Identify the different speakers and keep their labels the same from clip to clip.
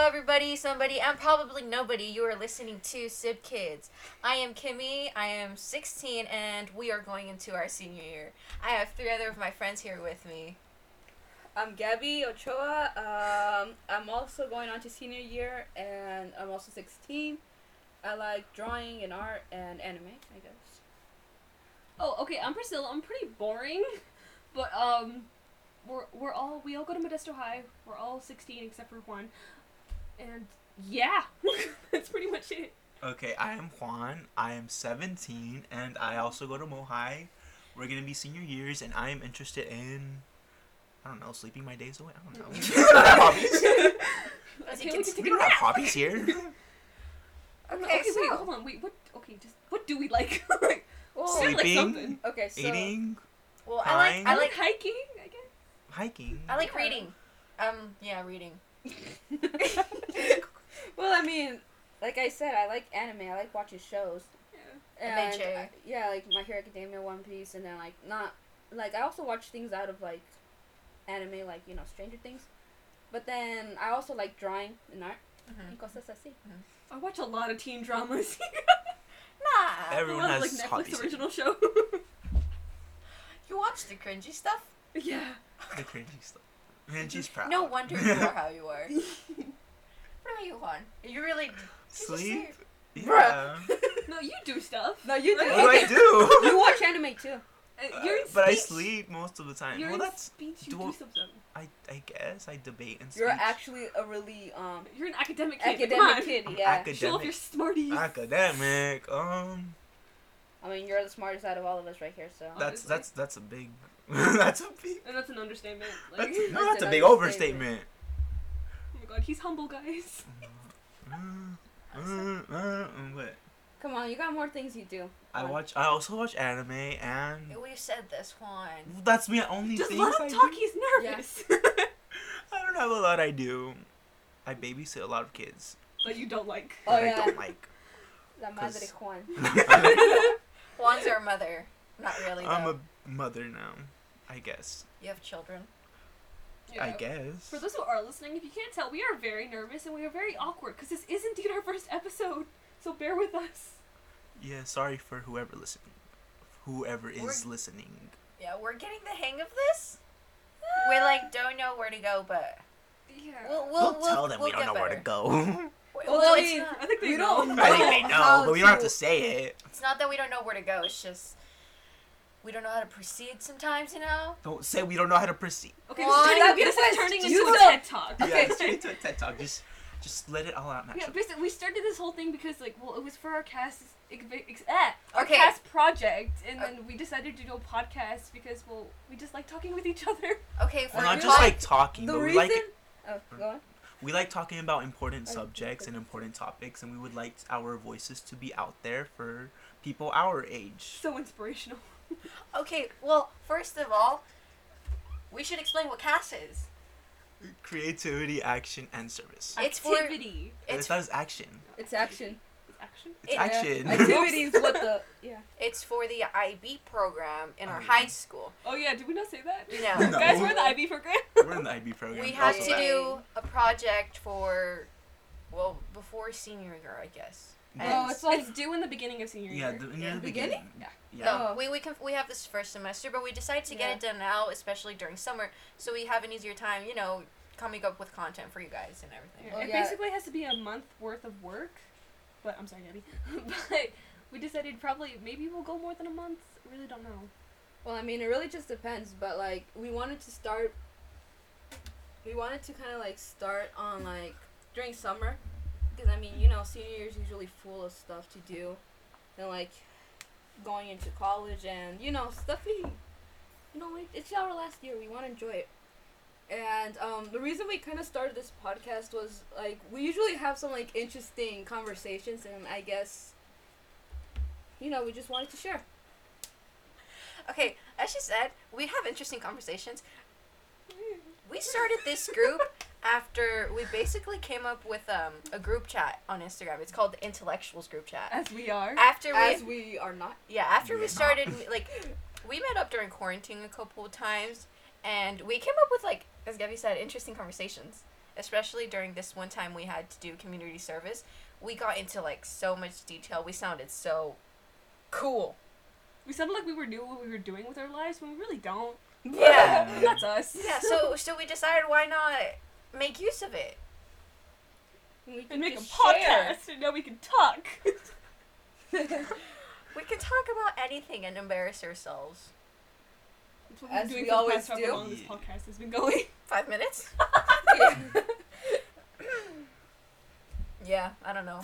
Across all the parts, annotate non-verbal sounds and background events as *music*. Speaker 1: everybody, somebody, and probably nobody. You are listening to Sib Kids. I am Kimmy. I am 16, and we are going into our senior year. I have three other of my friends here with me.
Speaker 2: I'm Gabby Ochoa. Um, I'm also going on to senior year, and I'm also 16. I like drawing and art and anime, I guess.
Speaker 3: Oh, okay. I'm Priscilla. I'm pretty boring, but um, we're we're all we all go to Modesto High. We're all 16 except for one, and yeah, *laughs* that's pretty much it.
Speaker 4: Okay, I am Juan. I am 17, and I also go to Mohai. We're gonna be senior years, and I am interested in, I don't know, sleeping my days away. I don't know. we don't have hobbies.
Speaker 3: I
Speaker 1: As you
Speaker 3: can't
Speaker 1: can
Speaker 3: wait to
Speaker 1: see-
Speaker 3: take
Speaker 4: We
Speaker 3: a
Speaker 4: don't have
Speaker 3: nap.
Speaker 4: hobbies here.
Speaker 3: I'm like,
Speaker 1: Okay,
Speaker 3: okay, wait,
Speaker 1: so-
Speaker 3: hold on, wait, what? Okay, just what do we like? *laughs* like sound like
Speaker 4: Sleeping.
Speaker 3: something.
Speaker 2: Okay, so
Speaker 4: Eating,
Speaker 1: Well, I like, I
Speaker 3: I
Speaker 4: Fine.
Speaker 3: like
Speaker 1: like,
Speaker 3: hiking. I guess.
Speaker 4: hiking.
Speaker 1: I like
Speaker 3: Yeah.
Speaker 1: reading. Um, yeah, reading.
Speaker 2: *laughs* well, I mean, like I said, I like anime. I like watching shows.
Speaker 3: Yeah.
Speaker 2: And
Speaker 1: MHA.
Speaker 2: I- yeah, like My Hero Academia, One Piece, and then like not like I also watch things out of like anime, like you know Stranger Things. But then I also like drawing and art.
Speaker 1: Mm-hmm.
Speaker 2: y cosas así.
Speaker 3: I watch a lot of teen dramas. *laughs*
Speaker 1: Nah,
Speaker 4: Everyone
Speaker 3: a lot
Speaker 4: has
Speaker 3: of, like
Speaker 4: hobbies
Speaker 3: Netflix
Speaker 4: here.
Speaker 3: original show. *laughs*
Speaker 1: you watch the cringy stuff.
Speaker 3: yeah.
Speaker 4: The cringy stuff. And she's proud.
Speaker 1: No wonder
Speaker 4: *laughs*
Speaker 1: you are how you are. What about you, Juan? You really
Speaker 4: Sleep. Yeah.
Speaker 2: Bruh.
Speaker 3: No, you do stuff. Uh,
Speaker 2: No, you do.
Speaker 3: Right?
Speaker 4: What do I
Speaker 3: *laughs*
Speaker 4: do?
Speaker 2: you watch anime *laughs* too.
Speaker 3: Uh, you're in
Speaker 4: but I
Speaker 3: speech.
Speaker 4: sleep most of the time.
Speaker 3: You're in
Speaker 4: well, that's
Speaker 3: speech. You
Speaker 4: dual-
Speaker 3: do something.
Speaker 4: I. I guess I debate and speech.
Speaker 2: You're actually a really um
Speaker 3: You're an academic kid. Come
Speaker 2: academic
Speaker 3: on.
Speaker 2: kid.
Speaker 4: I'm
Speaker 2: Yeah.
Speaker 3: Show off your
Speaker 4: academic.
Speaker 3: smarties.
Speaker 4: Academic. Um.
Speaker 2: I mean, you're the smartest out of all of us right here. So.
Speaker 4: That's
Speaker 3: Honestly.
Speaker 4: that's that's a big. *laughs* that's a big.
Speaker 3: and that's an understatement. Like,
Speaker 4: That's,
Speaker 3: oh
Speaker 4: no, that's a
Speaker 2: an
Speaker 4: big
Speaker 2: understatement.
Speaker 4: overstatement.
Speaker 3: my god, he's humble, guys.
Speaker 4: Mm, mm, mm, mm, What?
Speaker 2: Come on, you got more things you do.
Speaker 4: I
Speaker 2: Fun.
Speaker 4: watch. I also watch anime, and
Speaker 1: We've said this, Juan.
Speaker 4: that's me. Only
Speaker 3: Just
Speaker 4: things
Speaker 3: let
Speaker 4: I
Speaker 3: him talk.
Speaker 4: do.
Speaker 3: He's nervous. *laughs*
Speaker 4: I don't have a lot. I do. I babysit a lot of kids.
Speaker 3: but you don't like.
Speaker 2: Oh,
Speaker 4: that
Speaker 2: yeah.
Speaker 4: I don't like.
Speaker 2: La madre
Speaker 4: Cause-
Speaker 2: *laughs* Juan.
Speaker 4: *laughs*
Speaker 1: Juan's our mother. Not really. Though.
Speaker 4: I'm a mother now. I guess.
Speaker 1: You have children.
Speaker 4: I
Speaker 3: Yeah.
Speaker 4: guess.
Speaker 3: For those who are listening, if you can't tell, we are very nervous and we are very awkward because this is indeed our first episode. So bear with us.
Speaker 4: Yeah. Sorry for whoever listening. Whoever is
Speaker 1: We're-
Speaker 4: listening.
Speaker 1: Yeah, we're getting the hang of this. We like don't know where to go, but
Speaker 3: Yeah.
Speaker 1: we'll
Speaker 4: We'll,
Speaker 1: we'll, we'll
Speaker 4: tell them
Speaker 1: we'll
Speaker 4: we don't
Speaker 1: get
Speaker 4: know where to
Speaker 1: better.
Speaker 4: go.
Speaker 1: W-
Speaker 2: Well,
Speaker 1: Well,
Speaker 2: I
Speaker 1: it's
Speaker 2: mean,
Speaker 1: not,
Speaker 3: I think they
Speaker 2: you
Speaker 3: know. *laughs*
Speaker 2: don't-
Speaker 4: *laughs* I think they
Speaker 2: Oh,
Speaker 4: know,
Speaker 2: how
Speaker 4: but we don't have
Speaker 2: to-
Speaker 4: to say it.
Speaker 1: it's not that we don't know where to go. It's just we don't know how to proceed sometimes. You know.
Speaker 4: Don't say we don't know how to proceed.
Speaker 3: Okay,
Speaker 1: Why?
Speaker 3: this, is turning-
Speaker 2: That'd be
Speaker 3: this
Speaker 2: the
Speaker 3: is turning
Speaker 2: question. You
Speaker 3: into a
Speaker 2: don't-
Speaker 3: TED talk.
Speaker 4: Yeah, it's turning into a TED talk. Just, just let it all out
Speaker 3: Yeah,
Speaker 4: naturally.
Speaker 3: basically, we started this whole thing because, like, well, it was for our cast, ex- ex- eh, our
Speaker 1: Okay.
Speaker 3: cast project,
Speaker 2: Uh,
Speaker 3: and then we decided to do a podcast because, well, we just like talking with each other. *laughs*
Speaker 1: Okay, for
Speaker 4: Well, not
Speaker 1: your
Speaker 4: just
Speaker 1: pod-
Speaker 4: like talking,
Speaker 2: The
Speaker 4: but we
Speaker 2: reason.
Speaker 4: like
Speaker 2: Oh, go on.
Speaker 4: we like talking about important
Speaker 2: I-
Speaker 4: subjects and important topics, and we would like our voices to be out there for people our age.
Speaker 3: So inspirational.
Speaker 1: Okay, well, first of all, we should explain what CAS is.
Speaker 4: Creativity, action, and service.
Speaker 1: It's for-
Speaker 3: Activity.
Speaker 1: It's
Speaker 4: It's not action.
Speaker 2: It's action.
Speaker 3: It's action.
Speaker 4: It's
Speaker 1: It-
Speaker 2: Yeah. *laughs*
Speaker 4: action.
Speaker 2: Activity is what the yeah.
Speaker 1: it's for the IB program in our
Speaker 4: Oh.
Speaker 1: high school.
Speaker 3: Oh yeah, did we not say
Speaker 2: *laughs*
Speaker 3: that?
Speaker 1: No.
Speaker 4: No.
Speaker 3: Guys, we're in the IB program.
Speaker 4: *laughs* We're in the IB program. Oh,
Speaker 1: We had
Speaker 4: also.
Speaker 1: to do a project for, well, before senior year, I guess.
Speaker 4: Yeah.
Speaker 2: No, Oh, it's like-
Speaker 3: it's due in the beginning of senior
Speaker 4: Yeah,
Speaker 3: year.
Speaker 4: the,
Speaker 2: Yeah.
Speaker 4: near the
Speaker 2: Beginning?
Speaker 4: beginning.
Speaker 3: Yeah.
Speaker 4: Yeah.
Speaker 1: No, we we can we have this first semester, but we decided to
Speaker 2: oh. Yeah.
Speaker 1: get it done now, especially during summer, so we have an easier time, you know, coming up with content for you guys and everything.
Speaker 2: Oh,
Speaker 3: it
Speaker 2: yeah.
Speaker 3: basically has to be a month worth of work. But I'm sorry, Gabby. *laughs* but we decided probably maybe we'll go more than a month. Really don't know.
Speaker 2: Well, I mean, it really just depends, but like we wanted to start. We wanted to kind of like start on like during summer, because I mean, you know, senior year is usually full of stuff to do, and like going into college and you know stuff we, you know, it- it's our last year. We want to enjoy it. And um, the reason we kind of started this podcast was like we usually have some like interesting conversations, and I guess, you know, we just wanted to share.
Speaker 1: Okay, as she said, we have interesting conversations. We started this group after we basically came up with um, a group chat on Instagram. It's called the Intellectuals Group Chat.
Speaker 3: As we are.
Speaker 1: After we,
Speaker 2: As we are not.
Speaker 1: yeah, after
Speaker 4: We
Speaker 1: we
Speaker 4: are not.
Speaker 1: started, we, like, we met up during quarantine a couple of times, and we came up with like, as Gabby said, interesting conversations. especially during this one time we had to do community service, we got into like so much detail. We sounded so cool.
Speaker 3: We sounded like we were knew what we were doing with our lives when we really don't.
Speaker 1: Yeah.
Speaker 3: *laughs* that's us.
Speaker 1: *laughs* Yeah,
Speaker 3: *laughs*
Speaker 1: so so we decided why not make use of it.
Speaker 2: We could
Speaker 3: and make a
Speaker 2: just *laughs* share.
Speaker 3: podcast, and now we can talk.
Speaker 1: We can talk about anything and embarrass ourselves.
Speaker 3: That's what
Speaker 2: As we
Speaker 3: we've been doing for the
Speaker 2: always
Speaker 3: past however
Speaker 2: do.
Speaker 3: long this podcast has been going. *laughs*
Speaker 1: Five minutes. yeah, I don't know.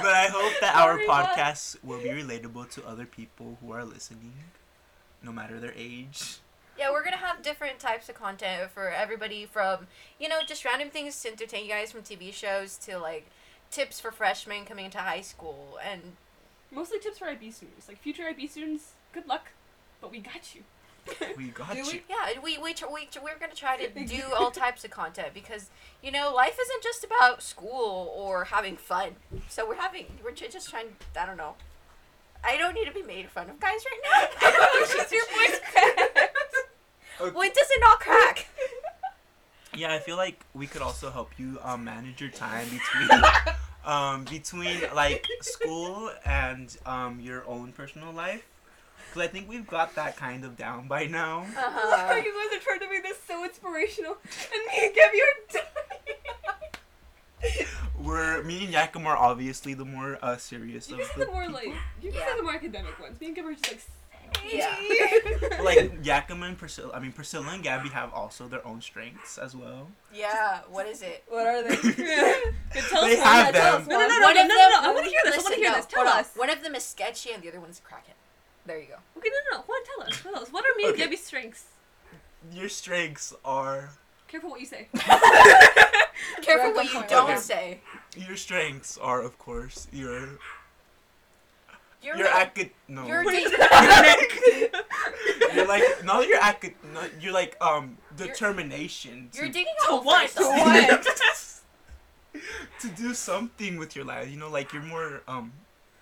Speaker 4: But I hope that our
Speaker 3: Sorry, what?
Speaker 4: podcasts will be relatable to other people who are listening, no matter their age.
Speaker 1: Yeah, we're gonna have different types of content for everybody from you know just random things to entertain you guys from TV shows to like tips for freshmen coming into high school and
Speaker 3: Mostly tips for IB students. Like future IB students, good luck, but we got you. *laughs*
Speaker 4: We got
Speaker 2: Do we-
Speaker 4: you.
Speaker 1: yeah and we we tr- we tr- we're gonna try
Speaker 3: *laughs*
Speaker 1: to do all types of content because you know life isn't just about school or having fun so we're having we're ju- just trying I don't know I don't need to be made fun of guys right now *laughs* I don't know if your voice cracked when does it not crack
Speaker 4: Yeah, I feel like we could also help you um, manage your time
Speaker 3: *laughs*
Speaker 4: between um, between like school and um, your own personal life. Cause I think we've got that kind of down by now.
Speaker 1: uh-huh.
Speaker 3: you guys are trying to make this so inspirational, and me and Gabby are *laughs* dying.
Speaker 4: We're me and Yakim are obviously the more uh, serious
Speaker 3: you
Speaker 4: of
Speaker 3: guys are
Speaker 4: the
Speaker 3: the more
Speaker 4: people.
Speaker 3: like you guys
Speaker 1: Yeah.
Speaker 3: are the more academic ones. Me and Gabby are just like.
Speaker 1: Yeah.
Speaker 3: *laughs* "Say."
Speaker 4: like Yakim and Priscilla. I mean Priscilla and Gabby have also their own strengths as well.
Speaker 1: *laughs* yeah what is it
Speaker 2: What are
Speaker 3: *laughs*
Speaker 2: they?
Speaker 4: *laughs*
Speaker 3: But tell
Speaker 4: They
Speaker 3: us one.
Speaker 4: have
Speaker 3: Tell
Speaker 4: them.
Speaker 3: us one. No, no,
Speaker 1: One
Speaker 3: no, no, no,
Speaker 1: of
Speaker 3: no,
Speaker 1: them-
Speaker 3: no, I want to hear this. I want to
Speaker 1: Listen,
Speaker 3: hear
Speaker 1: no,
Speaker 3: this. Tell
Speaker 1: hold on.
Speaker 3: us.
Speaker 1: One of them is sketchy and the other one's crackhead. There you go.
Speaker 3: Okay, no, no, no. Juan, tell us. Tell us. What are me and
Speaker 4: Okay.
Speaker 3: Gabby's strengths?
Speaker 4: Your strengths are
Speaker 3: Careful what you say.
Speaker 1: Careful
Speaker 2: Drag
Speaker 1: what
Speaker 2: them
Speaker 1: you
Speaker 2: home.
Speaker 1: don't
Speaker 4: Okay.
Speaker 1: say.
Speaker 4: your strengths are of course your
Speaker 1: You're
Speaker 4: your
Speaker 1: right.
Speaker 4: acad no
Speaker 1: You're
Speaker 4: your
Speaker 1: deep.
Speaker 3: *laughs*
Speaker 4: like not your acad no, you're like um
Speaker 1: You're-
Speaker 4: determination
Speaker 1: You're
Speaker 4: *laughs* to
Speaker 1: digging
Speaker 3: *laughs* To
Speaker 1: a hole
Speaker 3: what?
Speaker 1: for yourself.
Speaker 2: To what?
Speaker 4: *laughs* to do something with your life. You know, like you're more um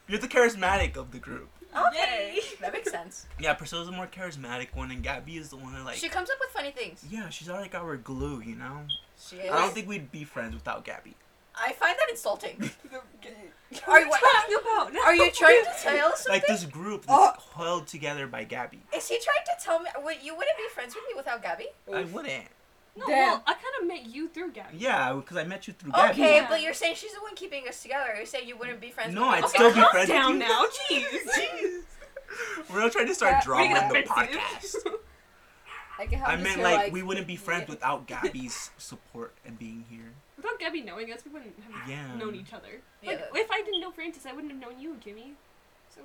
Speaker 4: you're the charismatic of the group.
Speaker 1: Okay. That makes sense.
Speaker 4: Yeah, Priscilla's the more charismatic one and Gabby is the one that like
Speaker 1: she comes up with funny things.
Speaker 4: Yeah, she's like our glue, you know?
Speaker 1: She is.
Speaker 4: I don't think we'd be friends without Gabby.
Speaker 1: I find that insulting.
Speaker 3: What
Speaker 1: Are
Speaker 3: are
Speaker 1: you-
Speaker 3: you talking about? No.
Speaker 1: Are *laughs* you trying to tell us something?
Speaker 4: Like this group that's
Speaker 1: Oh.
Speaker 4: held together by Gabby.
Speaker 1: Is he trying to tell me would, you wouldn't be friends with me without Gabby?
Speaker 4: I wouldn't.
Speaker 3: No,
Speaker 2: Damn.
Speaker 3: well, I kind of met you through Gabby.
Speaker 4: Yeah, because I met you through Gabby.
Speaker 1: Okay,
Speaker 3: Yeah.
Speaker 1: but you're saying she's the one keeping us together. You're saying you wouldn't be friends
Speaker 4: No,
Speaker 1: with
Speaker 4: I'd
Speaker 1: me.
Speaker 4: still be friends
Speaker 3: down
Speaker 4: with you.
Speaker 3: now,
Speaker 4: *laughs*
Speaker 3: jeez.
Speaker 4: Jeez. We're not trying to start
Speaker 2: Uh,
Speaker 4: drama
Speaker 2: we're
Speaker 4: in the
Speaker 3: offensive.
Speaker 4: podcast.
Speaker 2: I can help
Speaker 4: I
Speaker 2: us
Speaker 4: meant
Speaker 2: here,
Speaker 4: like we wouldn't be friends
Speaker 2: yeah.
Speaker 4: without Gabby's support and being here.
Speaker 3: Without Gabby knowing us, we wouldn't have
Speaker 4: Yeah.
Speaker 3: known each other.
Speaker 1: Yeah,
Speaker 3: Like,
Speaker 1: that-
Speaker 3: if I didn't know Francis, I wouldn't have known you, Jimmy. So,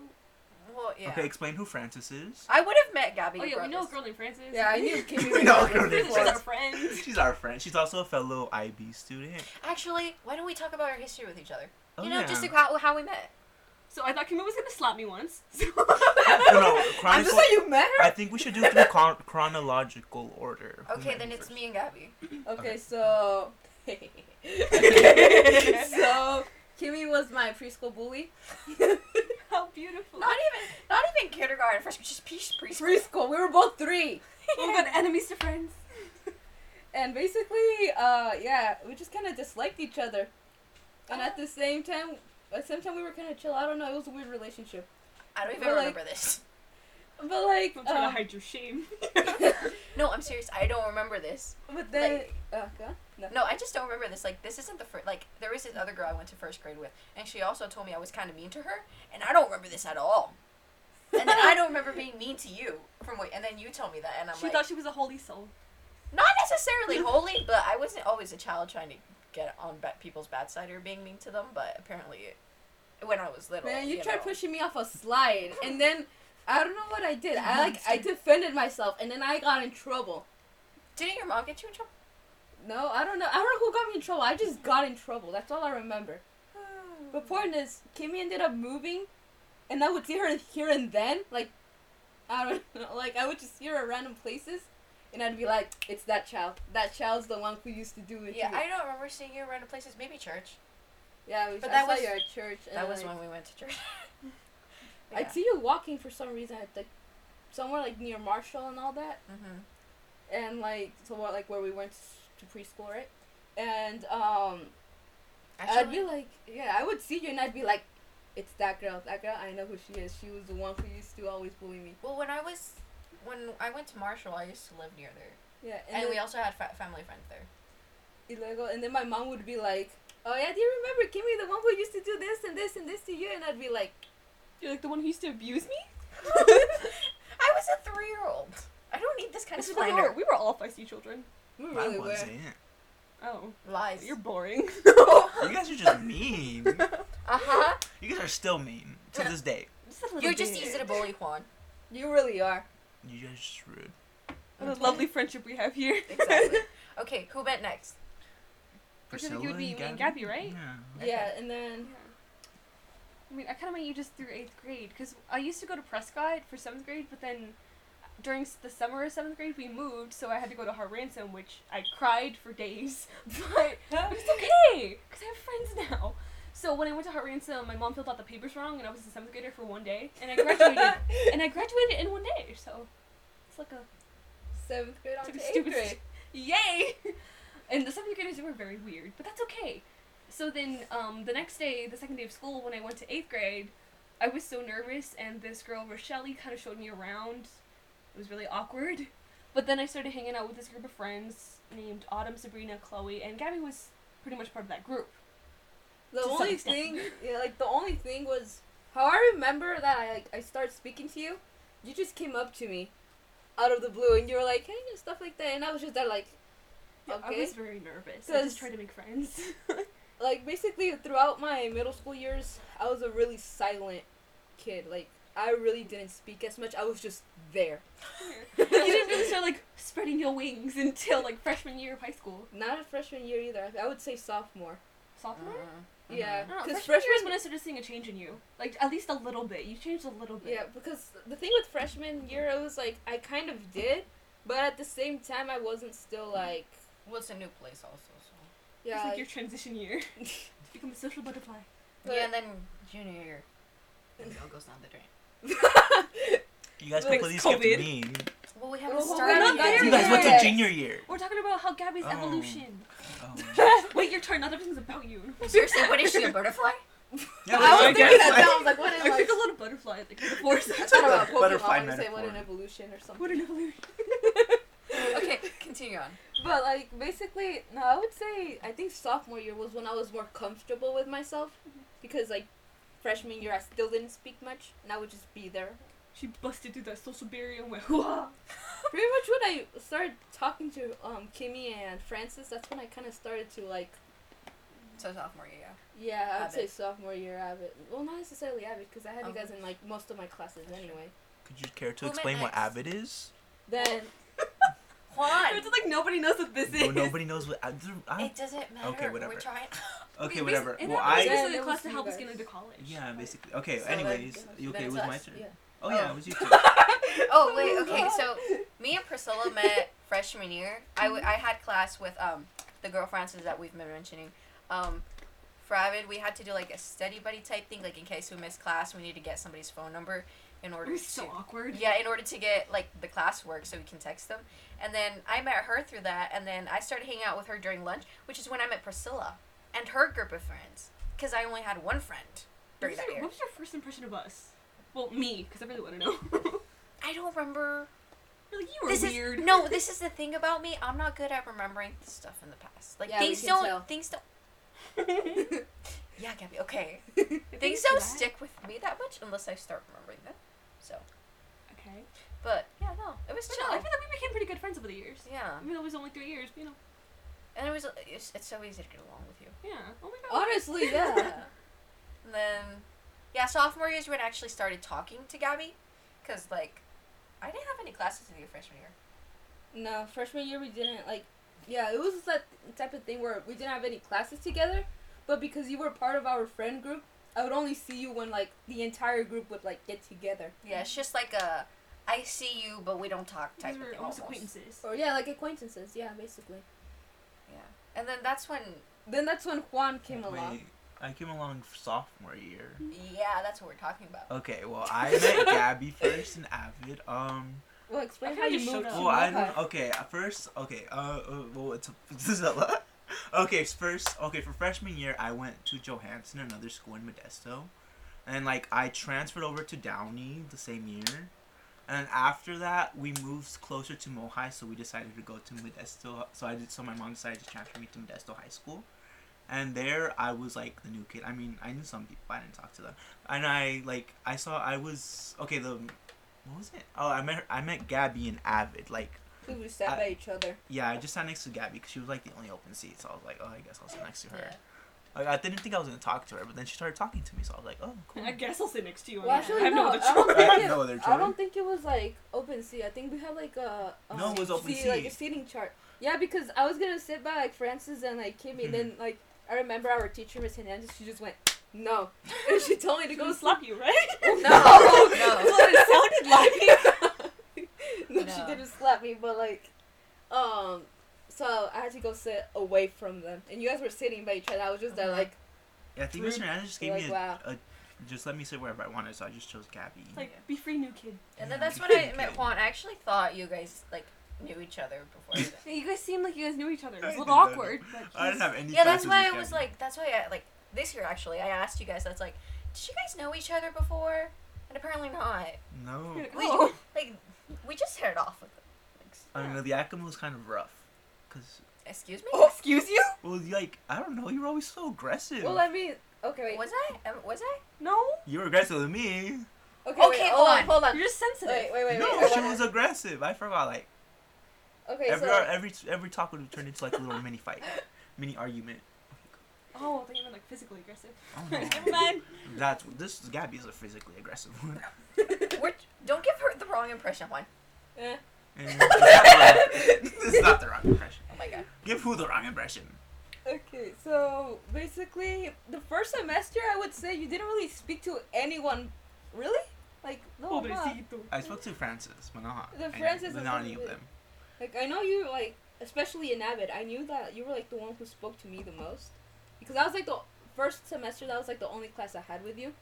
Speaker 1: Well, yeah.
Speaker 4: Okay, explain who Francis is.
Speaker 1: I would have met Gabby.
Speaker 3: oh yeah, we know a
Speaker 1: regardless.
Speaker 3: girl named Francis.
Speaker 2: Yeah, *laughs* I
Speaker 3: *laughs*
Speaker 2: knew Kimmy
Speaker 4: We
Speaker 2: was
Speaker 4: know
Speaker 2: like
Speaker 4: her
Speaker 2: this
Speaker 3: Francis
Speaker 4: name.
Speaker 2: before.
Speaker 3: is our friend.
Speaker 4: *laughs* She's our friend. She's also a fellow IB student.
Speaker 1: Actually, why don't we talk about our history with each other?
Speaker 4: Oh,
Speaker 1: you know,
Speaker 4: yeah.
Speaker 1: just like how, how we met.
Speaker 3: *laughs* So I thought Kimmy was gonna slap me once. *laughs* So
Speaker 4: No, no,
Speaker 2: I'm just
Speaker 4: chronicle-
Speaker 2: like you met
Speaker 4: I
Speaker 2: her.
Speaker 4: think we should do through chron- chronological order. Who
Speaker 1: Okay,
Speaker 4: met
Speaker 1: then
Speaker 4: who
Speaker 1: it's
Speaker 4: first?
Speaker 1: me and Gabby.
Speaker 4: Okay.
Speaker 2: Okay,
Speaker 4: *laughs*
Speaker 2: so *laughs* so Kimmy was my preschool bully. *laughs*
Speaker 3: how beautiful. *laughs*
Speaker 1: Not even, not even kindergarten, first, just peace preschool.
Speaker 2: preschool, we were both three.
Speaker 3: Oh god, enemies to friends.
Speaker 2: and basically, uh, yeah, we just kind of disliked each other. And at the same time, at the same time, we were kind of chill. I don't know. It was a weird relationship.
Speaker 1: I don't even
Speaker 2: We're like-
Speaker 1: remember this.
Speaker 2: But like,
Speaker 3: I'm trying to
Speaker 2: um,
Speaker 3: hide your shame.
Speaker 1: No, I'm serious. I don't remember this.
Speaker 2: but then, uh, huh? no.
Speaker 1: No, I just don't remember this. Like, this isn't the first. Like, there was this other girl I went to first grade with, and she also told me I was kind of mean to her, and I don't remember this at all. And then I don't remember being mean to you from what. And then you told me that, and I'm
Speaker 3: she
Speaker 1: like,
Speaker 3: thought she was a holy soul.
Speaker 1: not necessarily holy, but I wasn't always a child trying to get on ba- people's bad side or being mean to them. But apparently, it, when I was little,
Speaker 2: Man, you,
Speaker 1: you
Speaker 2: tried
Speaker 1: know.
Speaker 2: pushing me off a slide, and then I don't know what I did. I like I defended myself, and then I got in trouble.
Speaker 1: Didn't your mom get you in trouble?
Speaker 2: No, I don't know. I don't know who got me in trouble. I just got in trouble. That's all I remember.
Speaker 1: Hmm.
Speaker 2: But
Speaker 1: *sighs*
Speaker 2: point is, Kimmy ended up moving, and I would see her here and then. Like, I don't *laughs* know. Like I would just see her at random places, and I'd be like, "It's that child. That child's the one who used to do it."
Speaker 1: Yeah,
Speaker 2: to me."
Speaker 1: I don't remember seeing you around places. Maybe church.
Speaker 2: yeah. We,
Speaker 1: but
Speaker 2: I
Speaker 1: that
Speaker 2: saw
Speaker 1: was-
Speaker 2: you at church. And
Speaker 1: That was
Speaker 2: like,
Speaker 1: when we went to church. *laughs*
Speaker 2: I'd see you walking for some reason at like somewhere like near Marshall and all that.
Speaker 1: hmm
Speaker 2: and like so what like where we went to preschool, right? And um, I'd be like, yeah, I would see you and I'd be like, it's that girl, that girl. I know who she is. She was the one who used to always bully me.
Speaker 1: well, when I was, when I went to Marshall, I used to live near there,
Speaker 2: Yeah,
Speaker 1: and,
Speaker 2: then-
Speaker 1: we also had fa- family friends there.
Speaker 2: illegal. And then my mom would be like, "Oh yeah, do you remember Kimmy, the one who used to do this and this and this to you?" And I'd be like,
Speaker 3: You're like the one who used to abuse me.
Speaker 1: *laughs* I was a three-year-old. I don't need this kind of
Speaker 3: This is when oh, we, were,
Speaker 1: slander.
Speaker 3: we were all feisty children.
Speaker 2: "We
Speaker 4: I
Speaker 2: really were."
Speaker 4: wasn't.
Speaker 3: Oh,
Speaker 1: Lies.
Speaker 3: you're boring.
Speaker 4: You guys are just mean.
Speaker 1: Uh huh.
Speaker 4: You guys are still mean to this day.
Speaker 3: *laughs* Just a
Speaker 1: *laughs*
Speaker 3: little
Speaker 1: You're just
Speaker 3: bit.
Speaker 1: easy to bully, Juan.
Speaker 2: You really are.
Speaker 4: You guys are just rude.
Speaker 3: What a lovely friendship we have here.
Speaker 1: *laughs* Exactly. Okay, who went next?
Speaker 3: Which I think it would
Speaker 4: Priscilla
Speaker 3: be me and Gabby, right?
Speaker 4: Yeah.
Speaker 2: Yeah, and then
Speaker 3: I mean, I kind of met you just through eighth grade because I used to go to Prescott for seventh grade, but then during s- the summer of seventh grade we moved, so I had to go to Hart Ransom, which I cried for days. *laughs* But, but it's okay because I have friends now. So when I went to Hart Ransom, my mom filled out the papers wrong, and I was a seventh grader for one day, and I graduated, *laughs* and I graduated in one day. So it's like a
Speaker 2: seventh grade on
Speaker 3: Took
Speaker 2: to
Speaker 3: a
Speaker 2: eighth
Speaker 3: stupid-
Speaker 2: grade.
Speaker 3: Yay! *laughs* And the seventh graders were very weird, but that's okay. So then, um, the next day, the second day of school, when I went to eighth grade, I was so nervous, and this girl Rochelle kind of showed me around. It was really awkward, but then I started hanging out with this group of friends named Autumn, Sabrina, Chloe, and Gabby was pretty much part of that group.
Speaker 2: The
Speaker 3: To some
Speaker 2: only thing,
Speaker 3: extent.
Speaker 2: yeah, like the only thing was how I remember that I like I started speaking to you. You just came up to me, out of the blue, and you were like, "Hey," and stuff like that, and I was just there like.
Speaker 3: I
Speaker 2: Okay.
Speaker 3: was very nervous. I
Speaker 2: Does-
Speaker 3: just tried to make
Speaker 2: *laughs*
Speaker 3: friends. *laughs*
Speaker 2: like basically throughout my middle school years, I was a really silent kid. Like I really didn't speak as much. I was just there.
Speaker 3: you didn't
Speaker 2: *laughs*
Speaker 3: really start like spreading your wings *laughs* until like freshman year of high school.
Speaker 2: Not a freshman year either. I- I would say sophomore.
Speaker 1: Uh-huh.
Speaker 3: Sophomore.
Speaker 1: Mm-hmm.
Speaker 2: Yeah,
Speaker 3: I don't know,
Speaker 2: because
Speaker 3: freshman,
Speaker 2: freshman.
Speaker 3: year is when I started seeing a change in you. Like at least a little bit. You changed a little bit.
Speaker 2: yeah, because the thing with freshman year, it was like I kind of did, but at the same time, I wasn't still like
Speaker 1: Well, it's a new place also. So.
Speaker 2: yeah.
Speaker 3: It's like
Speaker 2: like-
Speaker 3: your transition year. to become a social butterfly.
Speaker 2: But-
Speaker 1: yeah, and then junior year, it all goes down the drain.
Speaker 4: You guys
Speaker 2: Like
Speaker 4: completely skipped
Speaker 3: COVID.
Speaker 4: me.
Speaker 1: Well, we
Speaker 2: haven't
Speaker 1: haven't
Speaker 2: Well,
Speaker 1: started.
Speaker 2: started we're not yet. there
Speaker 4: You guys went to
Speaker 2: Yes.
Speaker 4: junior year.
Speaker 3: We're talking about how Gabby's
Speaker 4: Oh.
Speaker 3: evolution.
Speaker 4: Oh.
Speaker 3: Wait, your turn. Not everything's about you.
Speaker 1: Seriously, what is she, a butterfly?
Speaker 2: *laughs*
Speaker 4: Yeah,
Speaker 2: I was
Speaker 4: I
Speaker 2: thinking
Speaker 4: guess,
Speaker 2: that
Speaker 4: like-
Speaker 2: I was like, what
Speaker 3: I
Speaker 1: *laughs*
Speaker 2: is like?
Speaker 3: picked a lot of butterfly. Like the *laughs* force.
Speaker 2: I thought about
Speaker 4: Butterfly
Speaker 2: Pokemon. I was gonna say what an
Speaker 4: metaphor.
Speaker 2: evolution or something.
Speaker 3: what an evolution.
Speaker 1: Okay, continue
Speaker 2: *laughs*
Speaker 1: on.
Speaker 2: But like basically, no, I would say I think sophomore year was when I was more comfortable with myself, because like freshman year I still didn't speak much, and I would just be there.
Speaker 3: She busted through that social barrier and went *laughs* hoo
Speaker 2: Pretty much when I started talking to um Kimmy and Francis, that's when I kind of started to like
Speaker 1: So sophomore year, yeah.
Speaker 2: yeah, I would say
Speaker 1: Avid.
Speaker 2: sophomore year avid. Well, not necessarily avid because I had
Speaker 1: Oh.
Speaker 2: you guys in like most of my classes anyway.
Speaker 4: Could you care to
Speaker 1: Who went
Speaker 4: explain what
Speaker 1: next?
Speaker 4: Abbott is?
Speaker 2: Then
Speaker 1: Juan.
Speaker 3: It's like nobody knows what this *laughs*
Speaker 4: Well,
Speaker 3: is.
Speaker 4: nobody knows what Abbott
Speaker 1: It doesn't matter.
Speaker 4: Ah. whatever.
Speaker 1: We're trying.
Speaker 4: Okay,
Speaker 3: We-
Speaker 4: whatever.
Speaker 3: And
Speaker 4: well,
Speaker 3: that was
Speaker 4: I.
Speaker 3: basically
Speaker 2: Yeah,
Speaker 3: the
Speaker 2: that
Speaker 3: class
Speaker 2: was
Speaker 3: to
Speaker 2: you
Speaker 3: help us get
Speaker 2: guys.
Speaker 3: into college.
Speaker 4: Yeah, basically. Okay,
Speaker 2: So, like,
Speaker 4: anyways.
Speaker 2: yeah,
Speaker 4: you okay,
Speaker 1: then
Speaker 4: it was
Speaker 1: it's
Speaker 4: my
Speaker 1: us,
Speaker 4: turn.
Speaker 2: yeah.
Speaker 4: Oh, yeah,
Speaker 1: Oh.
Speaker 4: it was you too.
Speaker 1: *laughs* Oh *laughs* wait, okay. So me and Priscilla met freshman year. I, w- I had class with um the girl Frances that we've been mentioning. Um, for Avid, we had to do like a study buddy type thing. Like in case we missed class, we need to get somebody's phone number in
Speaker 3: It
Speaker 1: order
Speaker 3: was
Speaker 1: to
Speaker 3: so awkward.
Speaker 1: yeah in order to get like the classwork so we can text them. And then I met her through that, and then I started hanging out with her during lunch, which is when I met Priscilla and her group of friends. Cause I only had one friend
Speaker 3: What
Speaker 1: during
Speaker 3: was,
Speaker 1: that
Speaker 3: your,
Speaker 1: year.
Speaker 3: what was your first impression of us? Well, me, because I really want to know. *laughs*
Speaker 1: I don't remember
Speaker 3: You're like, you were
Speaker 1: this
Speaker 3: weird.
Speaker 1: Is,
Speaker 3: *laughs*
Speaker 1: no, this *laughs* is the thing about me. I'm not good at remembering stuff in the past. Like
Speaker 2: Yeah, we
Speaker 1: things
Speaker 2: can
Speaker 1: don't.
Speaker 2: tell.
Speaker 1: Things don't.
Speaker 3: things
Speaker 1: Yeah, Gabby. Okay. things don't stick with me that much unless I start remembering them. So,
Speaker 3: Okay.
Speaker 1: but yeah, no, it was
Speaker 3: But no, I
Speaker 1: chill.
Speaker 3: feel like we became pretty good friends over the years.
Speaker 1: Yeah,
Speaker 3: I mean, it was only three years, but you know.
Speaker 1: and it was. It's, it's so easy to get along with you.
Speaker 3: Yeah. Oh my
Speaker 2: *laughs*
Speaker 3: god.
Speaker 2: honestly, yeah,
Speaker 1: And then, yeah, sophomore year is when I actually started talking to Gabby, cause like, I didn't have any classes in your freshman year.
Speaker 2: no freshman year we didn't like. Yeah, it was that type of thing where we didn't have any classes together, but because you were part of our friend group, I would only see you when like the entire group would like get together.
Speaker 1: Yeah, it's just like a, I see you, but we don't talk type of
Speaker 3: These were
Speaker 1: thing. almost.
Speaker 3: almost acquaintances.
Speaker 2: Or yeah, like acquaintances. Yeah, basically.
Speaker 1: Yeah, and then that's when.
Speaker 2: Then that's when Juan came along.
Speaker 4: Wait, I came along sophomore year.
Speaker 1: Yeah, that's what we're talking about.
Speaker 4: Okay, well, I met Gabby first and Avid. Um,
Speaker 2: Well, explain
Speaker 3: I
Speaker 2: how you
Speaker 3: kinda
Speaker 2: moved.
Speaker 3: just
Speaker 2: to
Speaker 3: showed
Speaker 4: Well, I
Speaker 2: Molokai.
Speaker 4: don't. Okay, uh, first, okay. Uh, uh, well, it's this is a *laughs* lot. Okay, s- first, okay. For freshman year, I went to Johansson, another school in Modesto, and like I transferred over to Downey the same year, and after that we moved closer to Mohai, so we decided to go to Modesto. So I did. So my mom decided to transfer me to Modesto High School, and there I was like the new kid. I mean, I knew some people, but I didn't talk to them, and I like I saw I was okay. The what was it? Oh, I met her, I met Gabby and Avid. Like,
Speaker 2: We would sat
Speaker 4: I-
Speaker 2: by each other.
Speaker 4: yeah, I just sat next to Gabby because she was like the only open seat. So I was like, oh, I guess I'll sit next to her. Like, I didn't think I was gonna talk to her, but then she started talking to me, so I was like, oh, cool.
Speaker 3: I guess I'll sit next to you.
Speaker 2: Well,
Speaker 3: I
Speaker 2: actually,
Speaker 3: have
Speaker 2: no.
Speaker 3: no,
Speaker 2: I
Speaker 3: other
Speaker 2: don't,
Speaker 3: choice.
Speaker 4: I
Speaker 2: think
Speaker 4: have
Speaker 2: it,
Speaker 4: no other
Speaker 2: I don't
Speaker 4: choice.
Speaker 2: think it was like open sea. I think we had like a
Speaker 4: No, it was open
Speaker 2: sea, like
Speaker 4: sea.
Speaker 2: a seating chart. Yeah, because I was gonna sit by like Francis and like Kimmy, and then like I remember our teacher Miss Hernandez. She just went no, *laughs* and she told me to
Speaker 3: She
Speaker 2: go
Speaker 3: *laughs* gonna
Speaker 2: slap.
Speaker 3: slap you, right?
Speaker 2: *laughs* No,
Speaker 1: No,
Speaker 2: that's what it sounded like. *laughs* no, she
Speaker 1: No.
Speaker 2: didn't slap me, but like, um, so I had to go sit away from them, and you guys were sitting by each other. I was just there
Speaker 1: Uh-huh.
Speaker 2: like,
Speaker 4: Yeah, I think Miss
Speaker 2: Rude.
Speaker 4: Hernandez just gave
Speaker 2: Like,
Speaker 4: me a,
Speaker 2: wow.
Speaker 4: a, just let me sit wherever I wanted, so I just chose Gabby.
Speaker 3: It's like, be free, new kid.
Speaker 1: And
Speaker 4: Yeah,
Speaker 1: then that's
Speaker 4: you
Speaker 1: when I
Speaker 4: *laughs* can
Speaker 1: met
Speaker 2: *laughs*
Speaker 4: get-
Speaker 1: Juan. I actually thought you guys like knew each other before.
Speaker 2: *laughs*
Speaker 1: that.
Speaker 3: You guys seem like you guys knew each other. It
Speaker 4: I
Speaker 3: was a
Speaker 4: did
Speaker 3: little
Speaker 4: not know.
Speaker 3: awkward, but
Speaker 4: I
Speaker 3: he's-
Speaker 4: didn't have any.
Speaker 1: yeah, that's
Speaker 4: classes
Speaker 1: why
Speaker 4: with
Speaker 1: I was
Speaker 4: Gabby.
Speaker 1: like, that's why I like this year actually. I asked you guys. That's like, did you guys know each other before? And apparently not.
Speaker 4: no.
Speaker 1: *laughs* We
Speaker 3: Oh.
Speaker 1: like we just hit it off with them. Like,
Speaker 4: I mean,
Speaker 1: yeah.
Speaker 4: the Yakima was kind of rough, cause
Speaker 1: Excuse me.
Speaker 2: oh, excuse you.
Speaker 4: well, you, like I don't know, you were always so aggressive.
Speaker 2: Well, I mean, okay, wait.
Speaker 1: Was I? Um, was
Speaker 2: *laughs*
Speaker 1: I?
Speaker 3: No,
Speaker 4: you were aggressive with me.
Speaker 2: Okay,
Speaker 1: Okay,
Speaker 2: wait, hold on,
Speaker 1: on.
Speaker 2: hold on.
Speaker 3: you're just sensitive.
Speaker 2: Wait, wait, wait,
Speaker 4: no,
Speaker 2: wait. I
Speaker 4: she
Speaker 2: wanna-
Speaker 4: was aggressive. I forgot. Like
Speaker 2: okay,
Speaker 4: every
Speaker 2: so
Speaker 4: every every talk would turn into like a little mini fight, mini argument.
Speaker 3: Oh, I thought you meant like physically aggressive. *laughs*
Speaker 4: Oh,
Speaker 2: *laughs*
Speaker 4: no.
Speaker 3: Never mind.
Speaker 4: That's this Gabby's a physically aggressive one.
Speaker 1: We're, don't give her the wrong impression, Juan.
Speaker 2: eh,
Speaker 4: And it's not the- this is not the wrong impression.
Speaker 1: Oh my
Speaker 2: *laughs*
Speaker 1: god.
Speaker 4: Give who the wrong impression?
Speaker 2: okay, so basically, the first semester, I would say you didn't really speak to anyone, really. Like no,
Speaker 4: Oh,
Speaker 2: I'm not.
Speaker 3: Pobrecito.
Speaker 4: I spoke to Francis, but not
Speaker 2: The
Speaker 4: and
Speaker 2: Francis
Speaker 4: but
Speaker 2: is
Speaker 4: not
Speaker 2: a-
Speaker 4: any of them.
Speaker 2: Like I know you like, especially in Abbott, I knew that you were like the one who spoke to me the most, because that was like the first semester. That was like the only class I had with you,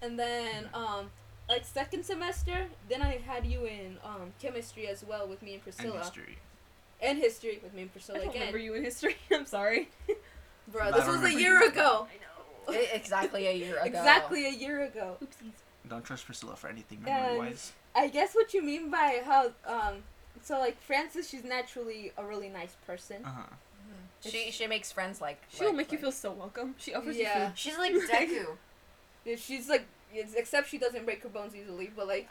Speaker 2: and then um, like second semester, then I had you in um chemistry as well with me and Priscilla,
Speaker 4: And history.
Speaker 2: and history with me and
Speaker 3: I
Speaker 2: Priscilla
Speaker 3: don't
Speaker 2: again.
Speaker 3: remember you in history. *laughs* I'm sorry.
Speaker 2: Bro,
Speaker 4: I
Speaker 2: this
Speaker 4: don't
Speaker 2: was a
Speaker 4: remember
Speaker 2: year
Speaker 4: you.
Speaker 2: ago.
Speaker 3: know.
Speaker 1: E- Exactly a year ago.
Speaker 2: Exactly a year ago.
Speaker 3: Oopsies.
Speaker 4: Don't trust Priscilla for anything memory wise.
Speaker 2: I guess what you mean by how um, so like Frances, she's naturally a really nice person.
Speaker 4: Uh huh.
Speaker 1: She she makes friends like.
Speaker 3: She'll
Speaker 1: like-
Speaker 3: make you
Speaker 1: like-
Speaker 3: feel so welcome. She offers you
Speaker 2: Yeah.
Speaker 3: food.
Speaker 1: She's
Speaker 2: *laughs*
Speaker 1: like Deku.
Speaker 2: Yeah, She's like, it's- except she doesn't break her bones easily, but *laughs* like.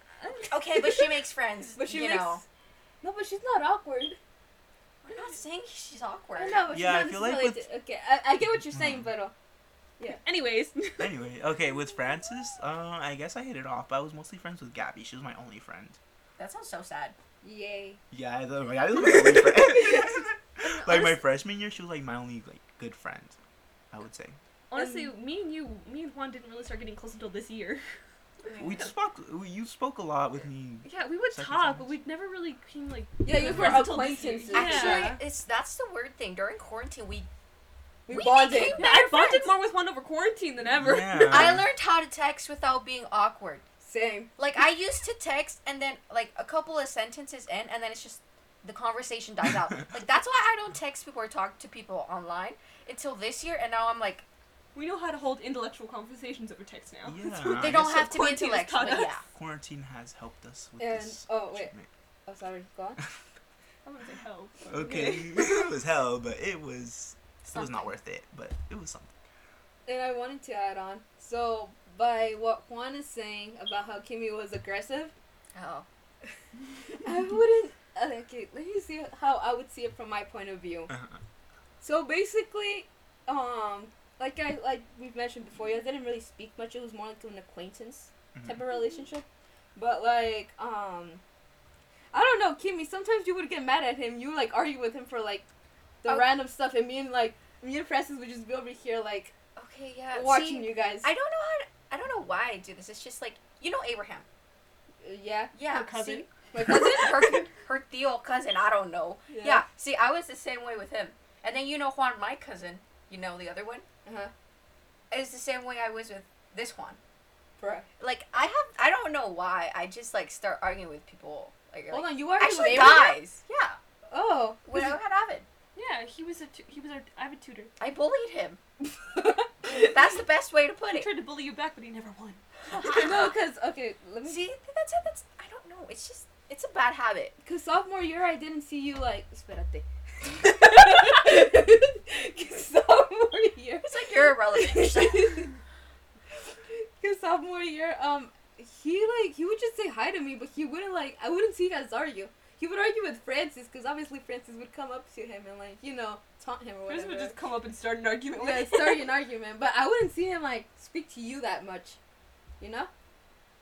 Speaker 1: okay, but
Speaker 2: *laughs*
Speaker 1: she makes friends.
Speaker 2: But she
Speaker 1: you
Speaker 2: makes.
Speaker 1: know.
Speaker 2: No, but she's not awkward.
Speaker 1: We're not saying she's awkward.
Speaker 2: I know, but
Speaker 4: Yeah, I
Speaker 2: she's
Speaker 4: feel
Speaker 2: not
Speaker 4: like
Speaker 2: necessarily.
Speaker 4: with-
Speaker 2: di- okay, I, I get what you're saying,
Speaker 4: Mm.
Speaker 2: but uh,
Speaker 3: Anyways, *laughs*
Speaker 4: Anyway, okay, with Francis, uh, I guess I hit it off. But I was mostly friends with Gabby. She was my only friend.
Speaker 1: That sounds so sad.
Speaker 2: yay.
Speaker 4: Yeah, I thought- Gabby was my only friend. *laughs* like my freshman year, she was like my only like good friend. I would say.
Speaker 3: honestly, me and you, me and Juan didn't really start getting close until this year.
Speaker 1: *laughs*
Speaker 4: We spoke. we- You spoke a lot with me.
Speaker 3: Yeah, we would
Speaker 4: Second
Speaker 3: talk, but
Speaker 4: semester.
Speaker 3: we'd never really came *laughs* like.
Speaker 2: Yeah, you
Speaker 3: good
Speaker 2: were
Speaker 3: friends until this year.
Speaker 2: acquaintances.
Speaker 1: Actually,
Speaker 3: Yeah.
Speaker 1: it's that's the weird thing. During quarantine, we
Speaker 2: We,
Speaker 1: We
Speaker 2: bonded.
Speaker 1: became-
Speaker 3: Yeah, I
Speaker 1: Better
Speaker 3: bonded
Speaker 1: friends.
Speaker 3: more with Juan over quarantine than ever.
Speaker 4: Yeah.
Speaker 1: *laughs* I learned how to text without being awkward.
Speaker 2: Same.
Speaker 1: Like I used to text and then like a couple of sentences in and then it's just the conversation dies out. like that's why I don't text people or talk to people online until this year and now I'm like
Speaker 3: *laughs* We know how to hold intellectual conversations over text now. *laughs*
Speaker 4: Yeah.
Speaker 3: That's what-
Speaker 1: they
Speaker 4: I
Speaker 1: don't
Speaker 4: guess
Speaker 1: have to be
Speaker 3: quarantine has
Speaker 1: intellectual.
Speaker 3: taught us.
Speaker 1: Yeah.
Speaker 4: Quarantine has helped us with
Speaker 2: And-
Speaker 4: this.
Speaker 2: oh, wait.
Speaker 4: achievement.
Speaker 2: Oh, sorry. Go on.
Speaker 3: *laughs* I wouldn't say hell. but-
Speaker 4: *laughs* Okay,
Speaker 1: *laughs*
Speaker 4: *laughs* it was hell, but it was it was
Speaker 1: Something.
Speaker 4: not worth it. But it was something.
Speaker 2: And I wanted to add on. So, by what Juan is saying about how Kimmy was aggressive,
Speaker 1: Oh.
Speaker 2: I wouldn't. uh, Okay, let me see how I would see it from my point of view.
Speaker 4: Uh-huh.
Speaker 2: So basically, um, like I like we've mentioned before, you guys didn't really speak much. It was more like an acquaintance
Speaker 4: Mm-hmm.
Speaker 2: type of relationship. But like, um, I don't know, Kimmy. Sometimes you would get mad at him. You would, like argue with him for like the
Speaker 1: Oh.
Speaker 2: random stuff, and me and like me and Francis would just be over here like
Speaker 1: Okay, yeah.
Speaker 2: watching
Speaker 1: Uh, See,
Speaker 2: you guys.
Speaker 1: I don't know how to, I don't know why I do this. It's just like you know Abraham.
Speaker 2: Uh, yeah,
Speaker 1: Yeah.
Speaker 3: Her cousin.
Speaker 1: Oh, see? *laughs*
Speaker 2: my cousin.
Speaker 1: cousin, her,
Speaker 2: *laughs*
Speaker 1: her Theo cousin, I don't know. Yeah. see, I was the same way with him. And then you know Juan, my cousin, you know the other one,
Speaker 2: Uh-huh.
Speaker 1: is the same way I was with this Juan.
Speaker 2: Bruh.
Speaker 1: Like I have, I don't know why. I just like start arguing with people Like, you're
Speaker 2: Hold
Speaker 1: like,
Speaker 2: on, you already
Speaker 1: actually,
Speaker 2: labeled it?
Speaker 1: guys. Yeah.
Speaker 2: Oh.
Speaker 1: When I
Speaker 2: *laughs*
Speaker 1: had Ovid,
Speaker 3: Yeah, he was a tu- he was our avid tutor.
Speaker 1: I bullied him. That's the best way to put
Speaker 3: He *laughs*
Speaker 1: it.
Speaker 3: tried to bully you back, but he never won.
Speaker 2: *laughs* no, because okay, let me.
Speaker 1: *laughs* See, that's it. That's I don't know. It's just it's a bad habit.
Speaker 2: Cause sophomore year, I didn't see you like.
Speaker 1: *laughs*
Speaker 2: Esperate. *laughs* 'Cause sophomore year.
Speaker 1: It's like you're irrelevant.
Speaker 2: *laughs* Cause sophomore year, um, he like he would just say hi to me, but he wouldn't like. I wouldn't see you guys argue. He would argue with Francis, cause obviously Francis would come up to him and like you know taunt him or
Speaker 3: Chris
Speaker 2: whatever.
Speaker 3: would just come up and start an argument with
Speaker 2: yeah,
Speaker 3: him.
Speaker 2: start
Speaker 3: *laughs*
Speaker 2: an argument, but I wouldn't see him like speak to you that much, you know.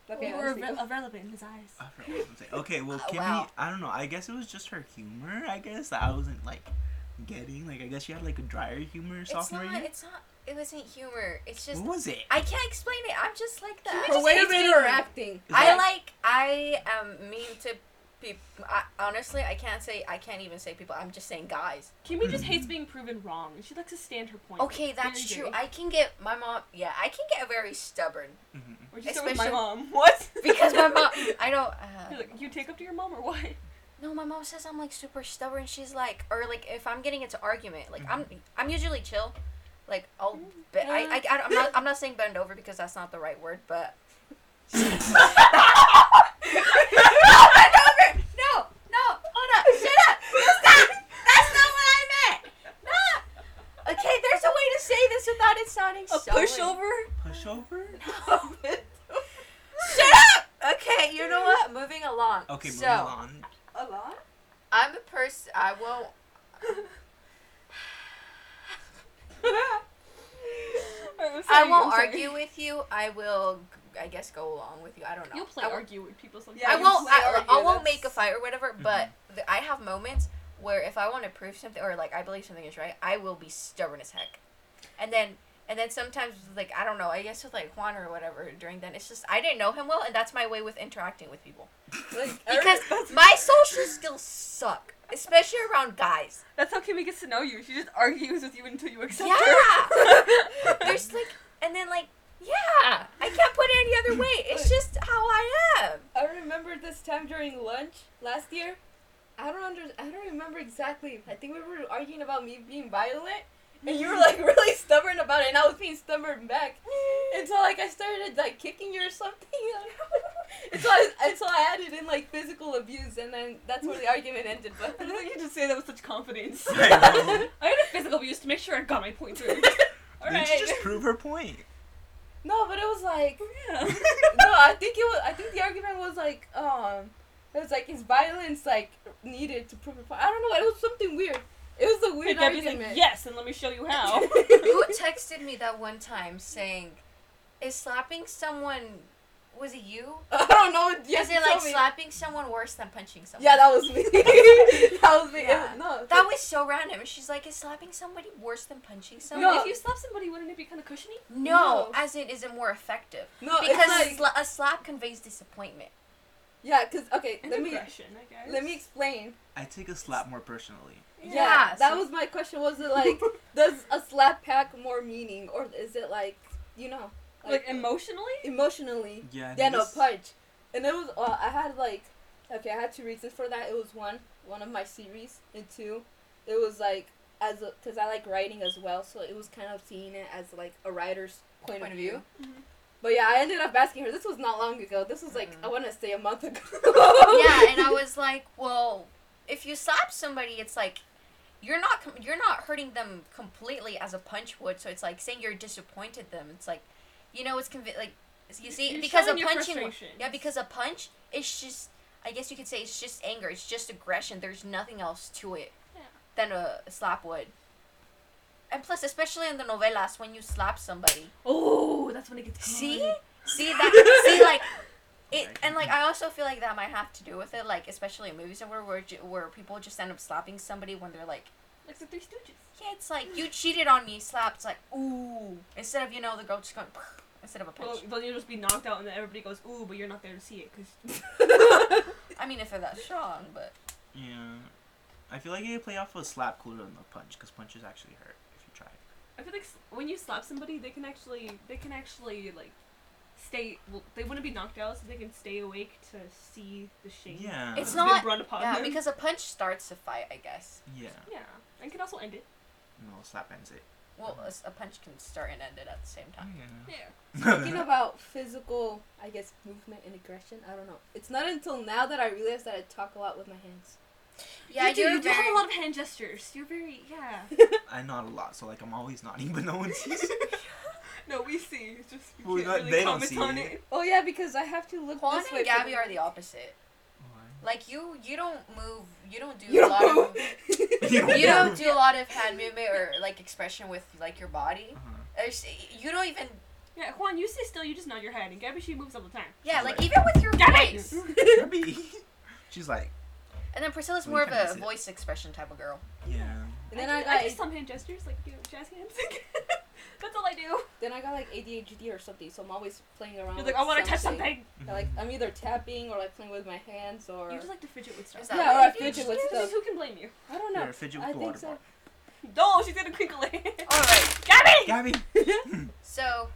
Speaker 3: you
Speaker 2: let's
Speaker 3: were
Speaker 2: see.
Speaker 3: irre- irrelevant in his eyes.
Speaker 4: I forgot what I was gonna say. Okay, well,
Speaker 1: Oh,
Speaker 4: Kimmy,
Speaker 1: wow.
Speaker 4: I don't know. I guess it was just her humor. I guess that I wasn't like getting. Like, I guess she had like a drier humor
Speaker 1: it's
Speaker 4: sophomore
Speaker 1: not.
Speaker 4: year.
Speaker 1: It's not. It wasn't humor. It's just
Speaker 4: What was it?
Speaker 1: I can't explain it. I'm just like that.
Speaker 2: Her way of interacting.
Speaker 4: Is
Speaker 1: I
Speaker 4: that-
Speaker 1: like I am mean to people. I, honestly, I can't say I can't even say people. I'm just saying guys.
Speaker 3: Kimmy
Speaker 4: Mm.
Speaker 3: just hates being proven wrong. and She likes to stand her point.
Speaker 1: Okay, that's
Speaker 3: Very
Speaker 1: true.
Speaker 3: good.
Speaker 1: I can get my mom. Yeah, I can get very stubborn
Speaker 4: Mhm.
Speaker 3: Or just with my
Speaker 1: especially-
Speaker 3: mom. *laughs* What?
Speaker 1: because my
Speaker 3: *laughs*
Speaker 1: mom. I don't.
Speaker 3: You're
Speaker 1: Uh,
Speaker 3: like, you take up to your mom or what? *laughs*
Speaker 1: no, my mom says I'm like super stubborn. She's like, or like if I'm getting into argument, like I'm I'm usually chill. Like I'll, be- I, I I'm not I'm not saying bend over because that's not the right word, but. no, bend over. No, no, hold up, shut up, stop. That's not what I meant. No. Okay, there's a way to say this without it sounding
Speaker 2: A
Speaker 1: so.
Speaker 2: pushover.
Speaker 4: mm-hmm. Pushover?
Speaker 1: Shut up. Okay, you know what? Moving along.
Speaker 4: Okay,
Speaker 1: so
Speaker 4: moving on. *laughs*
Speaker 2: A lot.
Speaker 1: I'm a person. I won't. I won't argue with you. I will. I guess go along with you. I don't know.
Speaker 3: You'll play
Speaker 1: I won't-
Speaker 3: argue with people sometimes.
Speaker 2: Yeah,
Speaker 1: I
Speaker 2: you
Speaker 1: won't.
Speaker 2: play
Speaker 1: I,
Speaker 2: argue,
Speaker 1: I won't make a
Speaker 2: that's-
Speaker 1: fight or whatever.
Speaker 4: Mm-hmm.
Speaker 1: But th- I have moments where if I want to prove something or like I believe something is right, I will be stubborn as heck. And then and then sometimes like I don't know. I guess with like Juan or whatever during then it's just I didn't know him well, and that's my way with interacting with people
Speaker 2: Like,
Speaker 1: because my social skills suck, especially around guys.
Speaker 3: *laughs* That's how Kimmy gets to know you. She just argues with you until you
Speaker 1: *laughs*
Speaker 3: accept
Speaker 1: Yeah. There's like, and then like, yeah, I can't put it any other way. It's just how I am.
Speaker 2: *laughs* *laughs* I remember this time during lunch last year. I don't under I don't remember exactly. I think we were arguing about me being violent, and you were like *laughs* really stubborn about it, and I was being stubborn back until like I started like kicking you or something. *laughs* until I until I added in like physical abuse, and then that's where the argument ended. But *laughs*
Speaker 3: I don't think you just say that with such confidence.
Speaker 4: I
Speaker 1: *laughs*
Speaker 4: know.
Speaker 3: I had a physical abuse to make sure I got my point *laughs* through.
Speaker 4: Didn't
Speaker 3: Alright.
Speaker 4: she just prove her point?
Speaker 2: no, but it was like
Speaker 3: Yeah.
Speaker 2: no, I think it was. I think the argument was like, um, it was like, is violence like needed to prove a point? I don't know. It was something weird. It was a weird
Speaker 3: Pick up, he's
Speaker 2: argument.
Speaker 3: like, yes, and let me show you how.
Speaker 1: Who texted me that one time saying, "Is slapping someone was it you?
Speaker 2: *laughs* I don't know. Yes,
Speaker 1: Is
Speaker 2: you
Speaker 1: it like
Speaker 2: told me.
Speaker 1: slapping someone worse than punching someone?"
Speaker 2: Yeah, that was me. *laughs* that was me. It-
Speaker 1: Yeah.
Speaker 2: no,
Speaker 1: That was so random. And She's like, "Is slapping somebody worse than punching someone?"
Speaker 3: No, if you slap somebody, wouldn't it be kind of cushiony?
Speaker 1: No,
Speaker 2: No.
Speaker 1: as in, is it more effective?
Speaker 2: no, it's
Speaker 1: Because
Speaker 2: like-
Speaker 1: sla- a slap conveys disappointment.
Speaker 2: yeah, because okay,
Speaker 3: And
Speaker 2: let me
Speaker 3: aggression, I guess.
Speaker 2: let me explain.
Speaker 4: I take a slap more personally.
Speaker 2: Yeah,
Speaker 1: Yeah,
Speaker 2: that
Speaker 1: so-
Speaker 2: was my question. Was it
Speaker 3: *laughs*
Speaker 2: like, does a slap pack more meaning, or is it like, you know,
Speaker 3: like emotionally.
Speaker 2: emotionally?
Speaker 4: Yeah. I
Speaker 2: Then
Speaker 4: think
Speaker 2: a
Speaker 4: this-
Speaker 2: punch. And it was uh, I had like okay, I had two reasons for that. It was one one of my series and two, it was like as a because I like writing as well, so it was kind of seeing it as like a writer's point,
Speaker 1: Point
Speaker 2: of
Speaker 1: of Mm-hmm.
Speaker 2: view.
Speaker 3: Mhm.
Speaker 2: But yeah, I ended up asking her. This was not long ago. This was like
Speaker 1: Mhm.
Speaker 2: I want to say a month ago.
Speaker 1: *laughs*
Speaker 2: *laughs*
Speaker 1: yeah, and I was like, well, if you slap somebody, it's like you're not com- you're not hurting them completely as a punch would. So it's like saying you're disappointed them. It's like, you know, it's convi- like you see
Speaker 3: You're
Speaker 1: because a
Speaker 3: showing your
Speaker 1: punching
Speaker 3: frustrations.
Speaker 1: yeah because a punch it's just I guess you could say it's just anger. It's just aggression. There's nothing else to it
Speaker 3: Yeah.
Speaker 1: than a slap would. And plus, especially in the novelas, when you slap somebody,
Speaker 3: Oh, that's when it gets.
Speaker 1: See?
Speaker 3: good.
Speaker 1: See that? see like it,
Speaker 4: Right.
Speaker 1: and like I also feel like that might have to do with it, like especially in movies and where where, ju- where people just end up slapping somebody when they're like,
Speaker 3: Like the Three Stooges.
Speaker 1: yeah, it's like you cheated on me, slap. It's like ooh, instead of you know the girl just going instead of a
Speaker 3: Well,
Speaker 1: punch.
Speaker 3: then you'll just be knocked out, and then everybody goes, "Ooh," but you're not there to see it because *laughs*
Speaker 1: I mean, if they're that strong, but
Speaker 4: Yeah. I feel like you play off of a slap cooler than a punch because punches actually hurt if you try.
Speaker 3: I feel like s- when you slap somebody, they can actually they can actually like stay. Well, they wouldn't be knocked out, so they can stay awake to see the shame.
Speaker 4: Yeah.
Speaker 1: It's
Speaker 3: that's
Speaker 1: not-
Speaker 3: been Run upon
Speaker 1: Yeah,
Speaker 3: them.
Speaker 1: because a punch starts a fight, I guess.
Speaker 4: Yeah.
Speaker 3: Yeah, and can also end it.
Speaker 4: No, slap ends it.
Speaker 1: Well, a, s- a punch can start and end it at the same time.
Speaker 4: Yeah.
Speaker 3: Yeah.
Speaker 2: Speaking about physical, I guess, movement and aggression, I don't know. It's not until now that I realized that I talk a lot with my hands. *laughs*
Speaker 1: Yeah,
Speaker 3: Mm-hmm. you do.
Speaker 1: you're
Speaker 3: You do have
Speaker 1: very-
Speaker 3: a lot of hand gestures. You're very yeah.
Speaker 4: *laughs* I nod a lot, so like I'm always nodding, but no one sees. it.
Speaker 3: No, we see. It's just we
Speaker 4: Well,
Speaker 3: can't
Speaker 4: not-
Speaker 3: really
Speaker 4: they don't
Speaker 3: comment
Speaker 4: see
Speaker 3: on
Speaker 4: it.
Speaker 3: it.
Speaker 2: Oh, yeah, because I have to look
Speaker 1: Juan
Speaker 2: this way.
Speaker 1: and
Speaker 2: for
Speaker 1: Gabby
Speaker 2: them.
Speaker 1: are the opposite. Like you, you don't move. You don't do
Speaker 2: You
Speaker 1: a lot
Speaker 2: don't
Speaker 1: of.
Speaker 2: move.
Speaker 4: *laughs* You
Speaker 1: You
Speaker 4: Yeah.
Speaker 1: don't do a lot of hand movement or like expression with like your body.
Speaker 4: Uh-huh.
Speaker 1: There's- You don't even.
Speaker 3: Yeah, Juan, you sit still. You just nod your head, and Gabby she moves all the time.
Speaker 1: Yeah,
Speaker 4: Right.
Speaker 1: like even with your
Speaker 3: Gabby.
Speaker 1: voice.
Speaker 2: Mm-hmm.
Speaker 4: Gabby. *laughs* She's like,
Speaker 1: And then Priscilla's
Speaker 4: We
Speaker 1: more of
Speaker 4: kinda
Speaker 1: a
Speaker 4: see it.
Speaker 1: voice expression type of girl.
Speaker 4: yeah.
Speaker 2: And then
Speaker 3: I,
Speaker 2: I
Speaker 3: do, I
Speaker 2: got,
Speaker 3: do some hand gestures, like you know, jazz hands. *laughs* That's all I do.
Speaker 2: then I got like ADHD or something, so I'm always playing
Speaker 1: Oh,
Speaker 2: around.
Speaker 3: You're
Speaker 2: with
Speaker 3: like, I want to touch
Speaker 2: something.
Speaker 3: something.
Speaker 2: Yeah, Like
Speaker 4: Mm-hmm.
Speaker 2: I'm either tapping or like playing with my hands or
Speaker 3: You just like to fidget with stuff.
Speaker 1: Is that
Speaker 2: yeah, or I
Speaker 1: what you do?
Speaker 2: fidget with
Speaker 3: Because
Speaker 2: stuff.
Speaker 3: Who can blame you?
Speaker 2: I don't
Speaker 4: You're
Speaker 2: know.
Speaker 4: a fidget
Speaker 2: I
Speaker 4: with the
Speaker 2: think
Speaker 4: water
Speaker 2: so.
Speaker 4: bottle.
Speaker 3: No, she's gonna crinkle it.
Speaker 1: All right.
Speaker 3: *laughs* Gabby.
Speaker 4: Gabby.
Speaker 1: So,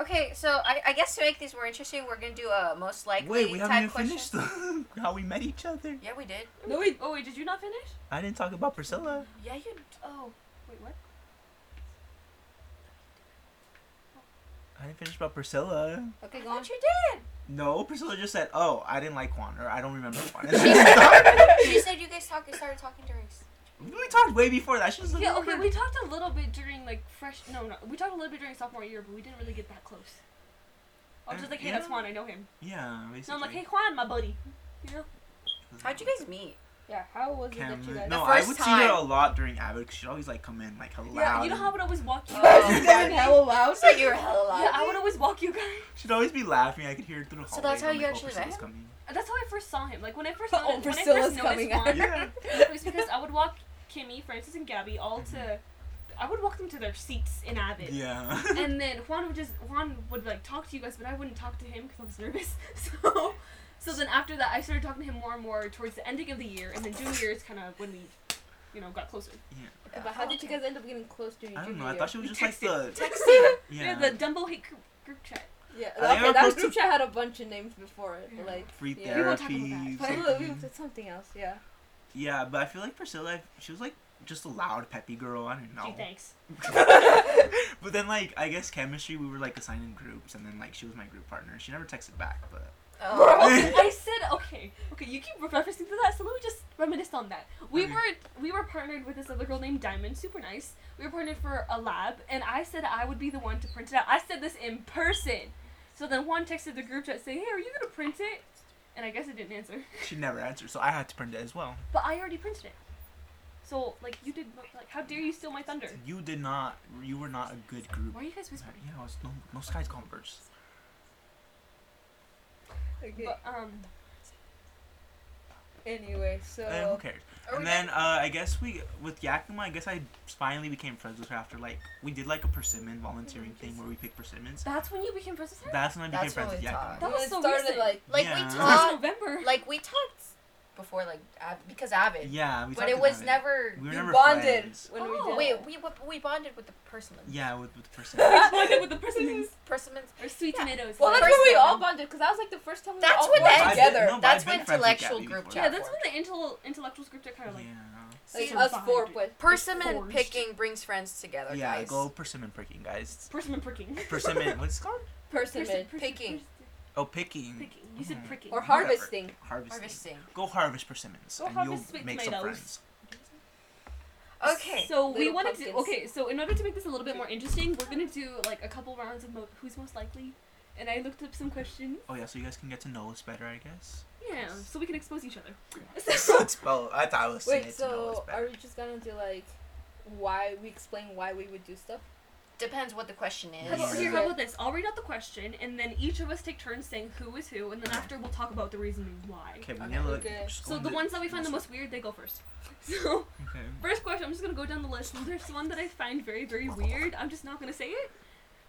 Speaker 1: okay. So I, I guess to make these more interesting, we're gonna do a most likely
Speaker 4: Wait, we
Speaker 1: type
Speaker 4: haven't even
Speaker 1: question.
Speaker 4: finished the, *laughs* how we met each other.
Speaker 1: Yeah, we did.
Speaker 2: No, wait.
Speaker 3: Oh wait, did you not finish?
Speaker 4: I didn't talk about Priscilla.
Speaker 1: Yeah, you.
Speaker 3: Oh wait, what?
Speaker 4: I didn't finish about Priscilla.
Speaker 2: Okay,
Speaker 1: I
Speaker 3: Oh,
Speaker 2: go on.
Speaker 1: thought you did.
Speaker 4: No, Priscilla just said, "Oh, I didn't like Juan, or I don't remember Juan." *laughs*
Speaker 1: She said, she said you guys talk, you started talking during. s-
Speaker 4: we talked way before that. She just
Speaker 3: Yeah,
Speaker 4: doesn't
Speaker 3: okay.
Speaker 4: remember.
Speaker 3: We talked a little bit during like fresh. No, no. We talked a little bit during sophomore year, but we didn't really get that close. I was just like, hey, that's
Speaker 4: Yeah.
Speaker 3: Juan. I know him.
Speaker 4: Yeah, basically.
Speaker 3: So I'm like, hey, Juan, my buddy. You know?
Speaker 1: How'd you guys meet?
Speaker 2: Yeah, how was it that you
Speaker 4: Cameron.
Speaker 2: guys?
Speaker 4: No,
Speaker 1: The
Speaker 4: I
Speaker 1: first
Speaker 4: would see her
Speaker 1: time.
Speaker 4: a lot during Avid because she'd always like come in like hello.
Speaker 3: Yeah, you know how I would
Speaker 2: *laughs*
Speaker 3: always walk you
Speaker 1: Oh,
Speaker 3: guys.
Speaker 1: you
Speaker 2: Going hella
Speaker 1: I
Speaker 2: loud.
Speaker 1: was like, you were hella loud.
Speaker 3: Yeah, I would always walk you guys.
Speaker 4: She'd always be laughing. I could hear it through the
Speaker 1: So
Speaker 4: hallway.
Speaker 1: that's how
Speaker 4: I'm
Speaker 1: you
Speaker 4: like, oh,
Speaker 1: actually met
Speaker 4: Priscilla's
Speaker 1: him?
Speaker 3: *laughs*
Speaker 4: coming.
Speaker 3: That's how I first saw him. Like when I first
Speaker 2: Oh,
Speaker 3: noticed, when I
Speaker 2: Priscilla's
Speaker 3: first
Speaker 2: coming
Speaker 3: noticed
Speaker 2: out.
Speaker 3: Juan,
Speaker 4: Yeah.
Speaker 3: it was because I would walk Kimmy, Francis, and Gabby all to. I would walk them to their seats in Abbott.
Speaker 4: *laughs* Yeah.
Speaker 3: And then Juan would just Juan would like talk to you guys, but I wouldn't talk to him because I was nervous. *laughs* So, so then after that, I started talking to him more and more towards the ending of the year, and then junior year is kind of when we, you know, got closer.
Speaker 2: Okay, but how did you guys end up getting close during
Speaker 4: I don't
Speaker 2: junior
Speaker 4: know. I
Speaker 2: year?
Speaker 4: thought she was
Speaker 3: We
Speaker 4: just like the.
Speaker 3: *laughs*
Speaker 4: *laughs*
Speaker 1: Texting.
Speaker 4: Yeah.
Speaker 3: the Dumbo hate group, group chat.
Speaker 2: Yeah,
Speaker 4: I think
Speaker 2: okay,
Speaker 4: our
Speaker 2: that
Speaker 4: first
Speaker 2: group
Speaker 4: two-
Speaker 2: chat had a bunch of names before it, but
Speaker 3: Yeah.
Speaker 4: *laughs*
Speaker 2: like.
Speaker 4: Free
Speaker 2: Yeah.
Speaker 3: *laughs* We won't talk
Speaker 4: therapy.
Speaker 3: about that,
Speaker 2: But
Speaker 4: psych-
Speaker 2: it *laughs* was, it was something else, yeah.
Speaker 4: yeah, but I feel like Priscilla, she was like just a loud, peppy girl. I don't
Speaker 3: Gee,
Speaker 4: know.
Speaker 3: thanks.
Speaker 4: *laughs*
Speaker 3: *laughs*
Speaker 4: But then, like, I guess chemistry, we were like assigned in groups, and then like she was my group partner. She never texted back, but
Speaker 1: Oh.
Speaker 3: *laughs* Okay, I said okay, okay. You keep referencing to that, so let me just reminisce on that. We
Speaker 4: Okay.
Speaker 3: were we were partnered with this other girl named Diamond, super nice. We were partnered for a lab, and I said I would be the one to print it out. I said this in person. So then Juan texted the group chat saying, "Hey, are you gonna print it?" And I guess it didn't answer.
Speaker 4: she never answered, so I had to print it as well.
Speaker 3: But I already printed it. So like you did like how dare you steal my thunder?
Speaker 4: You did not. You were not a good group.
Speaker 3: Why are you guys
Speaker 4: Yeah,
Speaker 3: whispering?
Speaker 4: I was, no, no skies converge.
Speaker 2: Okay.
Speaker 3: But um,
Speaker 2: anyway,
Speaker 4: Eh, who
Speaker 2: so
Speaker 4: cares?
Speaker 1: Are we
Speaker 4: and then uh, I guess we with Yakima. I guess I finally became friends with her after like we did like a persimmon volunteering thing where we picked persimmons.
Speaker 3: that's when you became friends with her.
Speaker 4: That's when I became
Speaker 1: That's
Speaker 4: friends
Speaker 1: when
Speaker 4: with
Speaker 1: we
Speaker 4: Yakima.
Speaker 1: talked.
Speaker 3: That was
Speaker 2: it
Speaker 3: so
Speaker 2: started
Speaker 3: recent.
Speaker 2: like
Speaker 1: like
Speaker 4: Yeah.
Speaker 1: we
Speaker 3: Last
Speaker 1: talked,
Speaker 3: November.
Speaker 1: like we talked before, like Av- because Avid.
Speaker 4: Yeah, we
Speaker 1: But
Speaker 4: talked
Speaker 1: it was
Speaker 4: about
Speaker 1: never.
Speaker 4: We were
Speaker 2: we
Speaker 4: never
Speaker 2: bonded
Speaker 4: friends.
Speaker 2: when
Speaker 3: Oh,
Speaker 2: we did.
Speaker 1: Wait,
Speaker 2: it.
Speaker 1: we we bonded with the persimmon.
Speaker 4: Yeah, with, with persimmons.
Speaker 3: *laughs* Which one with the persimmons
Speaker 1: Persimmons.
Speaker 3: or sweet
Speaker 1: Yeah.
Speaker 3: tomatoes?
Speaker 2: well, that's
Speaker 3: like-
Speaker 2: when we
Speaker 1: First
Speaker 2: all
Speaker 1: time.
Speaker 2: bonded because that was like the first time we
Speaker 1: That's
Speaker 2: were all
Speaker 1: when
Speaker 2: four
Speaker 1: that-
Speaker 2: together.
Speaker 4: No, but
Speaker 1: That's
Speaker 4: I've been
Speaker 1: when
Speaker 4: friends with
Speaker 1: intellectual
Speaker 4: Gabby
Speaker 1: group
Speaker 4: before.
Speaker 1: chat.
Speaker 3: Yeah, that's
Speaker 1: platform.
Speaker 3: when the intel- intellectuals group are kind of like
Speaker 4: Yeah.
Speaker 2: Like
Speaker 3: Same
Speaker 2: us
Speaker 3: vibe.
Speaker 2: four, but
Speaker 1: Persimmon
Speaker 3: Forged.
Speaker 1: picking brings friends together,
Speaker 4: Yeah,
Speaker 1: guys.
Speaker 4: go persimmon pricking, guys.
Speaker 3: persimmon pricking.
Speaker 4: Persimmon. What's it called?
Speaker 2: person
Speaker 3: Persi- persi-
Speaker 1: Picking.
Speaker 3: persi-
Speaker 4: Oh, picking.
Speaker 3: Pricking. You said pricking.
Speaker 2: or
Speaker 4: Whatever. *laughs*
Speaker 2: harvesting. *laughs*
Speaker 4: Harvesting.
Speaker 1: Harvesting.
Speaker 4: Go harvest persimmons,
Speaker 3: Go
Speaker 4: and
Speaker 3: harvest
Speaker 4: you'll
Speaker 3: sweet
Speaker 4: make some
Speaker 3: tomatoes.
Speaker 4: friends.
Speaker 1: Okay.
Speaker 3: So we
Speaker 2: Little
Speaker 3: wanted to.
Speaker 2: pumpkins.
Speaker 3: Okay, so in order to make this a little bit more interesting, we're gonna do like a couple rounds of mo- who's most likely, and I looked up some questions.
Speaker 4: Oh yeah, so you guys can get to know us better, I guess.
Speaker 3: Yeah, so we can expose each other. So,
Speaker 4: It's both. I thought I was saying
Speaker 2: Wait,
Speaker 4: it to know us
Speaker 2: so
Speaker 4: better.
Speaker 2: are we just gonna do like why we explain why we would do
Speaker 4: *laughs*
Speaker 2: stuff?
Speaker 1: Depends what the question
Speaker 3: how
Speaker 1: is.
Speaker 3: about, here,
Speaker 4: Yeah.
Speaker 3: how about this? I'll read out the question, and then each of us take turns saying who is who, and then after we'll talk about the reasoning why.
Speaker 4: Okay, we
Speaker 1: Okay.
Speaker 4: need to look.
Speaker 2: Okay.
Speaker 4: just go
Speaker 3: So
Speaker 4: in
Speaker 3: the ones that we find the most weird, they go first. *laughs* So *laughs*
Speaker 4: Okay.
Speaker 3: First question, I'm just gonna go down the list. and There's one that I find very, very weird. I'm just not gonna say it.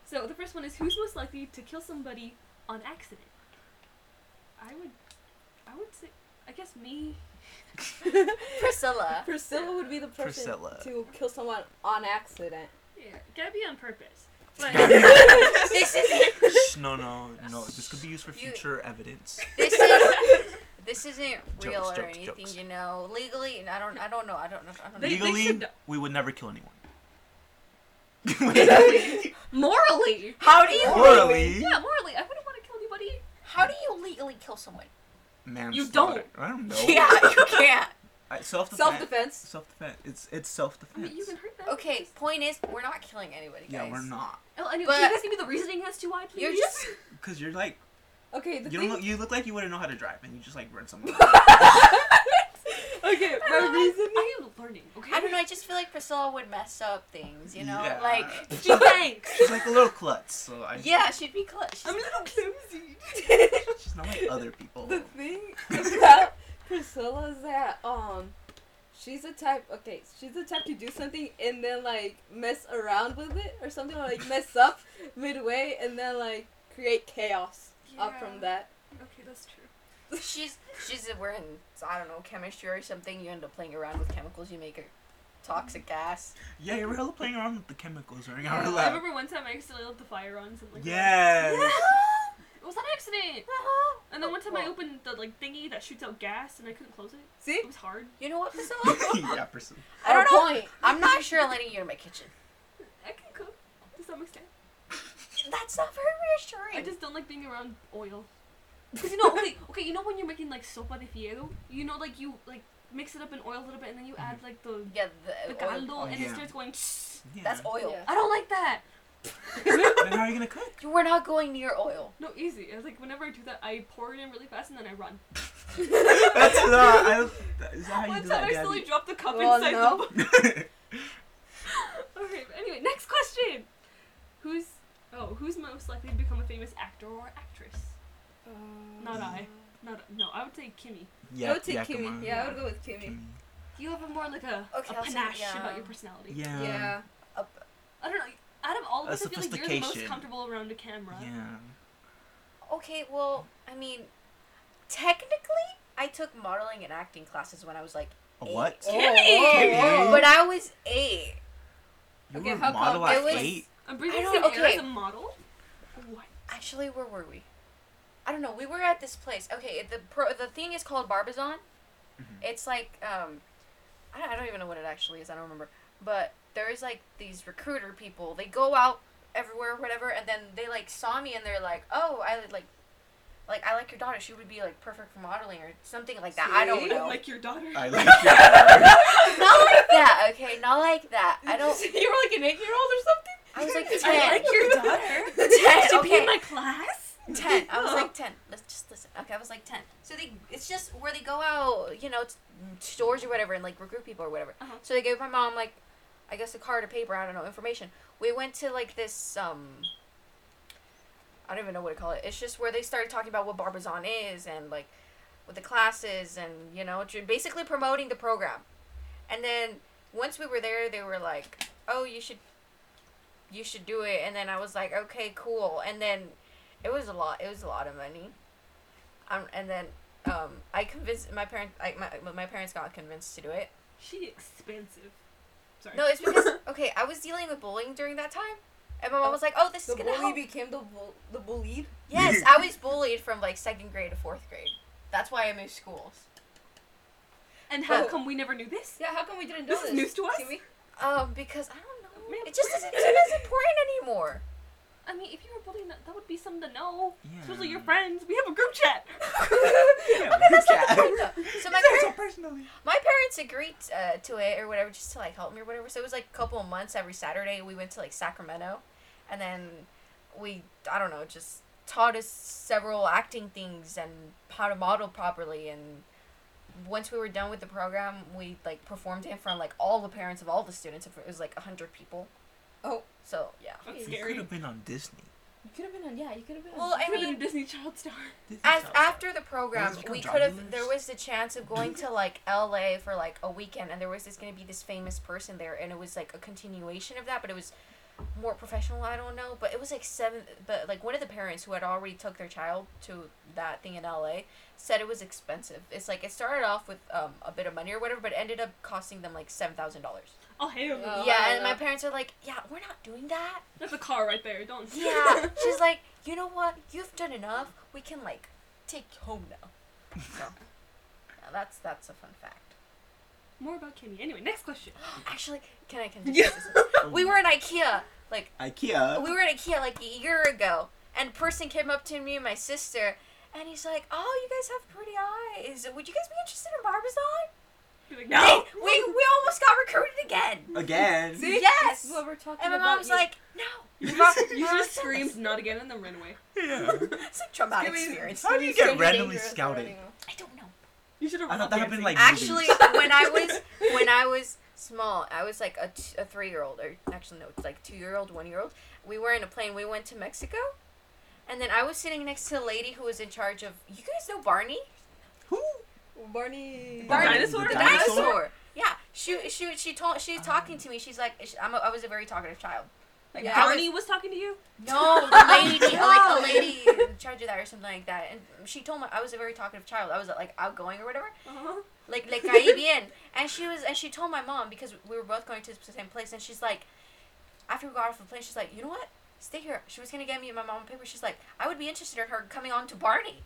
Speaker 3: So the first one is who's most likely to kill somebody on accident? I would, I would say, I guess me.
Speaker 1: Priscilla.
Speaker 2: Priscilla would be the person
Speaker 4: Priscilla.
Speaker 2: to kill someone on accident.
Speaker 3: Yeah, gotta be on purpose.
Speaker 1: *laughs* this isn't
Speaker 3: *laughs*
Speaker 4: Shh, no, no, no. This could be used for
Speaker 1: You-
Speaker 4: future evidence.
Speaker 1: this is this isn't real
Speaker 4: Jokes,
Speaker 1: or
Speaker 4: jokes,
Speaker 1: anything,
Speaker 4: jokes.
Speaker 1: you know. Legally, I don't I don't know. I don't know. I don't know.
Speaker 3: They-
Speaker 4: Legally,
Speaker 3: should-
Speaker 4: we would never
Speaker 3: *laughs*
Speaker 4: kill anyone. *laughs*
Speaker 3: morally.
Speaker 1: how do you
Speaker 4: *laughs* Morally,
Speaker 3: Yeah, morally. I wouldn't want to kill anybody.
Speaker 1: how do you legally kill someone?
Speaker 4: man.
Speaker 3: You don't.
Speaker 4: I
Speaker 3: *laughs*
Speaker 4: don't know.
Speaker 1: Yeah, you can't.
Speaker 4: self defense.
Speaker 2: Self defense.
Speaker 4: Self defense. It's it's self
Speaker 3: I mean, you
Speaker 4: defense.
Speaker 3: can hurt them.
Speaker 1: Okay, point is we're not killing anybody, guys.
Speaker 4: Yeah, we're not.
Speaker 3: Oh, anyway,
Speaker 1: But-
Speaker 3: can you guys give me the reasoning as to why, please?
Speaker 1: You're
Speaker 3: *laughs*
Speaker 1: just-
Speaker 4: Cause you're like
Speaker 2: Okay, the
Speaker 4: you don't
Speaker 2: thing.
Speaker 4: look, you look like you wouldn't know how to drive, and you just like
Speaker 3: *laughs*
Speaker 4: run someone.
Speaker 2: okay,
Speaker 3: I
Speaker 2: my
Speaker 3: don't know, I-
Speaker 2: reasoning.
Speaker 3: I am learning. Okay. *laughs*
Speaker 1: I don't know. I just feel like Priscilla would mess up things, you know.
Speaker 4: Yeah.
Speaker 1: Like,
Speaker 4: *laughs*
Speaker 3: Gee, thanks.
Speaker 4: she's like a little klutz. So I,
Speaker 1: yeah, she'd be clutch.
Speaker 2: *laughs* I'm a little
Speaker 4: *laughs*
Speaker 2: clumsy.
Speaker 4: she's not like other
Speaker 2: *laughs*
Speaker 4: people. *laughs*
Speaker 2: the thing about Priscilla is that um, she's the type. Okay, she's the type to do something and then like mess around with it or something, or like mess up midway and then like create chaos up from that.
Speaker 3: Okay, that's true.
Speaker 1: *laughs* She's she's we're in I don't know chemistry or something. You end up playing around with chemicals. You make a toxic gas.
Speaker 4: Yeah, you were hella playing around with the chemicals during
Speaker 3: Yeah,
Speaker 4: our
Speaker 3: I
Speaker 4: lab.
Speaker 3: remember one time I accidentally lit the fire on something. like that.
Speaker 4: Yes.
Speaker 3: It was an accident. And then one time I opened the like thingy that shoots out gas and I couldn't close it.
Speaker 2: See,
Speaker 3: It was hard.
Speaker 1: You know what,
Speaker 4: *laughs*
Speaker 1: Priscilla?
Speaker 4: yeah, person.
Speaker 1: I don't know.
Speaker 2: Our point.
Speaker 1: I'm not sure I'm letting you in my kitchen.
Speaker 3: I can cook to some extent.
Speaker 1: That's not very reassuring.
Speaker 3: I just don't like being around oil. Cause you know, okay, okay, you know when you're making like sopa de fierro, you know, like you like mix it up in oil a little bit and then you add like the
Speaker 1: yeah,
Speaker 3: the
Speaker 1: the, oil-
Speaker 3: caldo and it
Speaker 4: Mm-hmm. Yeah.
Speaker 3: starts going. *laughs*
Speaker 4: Yeah.
Speaker 1: that's oil.
Speaker 2: Yeah.
Speaker 3: I don't like that.
Speaker 4: Then how are you gonna cook?
Speaker 1: You were not going near oil.
Speaker 3: *laughs* No, easy. It's like whenever I do that, I pour it in really fast and then I run.
Speaker 4: That's not. I, is that how you
Speaker 3: One
Speaker 4: do
Speaker 3: time I
Speaker 4: that,
Speaker 3: slowly
Speaker 4: Gabby?
Speaker 3: dropped the cup
Speaker 2: Well,
Speaker 3: inside
Speaker 2: no.
Speaker 3: the book. *laughs* Okay, but anyway, next question. Who's oh who's most likely to become a famous actor or actress? Not I. Not no, I would say Kimmy.
Speaker 4: *laughs* Mm. yeah,
Speaker 2: go to
Speaker 4: yeah,
Speaker 2: Kimmy.
Speaker 4: come on.
Speaker 2: Yeah, I would go with Kimmy.
Speaker 4: Kimmy.
Speaker 3: You have a more like a,
Speaker 1: Okay,
Speaker 3: a
Speaker 1: I'll say-
Speaker 3: panache
Speaker 1: yeah.
Speaker 3: about your personality.
Speaker 4: Yeah.
Speaker 2: yeah.
Speaker 1: Up-
Speaker 3: I don't know. Out of all of
Speaker 4: A
Speaker 3: us, I feel like you're the most
Speaker 4: sophistication.
Speaker 3: comfortable around a camera.
Speaker 4: Yeah.
Speaker 1: okay, well, I mean, technically, I took modeling and acting classes when I was like,
Speaker 4: A
Speaker 1: Eight.
Speaker 4: what?
Speaker 1: Oh,
Speaker 3: *laughs*
Speaker 4: Kimmy?
Speaker 1: but I was eight.
Speaker 4: You
Speaker 2: Okay,
Speaker 4: were
Speaker 2: how
Speaker 4: a
Speaker 2: come
Speaker 4: model
Speaker 1: it
Speaker 4: at
Speaker 1: was-
Speaker 4: eight.
Speaker 3: I'm breathing
Speaker 1: I
Speaker 3: some
Speaker 1: don't-
Speaker 3: air
Speaker 1: okay.
Speaker 3: as a model. What?
Speaker 1: Actually, where were we? I don't know. We were at this place. Okay, the pro, the thing is called Barbizon.
Speaker 4: Mhm.
Speaker 1: It's like um, I don't, I don't even know what it actually is. I don't remember. But there is like these recruiter people. They go out everywhere, whatever, and then they like saw me and they're like, "Oh, I like, like I like your daughter. She would be like perfect for modeling or something like that. I don't
Speaker 2: See?
Speaker 1: know.
Speaker 3: Like your daughter.
Speaker 4: I like your
Speaker 1: not like that. Okay, not like that. I don't.
Speaker 2: you were like an eight year old or something.
Speaker 1: I was like
Speaker 3: *laughs* I
Speaker 1: ten.
Speaker 3: like your daughter. *laughs*
Speaker 1: ten.
Speaker 3: To be
Speaker 1: Okay.
Speaker 3: in my class.
Speaker 1: 10. I was like 10. Let's just listen. Okay, I was like 10. So they, it's just where they go out, you know, to stores or whatever and like recruit people or whatever.
Speaker 3: Uh-huh.
Speaker 1: So they gave my mom like, I guess a card or paper, I don't know, information. We went to like this, um, I don't even know what to call it. It's just where they started talking about what Barbizon is and like what the class is and, you know, ju- basically promoting the program. And then once we were there, they were like, oh, you should, you should do it. And then I was like, okay, cool. And then it was a lot. It was a lot of money. Um, and then um, I convinced my parents. I, my my parents got convinced to do it.
Speaker 3: She expensive. Sorry.
Speaker 1: No,
Speaker 2: *coughs*
Speaker 1: it's because okay, I was dealing with bullying during that time, and my mom was like, "Oh, this
Speaker 2: The
Speaker 1: is gonna
Speaker 2: bully
Speaker 1: help."
Speaker 2: became the bull- the bullied. *laughs*
Speaker 1: yes, I was bullied from like second grade to fourth grade. That's why I moved schools.
Speaker 3: and
Speaker 2: Oh.
Speaker 3: how come we never knew this?
Speaker 2: Yeah, how come we didn't know
Speaker 3: This is news to us.
Speaker 2: Kimmy?
Speaker 1: Um, because I don't know,
Speaker 3: Ma'am.
Speaker 1: it just isn't, isn't as important
Speaker 2: *laughs*
Speaker 1: anymore.
Speaker 3: I mean, if you were bullying, that, that would be something to know.
Speaker 4: Yeah.
Speaker 3: Especially your friends. We have a group chat.
Speaker 4: daughter.
Speaker 1: Okay, that's not the point
Speaker 2: *laughs*
Speaker 1: though. So my parents,
Speaker 4: personally.
Speaker 1: my parents agreed uh, to it or whatever, just to like help me or whatever. So it was like a couple of months every Saturday. We went to like Sacramento, and then we I don't know just taught us several acting things and how to model properly. And once we were done with the program, we like performed in front of like all the parents of all the students. It was like hundred people.
Speaker 2: Oh.
Speaker 1: so yeah.
Speaker 3: That's
Speaker 2: You
Speaker 4: You could
Speaker 3: scary.
Speaker 4: have been on Disney.
Speaker 2: You could have been on. Yeah, you could have been.
Speaker 1: Well, I
Speaker 3: I mean,
Speaker 1: mean,
Speaker 3: a Disney child star.
Speaker 4: Disney
Speaker 1: As,
Speaker 4: Child's
Speaker 1: after the program,
Speaker 4: Those become
Speaker 1: we
Speaker 4: job
Speaker 1: could have.
Speaker 4: losers.
Speaker 1: There was the chance of going to like L.A. for like a weekend, and there was this going to be this famous person there, and it was like a continuation of that, but it was more professional. I don't know, but it was like seven. But like one of the parents who had already took their child to that thing in L.A. said it was expensive. It's like it started off with um, a bit of money or whatever, but it ended up costing them like seven thousand dollars.
Speaker 3: Oh, hey,
Speaker 2: Yeah. Oh,
Speaker 1: yeah,
Speaker 2: I
Speaker 1: and my
Speaker 2: know.
Speaker 1: parents are like, yeah, we're not doing that.
Speaker 3: that's a car right there. Don't.
Speaker 1: Yeah,
Speaker 2: *laughs*
Speaker 1: she's like, you know what? You've done enough. We can like take you home now. So, yeah, that's that's a fun
Speaker 2: *gasps*
Speaker 1: fact.
Speaker 3: More about Kimmy. Anyway, next question.
Speaker 1: Actually, can I can
Speaker 2: *laughs*
Speaker 1: I just we were in IKEA like
Speaker 4: Oh IKEA.
Speaker 1: we were at IKEA like a year ago, and a person came up to me and my sister, and he's like, "Oh, you guys have pretty eyes. Would you guys be interested in Barbizon?"
Speaker 3: You're *laughs* like,
Speaker 4: No.
Speaker 1: We we almost got recruited again.
Speaker 4: Again.
Speaker 2: See?
Speaker 1: Yes.
Speaker 2: This is what we're talking
Speaker 1: And my
Speaker 2: about.
Speaker 1: mom's
Speaker 2: You-
Speaker 1: like, "No."
Speaker 3: You
Speaker 1: We've
Speaker 3: just,
Speaker 1: al-
Speaker 3: *laughs* you
Speaker 1: we've
Speaker 3: just
Speaker 1: already
Speaker 3: screamed not again and then ran away.
Speaker 4: Yeah.
Speaker 1: It's a traumatic
Speaker 2: Skippy-
Speaker 1: experience.
Speaker 4: How do you
Speaker 2: Skippy's
Speaker 4: get
Speaker 2: so
Speaker 4: randomly
Speaker 2: dangerous
Speaker 4: scouted?
Speaker 2: running off.
Speaker 1: I don't know.
Speaker 3: You should have.
Speaker 4: I thought that happened like
Speaker 1: Actually,
Speaker 4: movies.
Speaker 1: when I was when I was small, I was like a, t- a three year old, or actually no, it's like two year old, one year old. We were in a plane. We went to Mexico, and then I was sitting next to the lady who was in charge of. You guys know Barney,
Speaker 4: *laughs* Who?
Speaker 2: Barney.
Speaker 4: Barney.
Speaker 3: dinosaur?
Speaker 1: the
Speaker 4: The
Speaker 1: dinosaur.
Speaker 4: dinosaur?
Speaker 1: Yeah, she she she told she's talking to me. She's like, sh- I'm a, I was a very talkative child.
Speaker 3: Like
Speaker 1: Yeah.
Speaker 3: Barney was talking to you.
Speaker 1: No, the *laughs* lady, like a lady in charge of that or something like that. And she told me I was a very talkative child. I was like outgoing or whatever.
Speaker 3: Uh-huh.
Speaker 1: like like caí bien. And she was and she told my mom because we were both going to the same place and she's like after we got off the plane, she's like, You know what? Stay here. She was gonna get me and my mom a paper. She's like, I would be interested in her coming on to Barney.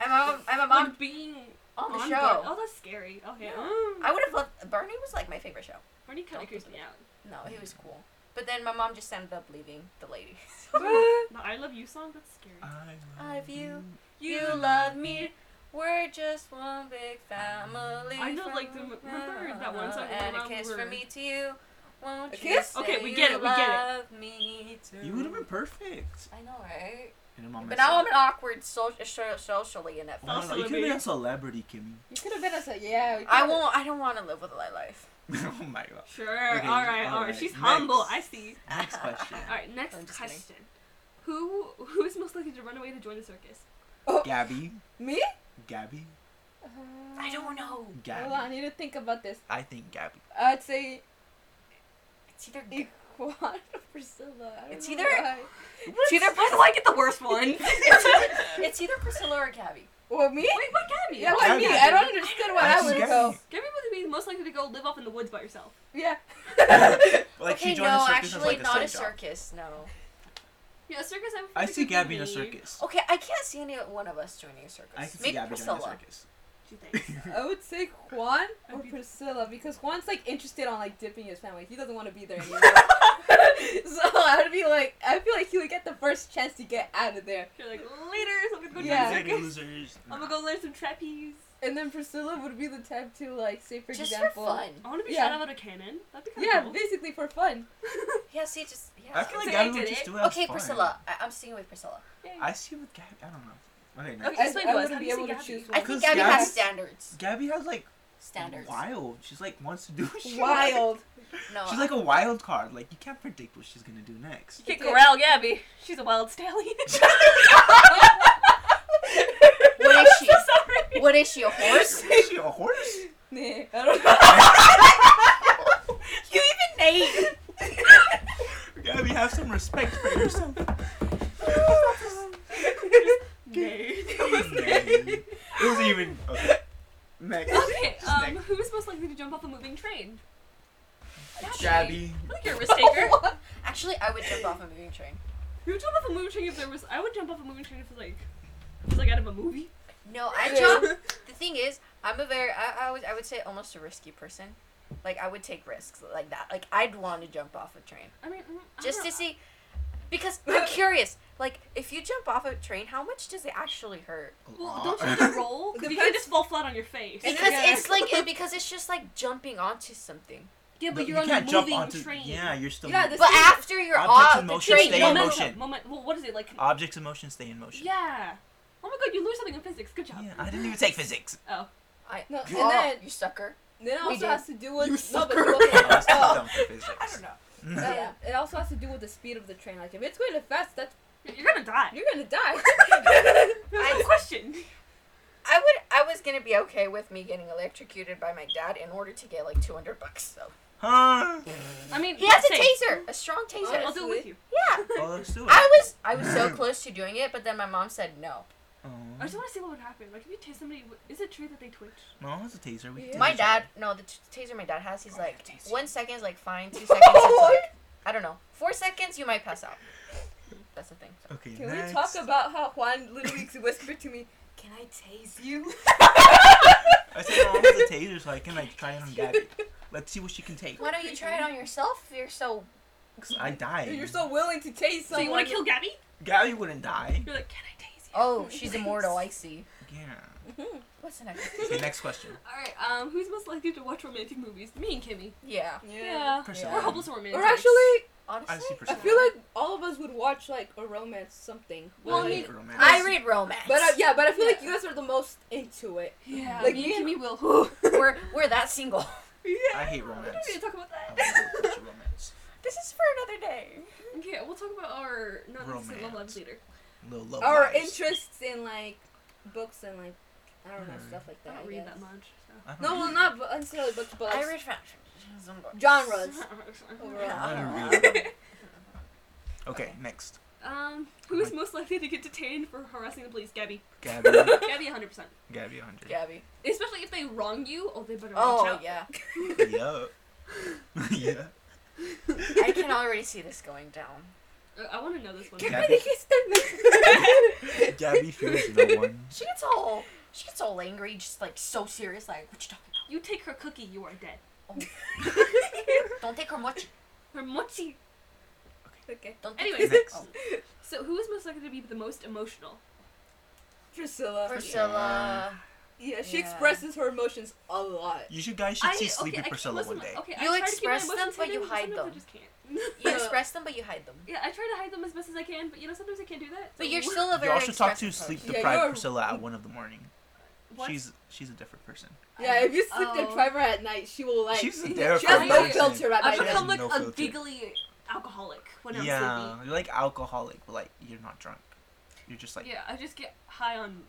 Speaker 1: And my mom and my
Speaker 3: Mom
Speaker 1: mom
Speaker 3: being
Speaker 1: on the
Speaker 3: Bar-
Speaker 1: show.
Speaker 3: oh, that's scary. Okay.
Speaker 1: Yeah.
Speaker 3: Um,
Speaker 1: I would have loved Barney was like my favorite show.
Speaker 3: Barney kind of creeps me out.
Speaker 1: No, he was cool. But then my mom just ended up leaving the lady.
Speaker 3: *laughs* The I love you song. That's scary.
Speaker 4: Uh,
Speaker 1: I love you. you love me. We're just one big family.
Speaker 3: I know, like, the-
Speaker 1: from
Speaker 3: remember that one song
Speaker 1: And a
Speaker 3: about
Speaker 1: kiss
Speaker 3: we
Speaker 1: from me
Speaker 3: were-
Speaker 1: to you. Won't
Speaker 2: A
Speaker 1: you
Speaker 2: kiss?
Speaker 1: say
Speaker 3: Okay, we
Speaker 1: you
Speaker 3: get it, we get it.
Speaker 1: love me too?
Speaker 4: You would have been perfect.
Speaker 1: I know, right?
Speaker 4: And mom
Speaker 1: But now I'm an awkward soci- so- socially in that.
Speaker 4: Wow,
Speaker 3: Also
Speaker 4: you
Speaker 3: a
Speaker 4: could have been
Speaker 3: baby.
Speaker 4: a celebrity, Kimmy. *laughs*
Speaker 2: You could have been a se- yeah. we
Speaker 1: I
Speaker 2: could've-
Speaker 1: won't. I don't want to live with a lie life.
Speaker 4: oh my god.
Speaker 3: Sure.
Speaker 4: Okay,
Speaker 3: all right.
Speaker 4: all
Speaker 3: All right.
Speaker 4: right,
Speaker 3: She's
Speaker 4: next.
Speaker 3: humble. I see.
Speaker 1: *laughs*
Speaker 4: Next question.
Speaker 3: All right. Next
Speaker 1: I'm just kidding.
Speaker 3: question. Who who is most likely to run away to join the *laughs* circus?
Speaker 4: Gabby.
Speaker 2: Me?
Speaker 4: Gabby.
Speaker 2: Uh,
Speaker 1: I don't know.
Speaker 4: Gabby.
Speaker 2: Hold on, I need to think about this.
Speaker 4: I think Gabby.
Speaker 2: I'd say
Speaker 1: It's either. It's
Speaker 2: Iguana *laughs* Priscilla. I don't
Speaker 1: It's
Speaker 2: know
Speaker 1: either-
Speaker 2: why.
Speaker 3: either Priscilla get the *laughs* worst
Speaker 1: *laughs*
Speaker 2: *laughs*
Speaker 3: one.
Speaker 1: it's either Priscilla or Gabby.
Speaker 2: Well, me?
Speaker 3: Wait, what Gabby?
Speaker 2: Yeah,
Speaker 4: why
Speaker 2: why
Speaker 4: Gabby.
Speaker 2: me? I don't understand why
Speaker 4: I
Speaker 2: I
Speaker 4: think
Speaker 2: would
Speaker 4: Gabby. *laughs*
Speaker 2: go.
Speaker 3: Gabby would be most likely to go live off in the woods by herself.
Speaker 2: Yeah.
Speaker 4: like
Speaker 1: okay,
Speaker 4: she joined
Speaker 1: no,
Speaker 4: the circus
Speaker 1: actually,
Speaker 4: as like a
Speaker 1: not
Speaker 4: side
Speaker 1: a
Speaker 4: job.
Speaker 1: circus. No.
Speaker 3: Yeah, a circus. I, would
Speaker 4: I
Speaker 3: think
Speaker 4: see
Speaker 3: it could
Speaker 4: Gabby in a
Speaker 3: be-
Speaker 4: circus.
Speaker 1: Okay, I can't see any one of us joining a circus.
Speaker 4: I can see
Speaker 1: Oh, Maybe
Speaker 4: Gabby
Speaker 1: Priscilla.
Speaker 4: joining a circus.
Speaker 3: She
Speaker 4: *laughs*
Speaker 3: thinks.
Speaker 2: I would say Juan or
Speaker 3: I'd be-
Speaker 2: Priscilla because Juan's like interested on like dipping his family. He doesn't want to be
Speaker 1: *laughs*
Speaker 2: there anymore. *laughs* so I'd be like, I feel like he would get the first chance to get out of there,
Speaker 3: You're like later. So I'm gonna go to
Speaker 2: Yeah.
Speaker 3: the
Speaker 4: Like
Speaker 3: circus.
Speaker 4: losers.
Speaker 3: I'm gonna go learn some trapeze.
Speaker 2: and then Priscilla would be the type to like say, for
Speaker 1: Just
Speaker 2: example,
Speaker 1: for fun.
Speaker 3: I want to be
Speaker 2: Yeah.
Speaker 3: shot out of a cannon. That'd be
Speaker 2: yeah,
Speaker 3: kind of
Speaker 2: basically for fun.
Speaker 3: cool.
Speaker 1: Yeah, see, just yeah.
Speaker 4: I feel like
Speaker 3: Say I
Speaker 4: Gabby
Speaker 3: did
Speaker 4: would just
Speaker 3: it.
Speaker 4: do it. as
Speaker 1: okay,
Speaker 4: fun.
Speaker 1: Priscilla. I- I'm sticking with Priscilla.
Speaker 4: I see with Gabby. I don't know. Okay, next.
Speaker 3: Okay, explain
Speaker 2: I, I
Speaker 3: to us. How
Speaker 2: wouldn't
Speaker 3: do
Speaker 2: be
Speaker 3: you see
Speaker 2: able to
Speaker 3: Gabby?
Speaker 2: choose
Speaker 1: I
Speaker 2: one.
Speaker 1: think
Speaker 4: Because
Speaker 1: Gabby has
Speaker 4: Gabby's-
Speaker 1: standards.
Speaker 4: Gabby has like
Speaker 1: Standards.
Speaker 4: wild. She's like wants to do *laughs* shit.
Speaker 2: Wild. *laughs*
Speaker 1: No.
Speaker 4: She's like a wild card. Like you can't predict what she's gonna do next.
Speaker 3: You can't corral Gabby. She's a wild stallion. *laughs*
Speaker 1: what is she?
Speaker 3: Sorry.
Speaker 1: What is she? A horse?
Speaker 4: *laughs* Is she a horse?
Speaker 2: Nah, I don't know.
Speaker 1: you even name?
Speaker 4: Gabby, have some respect for
Speaker 3: *laughs*
Speaker 4: yourself.
Speaker 3: Nay.
Speaker 4: it was even. Okay. Next.
Speaker 3: Okay,
Speaker 4: Just
Speaker 3: um,
Speaker 4: next.
Speaker 3: who is most likely to jump off a moving train?
Speaker 4: Gabby.
Speaker 3: I think you're a risk taker.
Speaker 1: Actually, I would jump off a moving train.
Speaker 3: You would jump off a moving train if there was. I would jump off a moving train if it was like, it was like out of a movie.
Speaker 1: No, I jump. The thing is, I'm a very I, I would I would say almost a risky person. Like I would take risks like that. Like I'd want to jump off a train
Speaker 3: I mean, mm, I
Speaker 1: just
Speaker 3: don't
Speaker 1: to
Speaker 3: know.
Speaker 1: see, because I'm curious. Like if you jump off a train, how much does it actually hurt?
Speaker 3: Well, don't
Speaker 4: *laughs*
Speaker 3: you have to roll? 'Cause you can't
Speaker 2: Depends.
Speaker 3: just fall flat on your face.
Speaker 2: It's
Speaker 1: Because
Speaker 2: like a-
Speaker 1: it's like it, because it's just like jumping onto something.
Speaker 3: Yeah, but,
Speaker 4: But
Speaker 3: you're
Speaker 4: you
Speaker 3: on a
Speaker 4: can't jump
Speaker 3: moving
Speaker 4: onto.
Speaker 3: train.
Speaker 4: Yeah, you're still.
Speaker 2: Yeah,
Speaker 4: moving.
Speaker 2: this-
Speaker 1: But after you're
Speaker 4: Objects
Speaker 1: off
Speaker 4: in
Speaker 1: the
Speaker 4: motion
Speaker 1: train,
Speaker 4: stay in
Speaker 1: you're
Speaker 3: momentum,
Speaker 4: motion.
Speaker 3: Moment. Well, what is it like?
Speaker 4: *laughs* Objects in motion stay in motion.
Speaker 3: Yeah. Oh my god, you learned something in physics. Good job.
Speaker 4: Yeah, I
Speaker 3: *laughs*
Speaker 4: didn't even take physics.
Speaker 3: Oh.
Speaker 1: I,
Speaker 2: No, and
Speaker 1: Oh,
Speaker 2: then-
Speaker 1: you sucker.
Speaker 2: *laughs* Then it
Speaker 1: We
Speaker 2: also
Speaker 1: do.
Speaker 2: has to do with
Speaker 4: You
Speaker 2: no, but
Speaker 4: sucker.
Speaker 2: okay,
Speaker 4: I was too *laughs*
Speaker 2: oh,
Speaker 4: dumb for physics.
Speaker 1: I don't know.
Speaker 2: uh,
Speaker 1: Yeah.
Speaker 2: It also has to do with the speed of the train. Like if it's going fast, that's
Speaker 3: You're gonna die.
Speaker 2: you're gonna die. *laughs*
Speaker 3: That's the question.
Speaker 1: I would. I was gonna be okay with me getting electrocuted by my dad in order to get like two hundred bucks. So
Speaker 4: Huh?
Speaker 3: I mean,
Speaker 1: he has That's a
Speaker 3: same.
Speaker 1: taser. A strong taser.
Speaker 3: I'll do it with you.
Speaker 4: *laughs*
Speaker 1: Yeah.
Speaker 4: Oh, let's do it.
Speaker 1: I was I was so close to doing it, but then my mom said no.
Speaker 4: Aw.
Speaker 3: I just want to see what would happen. Like, if you taste somebody, w- is it true that they twitch?
Speaker 4: Mom has a taser. We can
Speaker 2: Yeah.
Speaker 4: taser
Speaker 1: My
Speaker 4: each
Speaker 1: dad,
Speaker 4: other.
Speaker 1: no, the t- taser my dad has, he's
Speaker 4: Oh,
Speaker 1: like
Speaker 4: yeah, taser.
Speaker 1: one second is like fine, *laughs* two seconds it's like I don't know, four seconds you might pass out. That's the thing. So.
Speaker 4: Okay.
Speaker 2: Can
Speaker 4: next.
Speaker 2: we talk about how Juan literally *laughs* whispered to me, "Can I tase you?" *laughs*
Speaker 4: I said mom has a taser, so I can like try it on Gabby. Let's see what she can take.
Speaker 1: Why don't you try it on yourself? You're so
Speaker 4: 'Cause I died.
Speaker 2: You're so willing to tase someone.
Speaker 3: So you want to kill Gabby?
Speaker 4: Gabby wouldn't die.
Speaker 3: You're like, can I taste you?
Speaker 1: *laughs* oh, she's immortal. I see.
Speaker 4: Yeah.
Speaker 2: Mhm.
Speaker 1: What's the *laughs* next?
Speaker 4: Okay. Next question.
Speaker 3: *laughs* All right. Um, who's most likely to watch romantic movies? Me and Kimmy.
Speaker 1: Yeah,
Speaker 2: Yeah.
Speaker 4: Priscilla.
Speaker 3: We're hopeless romantics.
Speaker 2: Or actually,
Speaker 1: honestly,
Speaker 4: Honestly,
Speaker 2: I
Speaker 4: Priscilla.
Speaker 2: feel like all of us would watch like a romance something.
Speaker 3: Well,
Speaker 2: Like-
Speaker 3: I mean-
Speaker 4: romance.
Speaker 1: I read romance.
Speaker 2: but uh, yeah, but I feel like
Speaker 3: Yeah.
Speaker 2: you guys are the most into it.
Speaker 3: yeah.
Speaker 2: like,
Speaker 3: Like me
Speaker 2: you
Speaker 3: and Kimmy will.
Speaker 1: we're we're that single.
Speaker 3: yeah.
Speaker 4: I hate
Speaker 3: We *laughs*
Speaker 4: romance.
Speaker 3: don't need to talk about
Speaker 4: I
Speaker 3: that.
Speaker 4: would love to watch a romance.
Speaker 1: This is for another day.
Speaker 3: okay, we'll talk about our not necessarily love
Speaker 4: Romance.
Speaker 3: lives later.
Speaker 4: Little love
Speaker 2: Our
Speaker 4: lives.
Speaker 2: interests in like books and like I don't know
Speaker 4: Mhm.
Speaker 2: stuff like
Speaker 3: Hmm. I
Speaker 2: that.
Speaker 3: don't
Speaker 2: I
Speaker 3: read
Speaker 2: guess.
Speaker 3: that much.
Speaker 4: I don't
Speaker 2: No,
Speaker 4: know.
Speaker 2: well, not bu- necessarily books, but like,
Speaker 1: I read fanfiction.
Speaker 2: genres.
Speaker 3: *laughs* So.
Speaker 2: Overall.
Speaker 4: I don't
Speaker 1: Uh,
Speaker 4: really know. *laughs* Okay,
Speaker 1: okay.
Speaker 4: next.
Speaker 3: um, who's most likely to get detained for harassing the police? Gabby.
Speaker 4: Gabby.
Speaker 3: Gabby, 100%.
Speaker 4: Gabby 100. *laughs*
Speaker 1: Gabby.
Speaker 3: Especially if they wrong you, oh, they better watch
Speaker 1: Oh *laughs*
Speaker 3: out.
Speaker 1: yeah,
Speaker 4: Yup. *laughs* yeah.
Speaker 1: I can already see this going down.
Speaker 3: Uh, I want to know this one.
Speaker 4: Gabby.
Speaker 2: Gabby.
Speaker 4: Gabby fears no one.
Speaker 1: She gets all she gets all angry, just like so serious, like what you talking about?
Speaker 3: You take her cookie, you are dead.
Speaker 1: Don't take her much.
Speaker 3: Her mochi.
Speaker 2: okay.
Speaker 1: Don't. Take
Speaker 3: Anyways,
Speaker 4: Next.
Speaker 1: Oh.
Speaker 3: *laughs* so who is most likely to be the most emotional?
Speaker 2: Priscilla.
Speaker 1: Priscilla.
Speaker 2: Yeah, she
Speaker 1: Yeah.
Speaker 2: expresses her emotions a lot.
Speaker 4: You should guys should see
Speaker 3: okay,
Speaker 4: Sleepy
Speaker 3: I
Speaker 4: Priscilla
Speaker 3: can't
Speaker 4: one
Speaker 3: listen-
Speaker 4: day.
Speaker 3: Okay,
Speaker 1: You
Speaker 3: I try to keep my
Speaker 1: express them,
Speaker 3: emotions
Speaker 1: but you
Speaker 3: hidden,
Speaker 1: hide
Speaker 3: sometimes I
Speaker 1: them.
Speaker 3: just can't. *laughs*
Speaker 1: You *laughs*
Speaker 2: Yeah.
Speaker 1: express them, but you hide them.
Speaker 3: Yeah, I try to hide them as best as I can, but you know sometimes I can't do that.
Speaker 1: But
Speaker 3: so-
Speaker 1: you're still a very.
Speaker 4: Y'all should talk to
Speaker 1: expressive
Speaker 4: sleep
Speaker 1: person.
Speaker 2: Yeah,
Speaker 4: deprived
Speaker 2: you're-
Speaker 4: Priscilla at one of the morning.
Speaker 3: *laughs* What?
Speaker 4: She's she's a different person.
Speaker 2: Yeah, if you sleep
Speaker 3: Oh.
Speaker 2: deprived at night, she will like.
Speaker 4: She's a
Speaker 2: she
Speaker 4: different
Speaker 2: has no
Speaker 3: person.
Speaker 2: filter at
Speaker 3: I
Speaker 4: she
Speaker 2: night.
Speaker 4: has
Speaker 3: become like
Speaker 4: no
Speaker 3: a
Speaker 4: filter.
Speaker 3: giggly alcoholic when I'm
Speaker 4: yeah,
Speaker 3: sleepy.
Speaker 4: you're like alcoholic, but like you're not drunk. You're just like yeah.
Speaker 3: yeah, I just get high on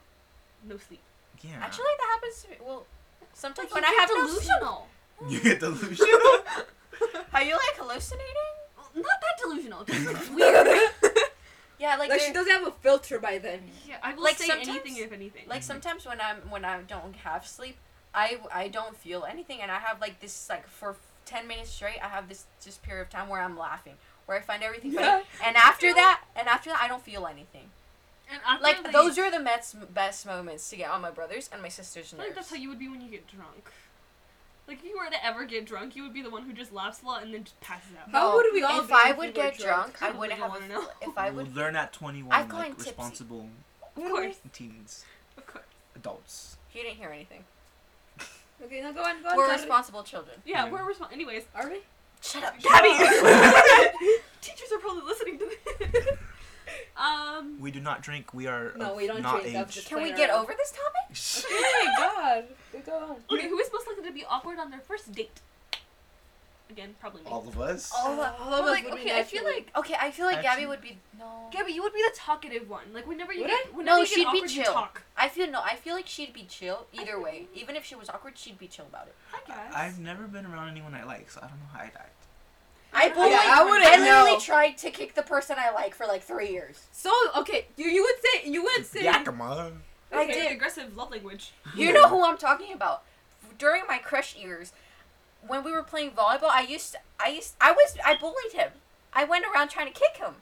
Speaker 3: no sleep.
Speaker 1: Actually, that happens to me. Well, sometimes when I
Speaker 3: you
Speaker 1: have
Speaker 3: get
Speaker 1: delusions,
Speaker 3: delusional.
Speaker 4: *laughs* you
Speaker 1: *laughs*
Speaker 4: get delusional.
Speaker 1: are you like hallucinating?
Speaker 3: Well, Not that delusional, just like weird.
Speaker 1: Yeah, like
Speaker 2: Like she
Speaker 1: like,
Speaker 2: doesn't have a filter by then.
Speaker 3: yeah, I will
Speaker 1: Like,
Speaker 3: say
Speaker 1: sometimes-
Speaker 3: anything if anything.
Speaker 1: like
Speaker 4: Mhm.
Speaker 1: sometimes when I'm when I don't have sleep, I I don't feel anything, and I have like this like for ten minutes straight, I have this just period of time where I'm laughing, where I find everything
Speaker 3: *laughs*
Speaker 1: funny, and after that, and after that, I don't feel anything.
Speaker 3: and I feel
Speaker 1: Like those are the Mets best moments to get on my brothers and my sisters'
Speaker 3: I feel like
Speaker 1: nerves.
Speaker 3: that's how you would be when you get drunk. Like if you were to ever get drunk, you would be the one who just laughs a lot and then just passes out.
Speaker 2: How would we all
Speaker 1: If
Speaker 2: be
Speaker 1: I
Speaker 2: if we
Speaker 1: would
Speaker 2: were
Speaker 1: get
Speaker 2: drunk?
Speaker 1: drunk,
Speaker 3: I *laughs*
Speaker 1: I wouldn't
Speaker 3: don't
Speaker 1: have.
Speaker 3: wanna
Speaker 1: A,
Speaker 3: know.
Speaker 1: if I
Speaker 4: You
Speaker 1: would,
Speaker 4: learn at 21
Speaker 1: I've gone
Speaker 4: like
Speaker 1: tipsy.
Speaker 4: responsible
Speaker 3: Of course,
Speaker 4: teens,
Speaker 3: of course.
Speaker 4: adults.
Speaker 1: you didn't hear anything.
Speaker 2: Okay, now go on, go on.
Speaker 1: We're
Speaker 2: Gabby.
Speaker 1: responsible children.
Speaker 3: Yeah,
Speaker 4: Yeah.
Speaker 3: we're responsible. Anyways,
Speaker 2: Are we?
Speaker 1: Shut up,
Speaker 3: teachers are probably listening to this. *laughs* um,
Speaker 4: *laughs* We do not drink. We are
Speaker 2: No,
Speaker 4: of
Speaker 2: we don't
Speaker 4: not
Speaker 2: drink, that's
Speaker 4: aged.
Speaker 1: Can we get over this topic? *laughs*
Speaker 2: oh my god. We go on.
Speaker 3: okay, who is most likely to be awkward on their first date? Again, probably me.
Speaker 4: *laughs* All of us.
Speaker 1: All of
Speaker 2: Uh,
Speaker 1: us.
Speaker 2: all of
Speaker 3: Well,
Speaker 2: us
Speaker 3: like,
Speaker 2: would be
Speaker 3: okay, I feel
Speaker 2: naturally-
Speaker 3: like
Speaker 1: Okay, I feel like
Speaker 4: Actually-
Speaker 1: Gabby would be no.
Speaker 3: Gabby, you would be the talkative one. Like whenever you
Speaker 2: Would
Speaker 3: get,
Speaker 2: I?
Speaker 3: whenever
Speaker 1: No,
Speaker 3: you get
Speaker 1: she'd be
Speaker 3: awkward, you
Speaker 1: chill.
Speaker 3: talk.
Speaker 1: I feel no. I feel like she'd be chill either
Speaker 3: I
Speaker 1: way.
Speaker 3: agree.
Speaker 1: Even if she was awkward, she'd be chill about it.
Speaker 3: I guess.
Speaker 4: I've never been around anyone I like, so I don't know how I died.
Speaker 1: I
Speaker 3: Yeah,
Speaker 1: bullied.
Speaker 2: I wouldn't
Speaker 1: I literally
Speaker 2: know.
Speaker 1: tried to kick the person I like for like three years.
Speaker 2: So okay, you you would say you would say
Speaker 4: Yakima.
Speaker 1: I
Speaker 3: Okay,
Speaker 1: did.
Speaker 3: aggressive love language.
Speaker 1: You know
Speaker 4: *laughs*
Speaker 1: who I'm talking about. During my crush years, when we were playing volleyball, I used to, I used I was I bullied him. I went around trying to kick him.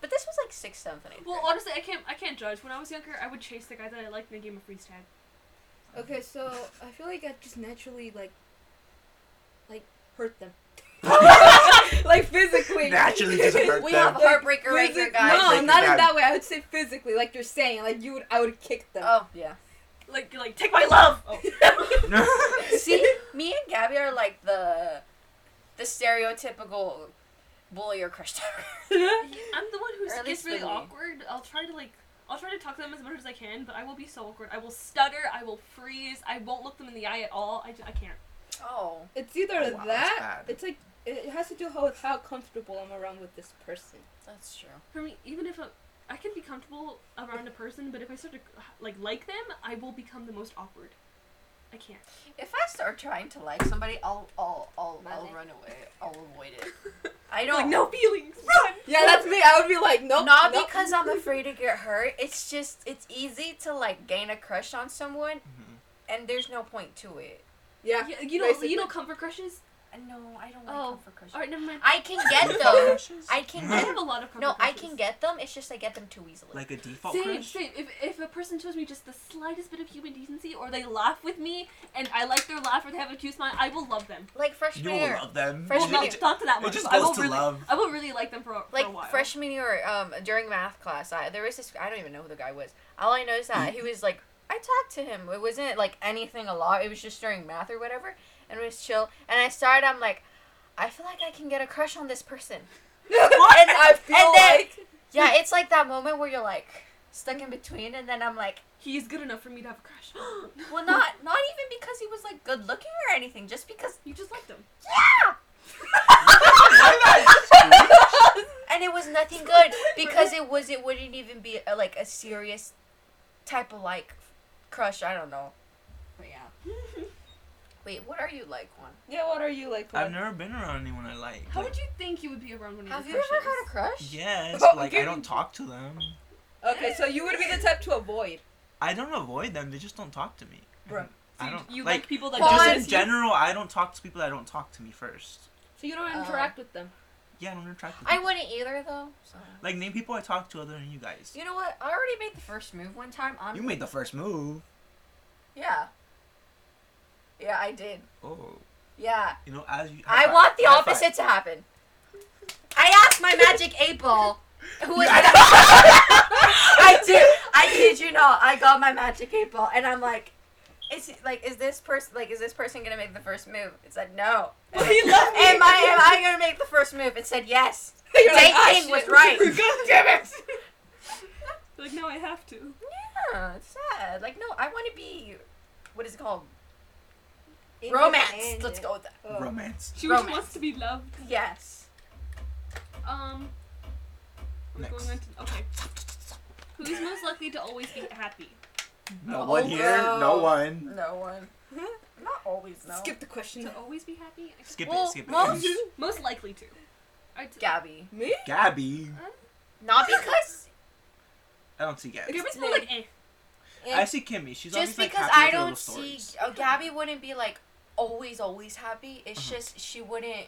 Speaker 1: But this was like sixth, seventh, and eighth.
Speaker 3: Well,
Speaker 1: grade.
Speaker 3: honestly, I can't. I can't judge. When I was younger, I would chase the guy that I liked in a game of freeze tag.
Speaker 2: Okay, so I feel like I just naturally like like hurt *laughs* them. like physically.
Speaker 4: Naturally just
Speaker 2: *laughs*
Speaker 4: hurt
Speaker 1: we
Speaker 4: them.
Speaker 1: have a heartbreaker right here,
Speaker 2: Physi-
Speaker 1: guys.
Speaker 2: No,
Speaker 4: Break it
Speaker 2: not in
Speaker 4: down.
Speaker 2: that way. I would say physically, like you're saying, like you would, I would kick them.
Speaker 1: Oh yeah.
Speaker 3: Like, like take my love. Oh.
Speaker 1: *laughs*
Speaker 2: *laughs*
Speaker 1: See, me and Gabby are like the the stereotypical bully or crush *laughs* talker.
Speaker 3: *laughs* I'm the one
Speaker 1: Or
Speaker 3: who
Speaker 1: at
Speaker 3: gets
Speaker 1: least
Speaker 3: really
Speaker 1: for me.
Speaker 3: awkward. I'll try to like. I'll try to talk to them as much as I can, but I will be so awkward. I will stutter. I will freeze. I won't look them in the eye at all. I, ju- I can't.
Speaker 1: Oh.
Speaker 2: It's either
Speaker 4: Oh, wow, that's
Speaker 2: that.
Speaker 4: bad.
Speaker 2: It's like it it has to do how with how comfortable I'm around with this person.
Speaker 1: That's true.
Speaker 3: For me, even if I, I can be comfortable around a person, but if I start to like like them, I will become the most awkward. I can't.
Speaker 1: If I start trying to like somebody, I'll I'll I'll,
Speaker 2: My
Speaker 1: I'll
Speaker 2: leg.
Speaker 1: run away. I'll avoid it. I don't.
Speaker 3: Like no feelings. Run.
Speaker 2: Yeah, that's me. I would be like, nope.
Speaker 1: Not
Speaker 2: nope.
Speaker 1: because I'm afraid to get hurt. It's just it's easy to like gain a crush on someone,
Speaker 4: Mhm.
Speaker 1: and there's no point to it.
Speaker 2: Yeah.
Speaker 3: You, you don't.
Speaker 2: basically.
Speaker 3: You don't comfort crushes.
Speaker 1: No, I don't
Speaker 3: like Oh.
Speaker 1: comfort crushes.
Speaker 3: All right, never mind.
Speaker 1: I can
Speaker 4: *laughs* You
Speaker 1: get
Speaker 4: have
Speaker 1: them.
Speaker 4: crushes?
Speaker 1: I can
Speaker 3: I
Speaker 1: get.
Speaker 3: have a lot of comfort
Speaker 1: No, I
Speaker 3: crushes.
Speaker 1: can get them. It's just I get them too easily.
Speaker 4: Like a default
Speaker 3: same,
Speaker 4: crush?
Speaker 3: same. If, if a person shows me just the slightest bit of human decency, or they laugh with me, and I like their laugh, or they have a cute smile, I will love them.
Speaker 1: like freshman
Speaker 4: You will
Speaker 1: year.
Speaker 4: love them.
Speaker 1: Fresh
Speaker 3: Well,
Speaker 1: Freshman
Speaker 3: not,
Speaker 1: year.
Speaker 3: not to that
Speaker 4: It
Speaker 3: much.
Speaker 4: just
Speaker 3: but I will
Speaker 4: goes to
Speaker 3: really,
Speaker 4: love.
Speaker 3: I will really like them for, a- for a
Speaker 1: like
Speaker 3: while.
Speaker 1: freshman year um during math class I, there was this i don't even know who the guy was all i know is that he was like i talked to him it wasn't like anything a lot it was just during math or whatever and it was chill and i started i'm like i feel like i can get a crush on this person
Speaker 2: and I feel
Speaker 1: and then-
Speaker 2: like
Speaker 1: yeah it's like that moment where you're like stuck in between and then i'm like
Speaker 3: He's good enough for me to have a crush. *gasps*
Speaker 1: well not not even because he was like good looking or anything just because
Speaker 3: you just liked him.
Speaker 1: yeah and it was nothing good because it was it wouldn't even be a, like a serious type of like crush i don't know but yeah Wait, what are you like, Juan?
Speaker 2: Yeah, what are you like?
Speaker 4: I've never been around anyone I like.
Speaker 3: *laughs* How
Speaker 4: Like,
Speaker 3: would you think you would be around one of
Speaker 1: Have you
Speaker 3: your crushes?
Speaker 1: ever had a crush?
Speaker 4: Yes,
Speaker 2: Oh,
Speaker 4: like
Speaker 2: okay.
Speaker 4: I don't talk to them.
Speaker 2: Okay, so you would be the type to avoid.
Speaker 4: I don't avoid them. They just don't talk to me.
Speaker 2: Bruh.
Speaker 3: So
Speaker 4: I
Speaker 3: you-
Speaker 4: don't
Speaker 3: you
Speaker 4: like,
Speaker 3: like people that
Speaker 1: Well,
Speaker 3: don't
Speaker 4: just
Speaker 1: I'm-
Speaker 4: in
Speaker 3: exist?
Speaker 4: general. I don't talk to people that don't talk to me first.
Speaker 3: So you don't
Speaker 2: Uh,
Speaker 1: Oh.
Speaker 3: interact with them.
Speaker 4: Yeah, I don't attract.
Speaker 1: I
Speaker 4: people.
Speaker 1: wouldn't either, though. So.
Speaker 4: like name people I talk to other than you guys.
Speaker 1: You know what? I already made the first move one time. I'm,
Speaker 4: You made the first move.
Speaker 1: Yeah. Yeah, I did.
Speaker 4: Oh,
Speaker 1: Yeah.
Speaker 4: you know as you. high
Speaker 1: I
Speaker 4: five,
Speaker 1: want the
Speaker 4: high five.
Speaker 1: opposite to happen. I asked my magic eight ball. Who is? *laughs* I did. I kid you not. I got my magic eight ball, and I'm like, is like, is this person like, is this person gonna make the first move? It said no.
Speaker 2: Well, he left me.
Speaker 1: Am I am I gonna make the first move? It said yes.
Speaker 2: *laughs* You're
Speaker 1: Dating
Speaker 2: "Ah, shit."
Speaker 1: was right.
Speaker 2: God damn it.
Speaker 3: Like, no, I have to.
Speaker 1: Yeah, it's sad. Like, no, I want to be. What is it called? *laughs*
Speaker 2: Independent.
Speaker 1: Romance. Let's go with that.
Speaker 2: Oh.
Speaker 4: Romance.
Speaker 3: She
Speaker 1: Romance.
Speaker 3: wants to be loved.
Speaker 1: Yes.
Speaker 3: Um. We're
Speaker 4: Next.
Speaker 3: going on to, okay. Who's most likely to always be happy?
Speaker 4: No
Speaker 1: Oh,
Speaker 4: one here. No
Speaker 1: no.
Speaker 4: one.
Speaker 1: No one. *laughs* Not always. No.
Speaker 2: Skip the question.
Speaker 3: To always be happy? I guess-
Speaker 4: Skip
Speaker 1: Well,
Speaker 4: it. Skip
Speaker 1: most-
Speaker 4: it.
Speaker 3: Most likely to. I'd say-
Speaker 1: Gabby.
Speaker 2: Me?
Speaker 4: Gabby.
Speaker 1: Not because.
Speaker 4: I don't see Gabby.
Speaker 3: Gabby's more like eh.
Speaker 4: I see Kimmy. She's always
Speaker 1: just
Speaker 4: like
Speaker 1: because
Speaker 4: happy
Speaker 1: I
Speaker 4: with her
Speaker 1: don't
Speaker 4: little
Speaker 1: see.
Speaker 4: stories.
Speaker 1: Oh, Gabby wouldn't be like always, always happy. It's
Speaker 4: Mhm.
Speaker 1: just she wouldn't.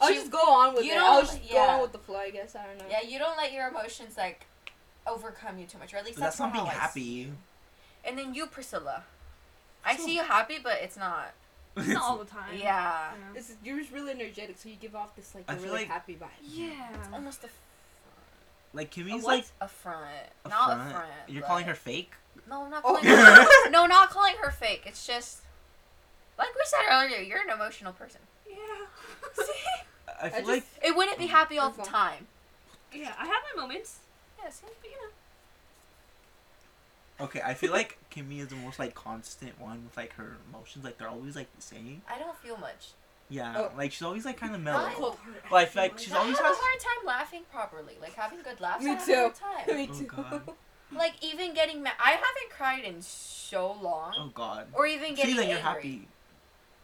Speaker 2: I'll
Speaker 1: she-
Speaker 2: just go on with
Speaker 1: you
Speaker 2: it.
Speaker 1: don't-
Speaker 2: I'll just go
Speaker 1: yeah.
Speaker 2: on with the flow, I guess. I don't know.
Speaker 1: yeah, you don't let your emotions like overcome you too much, or at least
Speaker 4: But that's not being
Speaker 1: how I s-
Speaker 4: happy.
Speaker 1: And then you, Priscilla. I
Speaker 4: So-
Speaker 1: see you happy, but it's not.
Speaker 3: *laughs* Not all the time.
Speaker 1: Yeah.
Speaker 3: You know.
Speaker 2: This is, you're just really energetic, so you give off this like
Speaker 4: I
Speaker 2: you're
Speaker 4: feel
Speaker 2: really
Speaker 4: like-
Speaker 2: happy vibe.
Speaker 3: Yeah.
Speaker 1: Almost a
Speaker 4: *laughs* like
Speaker 1: A
Speaker 4: Kimmy's
Speaker 1: what?
Speaker 4: like
Speaker 1: a front,
Speaker 4: a
Speaker 1: not
Speaker 4: front.
Speaker 1: a front.
Speaker 4: You're
Speaker 1: but-
Speaker 4: calling
Speaker 1: *laughs*
Speaker 4: her fake.
Speaker 1: No, I'm not
Speaker 2: Oh.
Speaker 1: calling. *laughs* her, no, not calling her fake. It's just like we said earlier. You're an emotional person.
Speaker 3: Yeah. *laughs*
Speaker 4: I feel
Speaker 2: just-
Speaker 4: like
Speaker 1: It wouldn't be happy all the
Speaker 2: Okay.
Speaker 1: time.
Speaker 3: yeah, I have my moments.
Speaker 1: Yes, but you know.
Speaker 4: okay. I feel like Kimmy is the most like constant one with like her emotions. Like they're always like the same.
Speaker 1: I don't feel much.
Speaker 4: Yeah.
Speaker 2: Oh.
Speaker 4: Like she's always like kind of
Speaker 1: Really?
Speaker 4: mellow.
Speaker 2: *laughs* Cold heart.
Speaker 4: Like like she's
Speaker 1: I have
Speaker 4: always
Speaker 1: a
Speaker 4: has.
Speaker 1: hard time laughing properly. Like having good laughs.
Speaker 2: Me
Speaker 1: I have a hard time.
Speaker 2: Me
Speaker 4: Oh,
Speaker 2: too.
Speaker 4: God.
Speaker 1: Like even getting mad. I haven't cried in so long.
Speaker 4: Oh God.
Speaker 1: Or even
Speaker 4: See
Speaker 1: getting
Speaker 4: that you're
Speaker 1: angry.
Speaker 4: happy.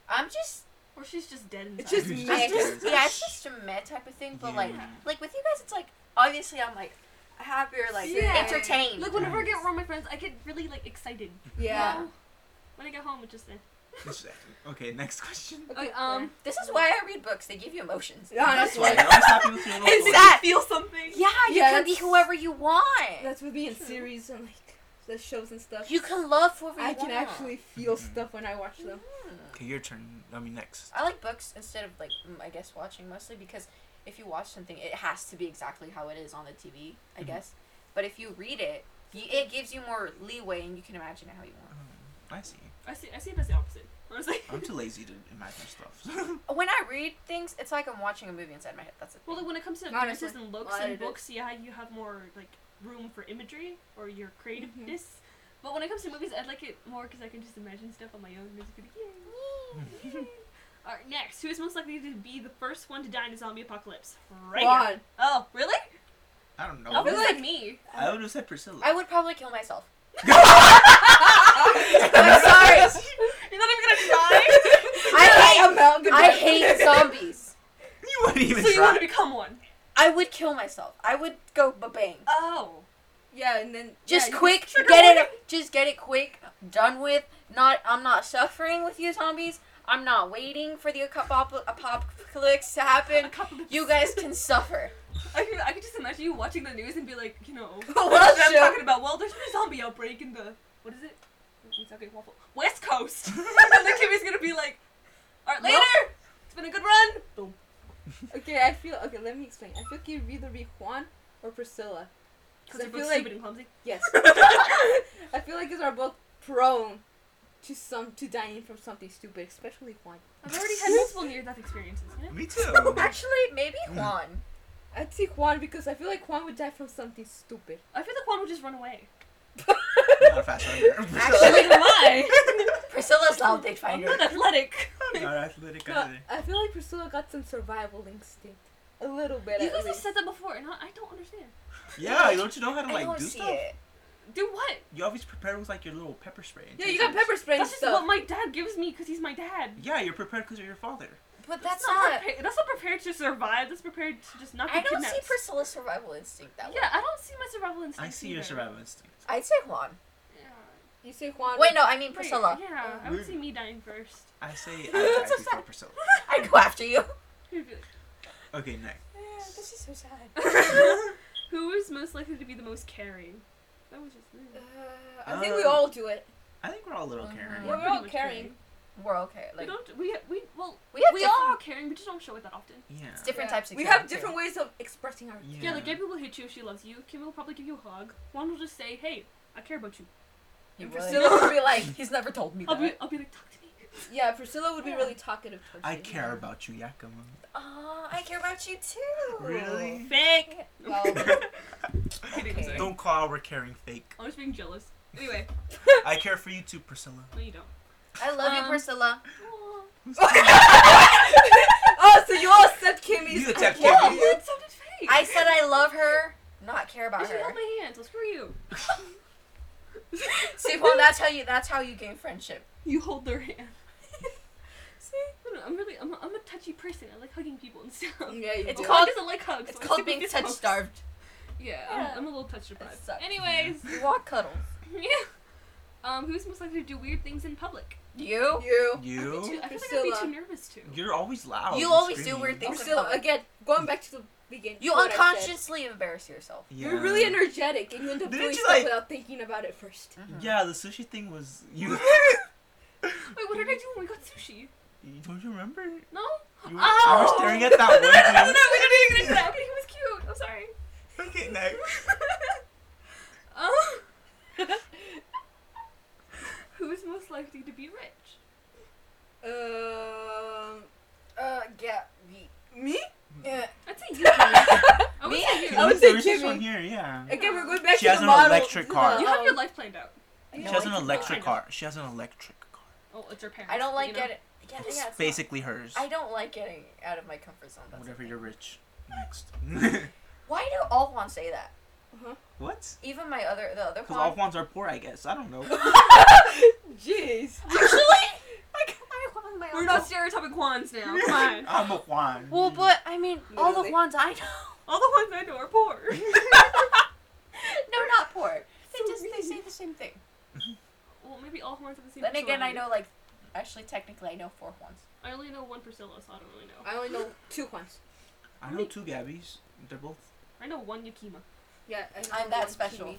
Speaker 1: I'm just
Speaker 3: Or she's just dead inside.
Speaker 2: It's just
Speaker 4: You're
Speaker 2: meh.
Speaker 4: *laughs* just-
Speaker 1: yeah, it's
Speaker 4: *laughs*
Speaker 1: just a meh type of thing. But like,
Speaker 4: Yeah.
Speaker 1: like with you guys, it's like obviously I'm like happy or like
Speaker 3: Yeah.
Speaker 1: entertained.
Speaker 3: Like whenever I get around my friends, I get really like excited.
Speaker 2: *laughs* *laughs* Yeah.
Speaker 3: When I get home, it's just eh.
Speaker 4: okay. Next question.
Speaker 3: Okay, um,
Speaker 1: This is why I read books. They give you emotions.
Speaker 2: Yeah,
Speaker 4: That's
Speaker 2: That's
Speaker 4: why
Speaker 2: why-
Speaker 4: you're always happy with your little
Speaker 1: It's
Speaker 4: story.
Speaker 1: that-
Speaker 3: feel
Speaker 1: *laughs*
Speaker 3: something.
Speaker 1: Yeah, you
Speaker 2: Yeah,
Speaker 1: can be
Speaker 2: that's-
Speaker 1: whoever you want.
Speaker 2: That's with me in
Speaker 3: True.
Speaker 2: series and like the shows and stuff.
Speaker 1: you can love whoever you
Speaker 2: I can
Speaker 1: want.
Speaker 2: actually feel
Speaker 4: Mhm.
Speaker 2: stuff when I watch them.
Speaker 1: Mm.
Speaker 4: Okay, your turn. I mean, next.
Speaker 1: I like books instead of like mm, I guess watching mostly because if you watch something, it has to be exactly how it is on the TV. I
Speaker 4: Mhm.
Speaker 1: guess, but if you read it, y it gives you more leeway and you can imagine it how you want.
Speaker 4: Um, I see.
Speaker 3: I see. I see it as the opposite. Honestly. *laughs*
Speaker 4: I'm too lazy to imagine stuff. *laughs*
Speaker 1: When I read things, it's like I'm watching a movie inside my head. That's it.
Speaker 3: Well, like, when it comes to
Speaker 2: Honestly.
Speaker 3: appearances and looks
Speaker 2: Well, it
Speaker 3: and
Speaker 2: is.
Speaker 3: books, yeah, you have more like room for imagery or your
Speaker 1: Mm-hmm.
Speaker 3: creativeness.
Speaker 2: Mhm.
Speaker 3: But when it comes to movies, I like it more because I can just imagine stuff on my own. And it's gonna be
Speaker 4: *laughs*
Speaker 3: yay. yay. All right, next, who is most likely to be the first one to die in a zombie apocalypse? Right. now.
Speaker 2: Juan.
Speaker 3: Oh, really?
Speaker 4: I don't know.
Speaker 3: Oh,
Speaker 2: feel
Speaker 3: really?
Speaker 2: like-
Speaker 3: Like me.
Speaker 4: I would have said Priscilla.
Speaker 1: I would probably kill myself. *laughs*
Speaker 2: I'm sorry. *laughs*
Speaker 3: You're not even gonna try.
Speaker 1: I hate.
Speaker 2: I'm out.
Speaker 1: I
Speaker 2: *laughs* Goodbye.
Speaker 1: hate zombies.
Speaker 4: *laughs* you You wouldn't *laughs* even
Speaker 3: so you
Speaker 4: try.
Speaker 3: want to become one?
Speaker 1: I would kill myself. I would go ba bang.
Speaker 3: Oh.
Speaker 2: Yeah, and then
Speaker 1: Just
Speaker 2: yeah, you-
Speaker 1: quick,
Speaker 3: trigger
Speaker 1: get it. Just get it quick. Done with. Not. I'm not suffering with you zombies. I'm not waiting for the apop- apocalypse to
Speaker 3: A
Speaker 1: happen.
Speaker 3: couple of-
Speaker 1: You
Speaker 3: *laughs*
Speaker 1: guys can suffer.
Speaker 3: I could, I could just imagine you watching the news and be like, you know, *laughs*
Speaker 1: Well,
Speaker 3: what I'm
Speaker 1: sure.
Speaker 3: talking about. Well, there's been a zombie outbreak in the what is it? It's okay, waffle. West Coast. *laughs* and the Kimmy's gonna be like, all right, later.
Speaker 1: Nope.
Speaker 3: It's been a good run. Boom.
Speaker 2: Okay, I feel okay. Let me explain. I feel like you'd either be Juan or Priscilla.
Speaker 3: Because
Speaker 2: I
Speaker 3: they're both
Speaker 2: feel like-
Speaker 3: stupid and clumsy.
Speaker 2: Yes. I feel like these are both prone to some to dying from something stupid, especially Juan.
Speaker 3: I've already had multiple near-death experiences. You know?
Speaker 1: *laughs*
Speaker 4: Me too.
Speaker 1: Actually, maybe
Speaker 4: Hmm.
Speaker 1: Juan.
Speaker 2: I'd say Juan because I feel like Juan would die from something stupid.
Speaker 3: I feel like one would just run away.
Speaker 4: Not a fast runner.
Speaker 1: Actually-
Speaker 3: why?
Speaker 1: Priscilla's loud date
Speaker 3: I'm
Speaker 1: finder.
Speaker 3: not athletic.
Speaker 4: *laughs*
Speaker 1: *laughs*
Speaker 4: Not athletic
Speaker 2: No,
Speaker 4: either.
Speaker 2: I feel like Priscilla got some survival instinct, a little bit.
Speaker 3: *laughs* You
Speaker 2: at
Speaker 3: guys have
Speaker 2: least.
Speaker 3: said that before, and I, I don't understand.
Speaker 4: Yeah, don't you know how to
Speaker 1: I
Speaker 4: like
Speaker 1: don't
Speaker 4: do
Speaker 1: see
Speaker 4: stuff?
Speaker 1: it.
Speaker 3: Do what?
Speaker 4: You always prepare with like your little pepper spray. and
Speaker 2: yeah, you got
Speaker 4: things.
Speaker 2: pepper spray and
Speaker 3: That's just what
Speaker 2: stuff.
Speaker 3: my dad gives me because he's my dad.
Speaker 4: Yeah, you're prepared because you're your father.
Speaker 1: But that's not.
Speaker 3: prepa- that's not prepared to survive. That's prepared to just not be
Speaker 1: I don't see
Speaker 3: kidnapped.
Speaker 1: Priscilla's survival instinct that way.
Speaker 3: yeah, I don't see my survival instinct.
Speaker 4: I see your
Speaker 3: either.
Speaker 4: survival instinct.
Speaker 1: I'd say Juan.
Speaker 3: Yeah.
Speaker 2: You say Juan.
Speaker 1: Wait, no, I mean Priscilla.
Speaker 3: Wait, yeah, I
Speaker 4: Mm.
Speaker 3: would see me dying first.
Speaker 1: *laughs*
Speaker 4: I say I
Speaker 1: That's
Speaker 4: died
Speaker 1: so
Speaker 4: before
Speaker 1: sad.
Speaker 4: Priscilla.
Speaker 1: *laughs* I'd go after you.
Speaker 3: You'd be like,
Speaker 4: Okay, next.
Speaker 1: Yeah, this is so sad.
Speaker 3: Who is most likely to be the most caring? That was just me.
Speaker 2: Uh, I think we
Speaker 4: Um,
Speaker 2: all do it.
Speaker 4: I think we're all a little Karen.
Speaker 1: Mhm.
Speaker 2: We're
Speaker 3: pretty
Speaker 2: all
Speaker 3: much
Speaker 2: caring.
Speaker 1: We're okay. Like
Speaker 3: we don't. We we well.
Speaker 1: we have
Speaker 3: we
Speaker 1: different,
Speaker 3: all are caring. We just don't show it that often.
Speaker 4: Yeah.
Speaker 1: it's different
Speaker 2: Yeah.
Speaker 1: types of.
Speaker 2: We
Speaker 1: caring,
Speaker 2: have different
Speaker 1: too.
Speaker 2: ways of expressing our.
Speaker 3: Yeah, like Gabby will hit you if she loves you. Kim will probably give you a hug. One will just say, "Hey, I care about you."
Speaker 1: You
Speaker 2: And
Speaker 1: would.
Speaker 2: Priscilla would be like,
Speaker 1: *laughs* He's never told me
Speaker 3: I'll be I'll be like, "Talk to me."
Speaker 2: yeah. Priscilla would be
Speaker 1: Yeah.
Speaker 2: really talkative. Towards
Speaker 4: I
Speaker 2: you.
Speaker 4: care about you, Yakima.
Speaker 1: Aw, I care about you too.
Speaker 4: Really?
Speaker 3: Fake.
Speaker 2: Well,
Speaker 3: *laughs* Kidding.
Speaker 1: Okay.
Speaker 3: sorry.
Speaker 4: Don't call we're caring
Speaker 1: *laughs*
Speaker 4: fake.
Speaker 3: I'm just being jealous. Anyway,
Speaker 4: I care for you too, Priscilla.
Speaker 3: no, you don't.
Speaker 1: I love you,
Speaker 3: Um,
Speaker 1: Priscilla.
Speaker 3: Aw.
Speaker 4: Who's
Speaker 2: oh, so you all said Kimmy's.
Speaker 4: You accept
Speaker 2: Yeah.
Speaker 4: Kimmy.
Speaker 3: Oh, it sounded fake.
Speaker 1: I said I love her, not care
Speaker 3: I
Speaker 1: about
Speaker 3: should
Speaker 1: her.
Speaker 3: held my hand. So screw you.
Speaker 1: See, well, that's how you. That's how you gain friendship.
Speaker 3: You hold their *laughs* hand.
Speaker 1: See,
Speaker 3: I don't know, I'm really, I'm a, I'm a touchy person. I like hugging people and stuff.
Speaker 2: Yeah, you
Speaker 1: It's
Speaker 2: do.
Speaker 3: Juan
Speaker 1: called-
Speaker 3: doesn't like hugs.
Speaker 1: it's
Speaker 3: so I
Speaker 1: called
Speaker 3: stick with
Speaker 1: being
Speaker 3: his
Speaker 1: touch
Speaker 3: hugs.
Speaker 1: starved.
Speaker 3: Yeah,
Speaker 1: Yeah.
Speaker 3: I'm, I'm a little touch deprived.
Speaker 1: sucks. *laughs*
Speaker 3: Anyways, *laughs*
Speaker 1: You want cuddles?
Speaker 3: yeah. Um, who's most likely to do weird things in public?
Speaker 1: You.
Speaker 2: You.
Speaker 3: I,
Speaker 1: Oh,
Speaker 3: feel
Speaker 4: You?
Speaker 3: like I'd be
Speaker 2: Priscilla.
Speaker 3: too nervous to.
Speaker 4: You're always loud.
Speaker 1: You
Speaker 4: and
Speaker 1: always do
Speaker 4: screaming.
Speaker 1: weird things.
Speaker 2: Priscilla, again, going back to the beginning.
Speaker 1: You
Speaker 2: what I said.
Speaker 1: unconsciously embarrass yourself.
Speaker 4: Yeah.
Speaker 2: You're really energetic, and you end up
Speaker 4: Didn't
Speaker 2: doing
Speaker 4: you,
Speaker 2: stuff
Speaker 4: like-
Speaker 2: without thinking about it first.
Speaker 4: Yeah, the sushi thing was you.
Speaker 3: Wait, what did I do when we got sushi?
Speaker 4: Don't you remember?
Speaker 1: *laughs*
Speaker 3: No.
Speaker 4: You were,
Speaker 3: oh!
Speaker 4: I was staring at that
Speaker 3: no, no,
Speaker 4: window.
Speaker 3: we didn't even get into that. Okay, he was cute. I'm sorry.
Speaker 4: Okay, next.
Speaker 3: um, *laughs* who's most likely to be rich?
Speaker 2: Um,
Speaker 1: Uh, yeah, me.
Speaker 2: me?
Speaker 1: Yeah. *laughs*
Speaker 3: I'd say you. Kimmy. I would
Speaker 1: Me?
Speaker 3: say you.
Speaker 2: I would
Speaker 4: Who's the
Speaker 2: say
Speaker 4: richest
Speaker 2: Kimmy.
Speaker 4: one here, yeah.
Speaker 2: Again, we're going back
Speaker 4: She
Speaker 2: to
Speaker 4: has
Speaker 2: the
Speaker 4: an
Speaker 2: model.
Speaker 4: electric car.
Speaker 3: You have your
Speaker 2: um,
Speaker 3: life planned out.
Speaker 4: She
Speaker 1: No,
Speaker 4: has
Speaker 1: I
Speaker 4: an
Speaker 1: do not.
Speaker 4: electric
Speaker 3: not.
Speaker 4: car. She has an electric car.
Speaker 3: Oh, it's your parents.
Speaker 1: I don't like
Speaker 3: you know?
Speaker 1: getting. Yeah,
Speaker 4: It's
Speaker 1: yeah, it's not-
Speaker 4: basically hers.
Speaker 1: I don't like getting out of my comfort zone. That's
Speaker 4: Whatever,
Speaker 1: the
Speaker 4: you're
Speaker 1: thing.
Speaker 4: rich. Next. *laughs*
Speaker 1: Why do all Juan say that?
Speaker 4: what?
Speaker 1: Even my other, the other
Speaker 4: Because all
Speaker 1: Juan.
Speaker 4: Juans are poor, I guess. I don't know.
Speaker 2: Jeez.
Speaker 4: *laughs*
Speaker 1: Actually, I got my Juan. My
Speaker 3: We're
Speaker 1: own
Speaker 3: not
Speaker 1: Juan.
Speaker 3: stereotyping Juans now. Come on.
Speaker 4: *laughs* I'm a Juan.
Speaker 1: Well, but I mean, all the
Speaker 2: Literally.
Speaker 1: Juans I know.
Speaker 3: *laughs*
Speaker 1: *laughs*
Speaker 3: All the ones I know are poor.
Speaker 1: No, not poor. They
Speaker 3: So
Speaker 1: just they
Speaker 3: mean.
Speaker 1: say the same thing.
Speaker 3: well, maybe all Juans have the same.
Speaker 1: Then again, I
Speaker 3: personality.
Speaker 1: know like, actually, technically, I know four Juans.
Speaker 3: I only know one Priscilla, so I don't really know.
Speaker 2: I only know two ones.
Speaker 4: I know two Gabbies. They're both.
Speaker 3: I know one Yakima.
Speaker 2: Yeah,
Speaker 1: I'm that special.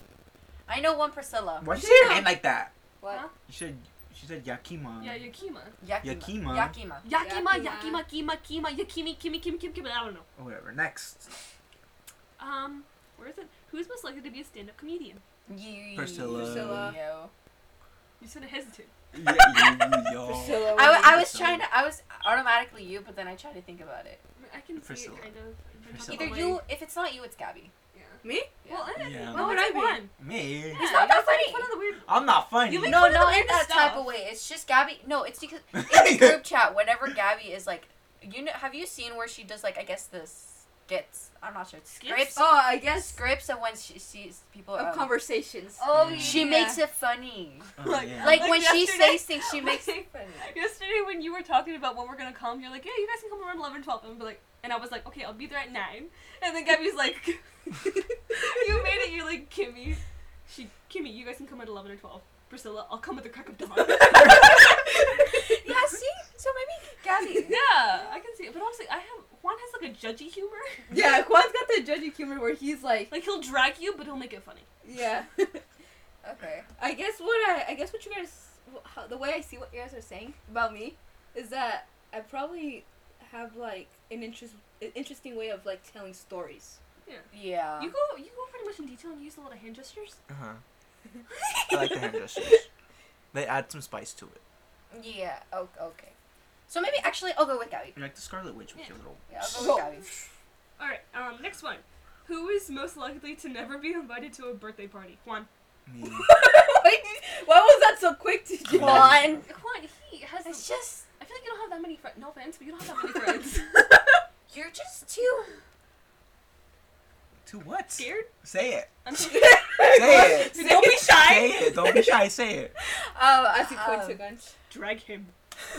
Speaker 1: I know one Priscilla.
Speaker 4: Why did
Speaker 3: she
Speaker 4: you say her
Speaker 3: have-
Speaker 4: name like that?
Speaker 2: What?
Speaker 4: You said she said Yakima.
Speaker 3: Yeah, Yakima.
Speaker 1: Yakima.
Speaker 4: Yakima.
Speaker 1: Yakima.
Speaker 3: Yakima,
Speaker 2: Yakima.
Speaker 3: Yakima, Kima, Kima, Yakimi, Kimi, Kim, Kim, Kim. I don't know.
Speaker 4: Or whatever. Next. *laughs*
Speaker 3: Um, where is it? Who's most likely to be a stand-up comedian?
Speaker 1: Ye-
Speaker 4: Priscilla.
Speaker 2: Priscilla.
Speaker 1: Yo.
Speaker 3: You said it hesitant.
Speaker 4: yeah, Oh.
Speaker 2: Priscilla.
Speaker 1: I, wa- I was
Speaker 4: Priscilla.
Speaker 1: trying to. I was automatically you, but then I tried to think about it.
Speaker 3: I, mean, I can see
Speaker 4: Priscilla.
Speaker 3: it kind of. I've been
Speaker 4: Priscilla.
Speaker 3: talking
Speaker 1: Either
Speaker 3: about
Speaker 1: you,
Speaker 3: my-
Speaker 1: if it's not you, it's Gabby.
Speaker 3: Yeah.
Speaker 2: Me?
Speaker 3: Well, I,
Speaker 4: Yeah.
Speaker 3: What
Speaker 2: What
Speaker 3: would
Speaker 2: would
Speaker 3: I
Speaker 2: I be?
Speaker 3: want?
Speaker 4: Me.
Speaker 1: He's not that funny.
Speaker 3: One of the weird.
Speaker 4: I'm not funny. *laughs*
Speaker 3: You make-
Speaker 1: No,
Speaker 3: fun of
Speaker 1: not
Speaker 3: the
Speaker 1: in
Speaker 3: weird
Speaker 1: that
Speaker 3: stuff.
Speaker 1: type of way. It's just Gabby. No, it's because in the group chat, whenever Gabby is like, you know, have you seen where she does like, I guess this skits. I'm not sure. It's
Speaker 3: Skits?
Speaker 1: scripts.
Speaker 2: Oh, I guess
Speaker 1: Scripts of when she sees people.
Speaker 2: of
Speaker 1: um,
Speaker 2: conversations.
Speaker 3: Oh,
Speaker 4: Yeah.
Speaker 1: she makes it funny.
Speaker 4: Oh,
Speaker 2: Like-
Speaker 4: yeah.
Speaker 1: Like,
Speaker 3: Like
Speaker 1: when
Speaker 3: yesterday.
Speaker 1: she says things, she makes
Speaker 3: *laughs*
Speaker 1: it funny.
Speaker 3: Yesterday when you were talking about when we're gonna come, you're like, yeah, you guys can come around 11, 12. And, be like, and I was like, okay, I'll be there at 9. And then Gabby's like, *laughs* you made it, you're like, Kimmy. She, Kimmy, you guys can come at 11 or 12. Priscilla, I'll come at the crack of dawn.
Speaker 1: Yeah, see? So maybe Gabby.
Speaker 3: yeah, I can see it. But honestly, I have, Juan has like a judgy humor.
Speaker 2: *laughs*
Speaker 3: *laughs*
Speaker 2: Yeah, Juan's got the judgy humor where he's like,
Speaker 3: Like, he'll drag you, but he'll make it funny.
Speaker 2: yeah. *laughs*
Speaker 1: Okay.
Speaker 2: I guess what I, I guess what you guys, wh- how, the way I see what you guys are saying about me, is that I probably have like an interest, an interesting way of like telling stories.
Speaker 1: Yeah.
Speaker 3: You go, you go pretty much in detail and you use a lot of hand gestures.
Speaker 4: Uh-huh. I like the hand gestures. They add some spice to it.
Speaker 1: Yeah. Oh, okay. So maybe actually I'll go with Gabby.
Speaker 4: You're like the Scarlet Witch with your little.
Speaker 1: Yeah, I'll go
Speaker 2: So-
Speaker 1: with Gabby.
Speaker 3: All right, um, next one. Who is most likely to never be invited to a birthday party? Juan.
Speaker 4: Me.
Speaker 2: *laughs* Why was that so quick to do?
Speaker 4: Come on.
Speaker 1: One.
Speaker 3: Juan, he has.
Speaker 1: It's just
Speaker 3: I feel like you don't have that many friends. No offense, but you don't have that many friends. *laughs*
Speaker 1: *laughs* you're just too
Speaker 4: to what?
Speaker 3: Scared?
Speaker 4: Say it.
Speaker 3: I'm *laughs* so
Speaker 4: Say it.
Speaker 3: Don't be
Speaker 4: Say
Speaker 3: shy.
Speaker 4: it. Don't be shy. Say it.
Speaker 2: Oh, I see point
Speaker 1: *laughs*
Speaker 2: to
Speaker 1: Um,
Speaker 2: gunch. *laughs*
Speaker 3: Drag him.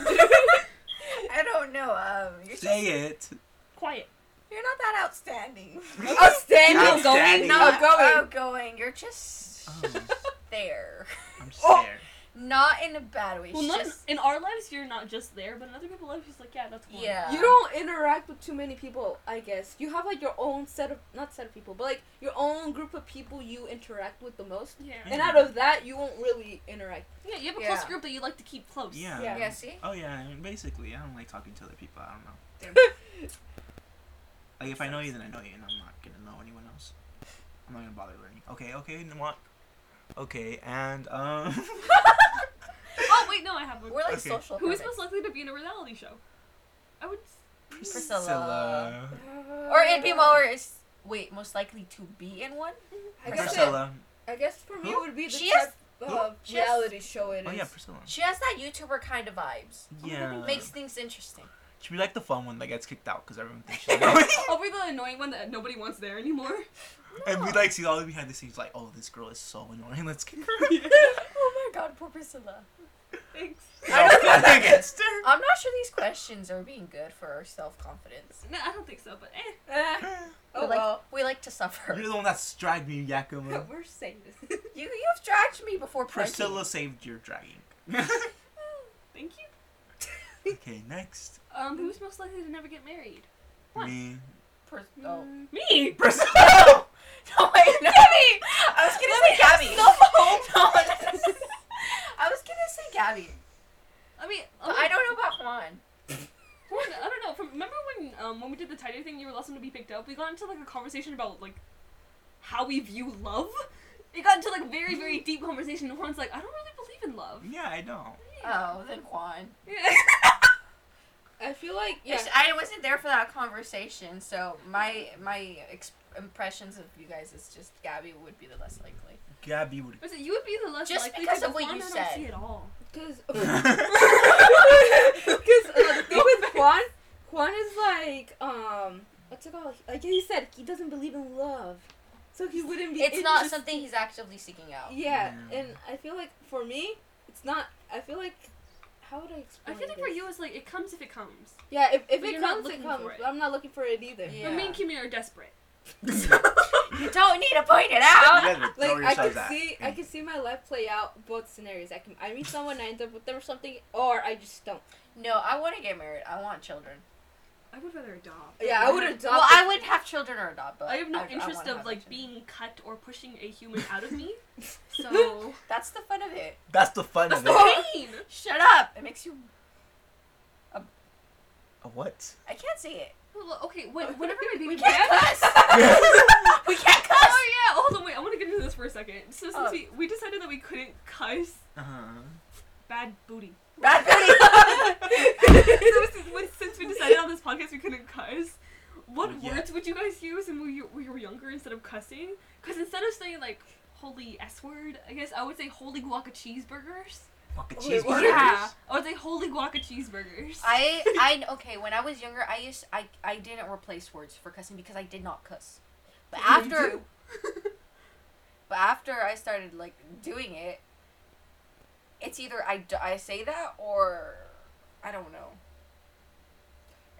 Speaker 1: I don't know, um you're just
Speaker 4: Say it. Oh,
Speaker 3: Quiet.
Speaker 1: you're not that outstanding.
Speaker 4: *laughs*
Speaker 2: Outstanding.
Speaker 4: Outstanding.
Speaker 2: Not going.
Speaker 1: Outgoing. You're just
Speaker 4: Oh,
Speaker 1: there. *laughs*
Speaker 4: I'm just
Speaker 1: Oh.
Speaker 4: there.
Speaker 1: Not in a bad way.
Speaker 3: Well,
Speaker 1: it's
Speaker 3: not,
Speaker 1: just
Speaker 3: in our lives, you're not just there, but in other people's lives, he's like, yeah, that's Juan.
Speaker 1: yeah.
Speaker 2: You don't interact with too many people, I guess. You have like your own set of not set of people, but like your own group of people you interact with the most.
Speaker 3: Yeah.
Speaker 2: And out of that, you won't really interact.
Speaker 3: Yeah, you have a
Speaker 1: Yeah.
Speaker 3: close group that you like to keep close.
Speaker 4: Yeah.
Speaker 2: Yeah.
Speaker 1: Yeah, see?
Speaker 4: Oh yeah. I mean, basically, I don't like talking to other people. I don't know. *laughs* Like if I know you, then I know you, and I'm not gonna know anyone else. I'm not gonna bother learning. Okay, okay, and what? Okay, and um,
Speaker 3: *laughs*
Speaker 4: *laughs*
Speaker 3: Oh wait, no, I have one.
Speaker 1: We're like
Speaker 4: Okay.
Speaker 1: social.
Speaker 3: Who is
Speaker 1: perfect.
Speaker 3: most likely to be in a reality show? I would. *laughs* s-
Speaker 1: Priscilla. Or
Speaker 2: Or
Speaker 1: it'd be more is wait, most likely to be in one?
Speaker 2: I guess, it,
Speaker 4: Priscilla.
Speaker 2: I guess for me
Speaker 4: Who?
Speaker 2: it would be the
Speaker 1: She
Speaker 2: type
Speaker 4: Who?
Speaker 2: of
Speaker 1: She has-
Speaker 2: reality show it is.
Speaker 4: Oh yeah, Priscilla.
Speaker 1: She has that YouTuber kind of vibes.
Speaker 4: Yeah.
Speaker 1: Makes things interesting.
Speaker 4: Should be like the fun one that gets kicked out because everyone thinks she's annoying.
Speaker 3: I'll be the annoying one that nobody wants there anymore.
Speaker 4: and we like see all the behind the scenes, like, oh, this girl is so annoying. Let's kick her.
Speaker 1: *laughs*
Speaker 4: *laughs*
Speaker 1: oh my god, poor Priscilla.
Speaker 3: *laughs* Thanks.
Speaker 1: I don't think that-
Speaker 4: against her.
Speaker 1: I'm not sure these questions are being good for our self confidence.
Speaker 3: No, I don't think so. But eh.
Speaker 2: Eh,
Speaker 1: We
Speaker 2: oh
Speaker 1: like
Speaker 2: well.
Speaker 1: we like to suffer.
Speaker 4: You're the one that dragged me, Yakima.
Speaker 2: *laughs* We're saying this.
Speaker 1: You you've dragged me before plenty.
Speaker 4: Priscilla saved your dragging.
Speaker 3: Thank you.
Speaker 4: okay, next.
Speaker 3: Um, who's most likely to never get married? Mm. What?
Speaker 4: Me.
Speaker 1: *laughs* Pris- oh. *laughs*
Speaker 3: Me.
Speaker 4: Priscilla.
Speaker 1: No wait, no. I was gonna say Gabby. *laughs* No. no, no. I was gonna say Gabby.
Speaker 3: I mean,
Speaker 1: But I don't know about Juan.
Speaker 3: Well, I don't know. From, remember when um, when we did the title thing, you were last one to be picked up. We got into like a conversation about like how we view love. It got into like very very
Speaker 1: Mm-hmm.
Speaker 3: deep conversation. And Juan's like, I don't really believe in love.
Speaker 4: yeah, I know.
Speaker 1: Oh, then Juan.
Speaker 3: Yeah. *laughs*
Speaker 2: I feel like yeah.
Speaker 1: Yes, I wasn't there for that conversation, so my my ex- impressions of you guys is just Gabby would be the less likely.
Speaker 4: Gabby would.
Speaker 3: *laughs*
Speaker 4: *laughs*
Speaker 3: But so you would be the less
Speaker 1: Just
Speaker 3: likely
Speaker 1: because
Speaker 3: to
Speaker 1: of what
Speaker 3: Juan,
Speaker 1: you
Speaker 3: I
Speaker 1: said.
Speaker 3: Don't see it all.
Speaker 2: Because *laughs*
Speaker 3: *laughs*
Speaker 4: Because,
Speaker 2: because uh, the thing with Juan, Juan is like um, what's it called? Like he said, he doesn't believe in love, so he wouldn't be.
Speaker 1: It's not
Speaker 2: interest-
Speaker 1: something he's actively seeking out.
Speaker 2: Yeah,
Speaker 4: Yeah.
Speaker 2: and I feel like for me, it's not. I feel like how would I
Speaker 3: I
Speaker 2: explain?
Speaker 3: feel like for
Speaker 2: this?
Speaker 3: you, it's like it comes if it comes.
Speaker 2: Yeah, if, if
Speaker 3: But
Speaker 2: it
Speaker 3: you're not
Speaker 2: comes,
Speaker 3: looking
Speaker 2: it comes.
Speaker 3: for it.
Speaker 2: But I'm not looking for it either.
Speaker 1: Yeah.
Speaker 3: But me and Kimmy are desperate.
Speaker 1: You don't need to point it out.
Speaker 4: You gotta throw
Speaker 2: Like I can
Speaker 4: yourself that.
Speaker 2: see, I can see my life play out both scenarios. I can, I meet someone, I end up with them or something, or I just don't.
Speaker 1: No, I want to get married. I want children.
Speaker 3: I would rather adopt.
Speaker 2: Yeah, I would adopt.
Speaker 1: Well, I would have children or adopt, but
Speaker 3: I have no
Speaker 1: I'd- I
Speaker 3: interest
Speaker 1: wanna
Speaker 3: of
Speaker 1: have
Speaker 3: like
Speaker 1: children.
Speaker 3: being cut or pushing a human out
Speaker 1: *laughs*
Speaker 3: of me. So
Speaker 1: That's the fun of it.
Speaker 4: That's the
Speaker 2: *laughs*
Speaker 4: fun
Speaker 3: that's
Speaker 4: of
Speaker 3: the
Speaker 4: it.
Speaker 3: pain.
Speaker 1: Shut up. It makes you.
Speaker 4: A What?
Speaker 1: I can't say it.
Speaker 3: Well, okay,
Speaker 1: *laughs*
Speaker 3: when, whenever my baby
Speaker 1: We can't
Speaker 3: dad-
Speaker 1: cuss.
Speaker 3: *laughs*
Speaker 1: we can't cuss.
Speaker 3: Oh yeah, hold on, wait. I want to get into this for a second. So since
Speaker 1: Oh.
Speaker 3: we we decided that we couldn't cuss
Speaker 4: Uh-huh.
Speaker 3: bad booty. *laughs*
Speaker 1: Bad booty. *laughs*
Speaker 3: So since, when- since we decided on this podcast we couldn't cuss, what
Speaker 4: Oh, yeah.
Speaker 3: words would you guys use when you, when you were younger instead of cussing? Because instead of saying like holy s word, I guess I would say holy guaca cheeseburgers.
Speaker 4: Fucking
Speaker 2: Wait,
Speaker 4: *laughs* cheeseburgers.
Speaker 2: what?
Speaker 3: Yeah. Or they holy guaca cheeseburgers. *laughs*
Speaker 1: I I okay. When I was younger, I used I I didn't replace words for cussing because I did not cuss. But after *laughs* but after I started like doing it, it's either I d- I say that or I don't know.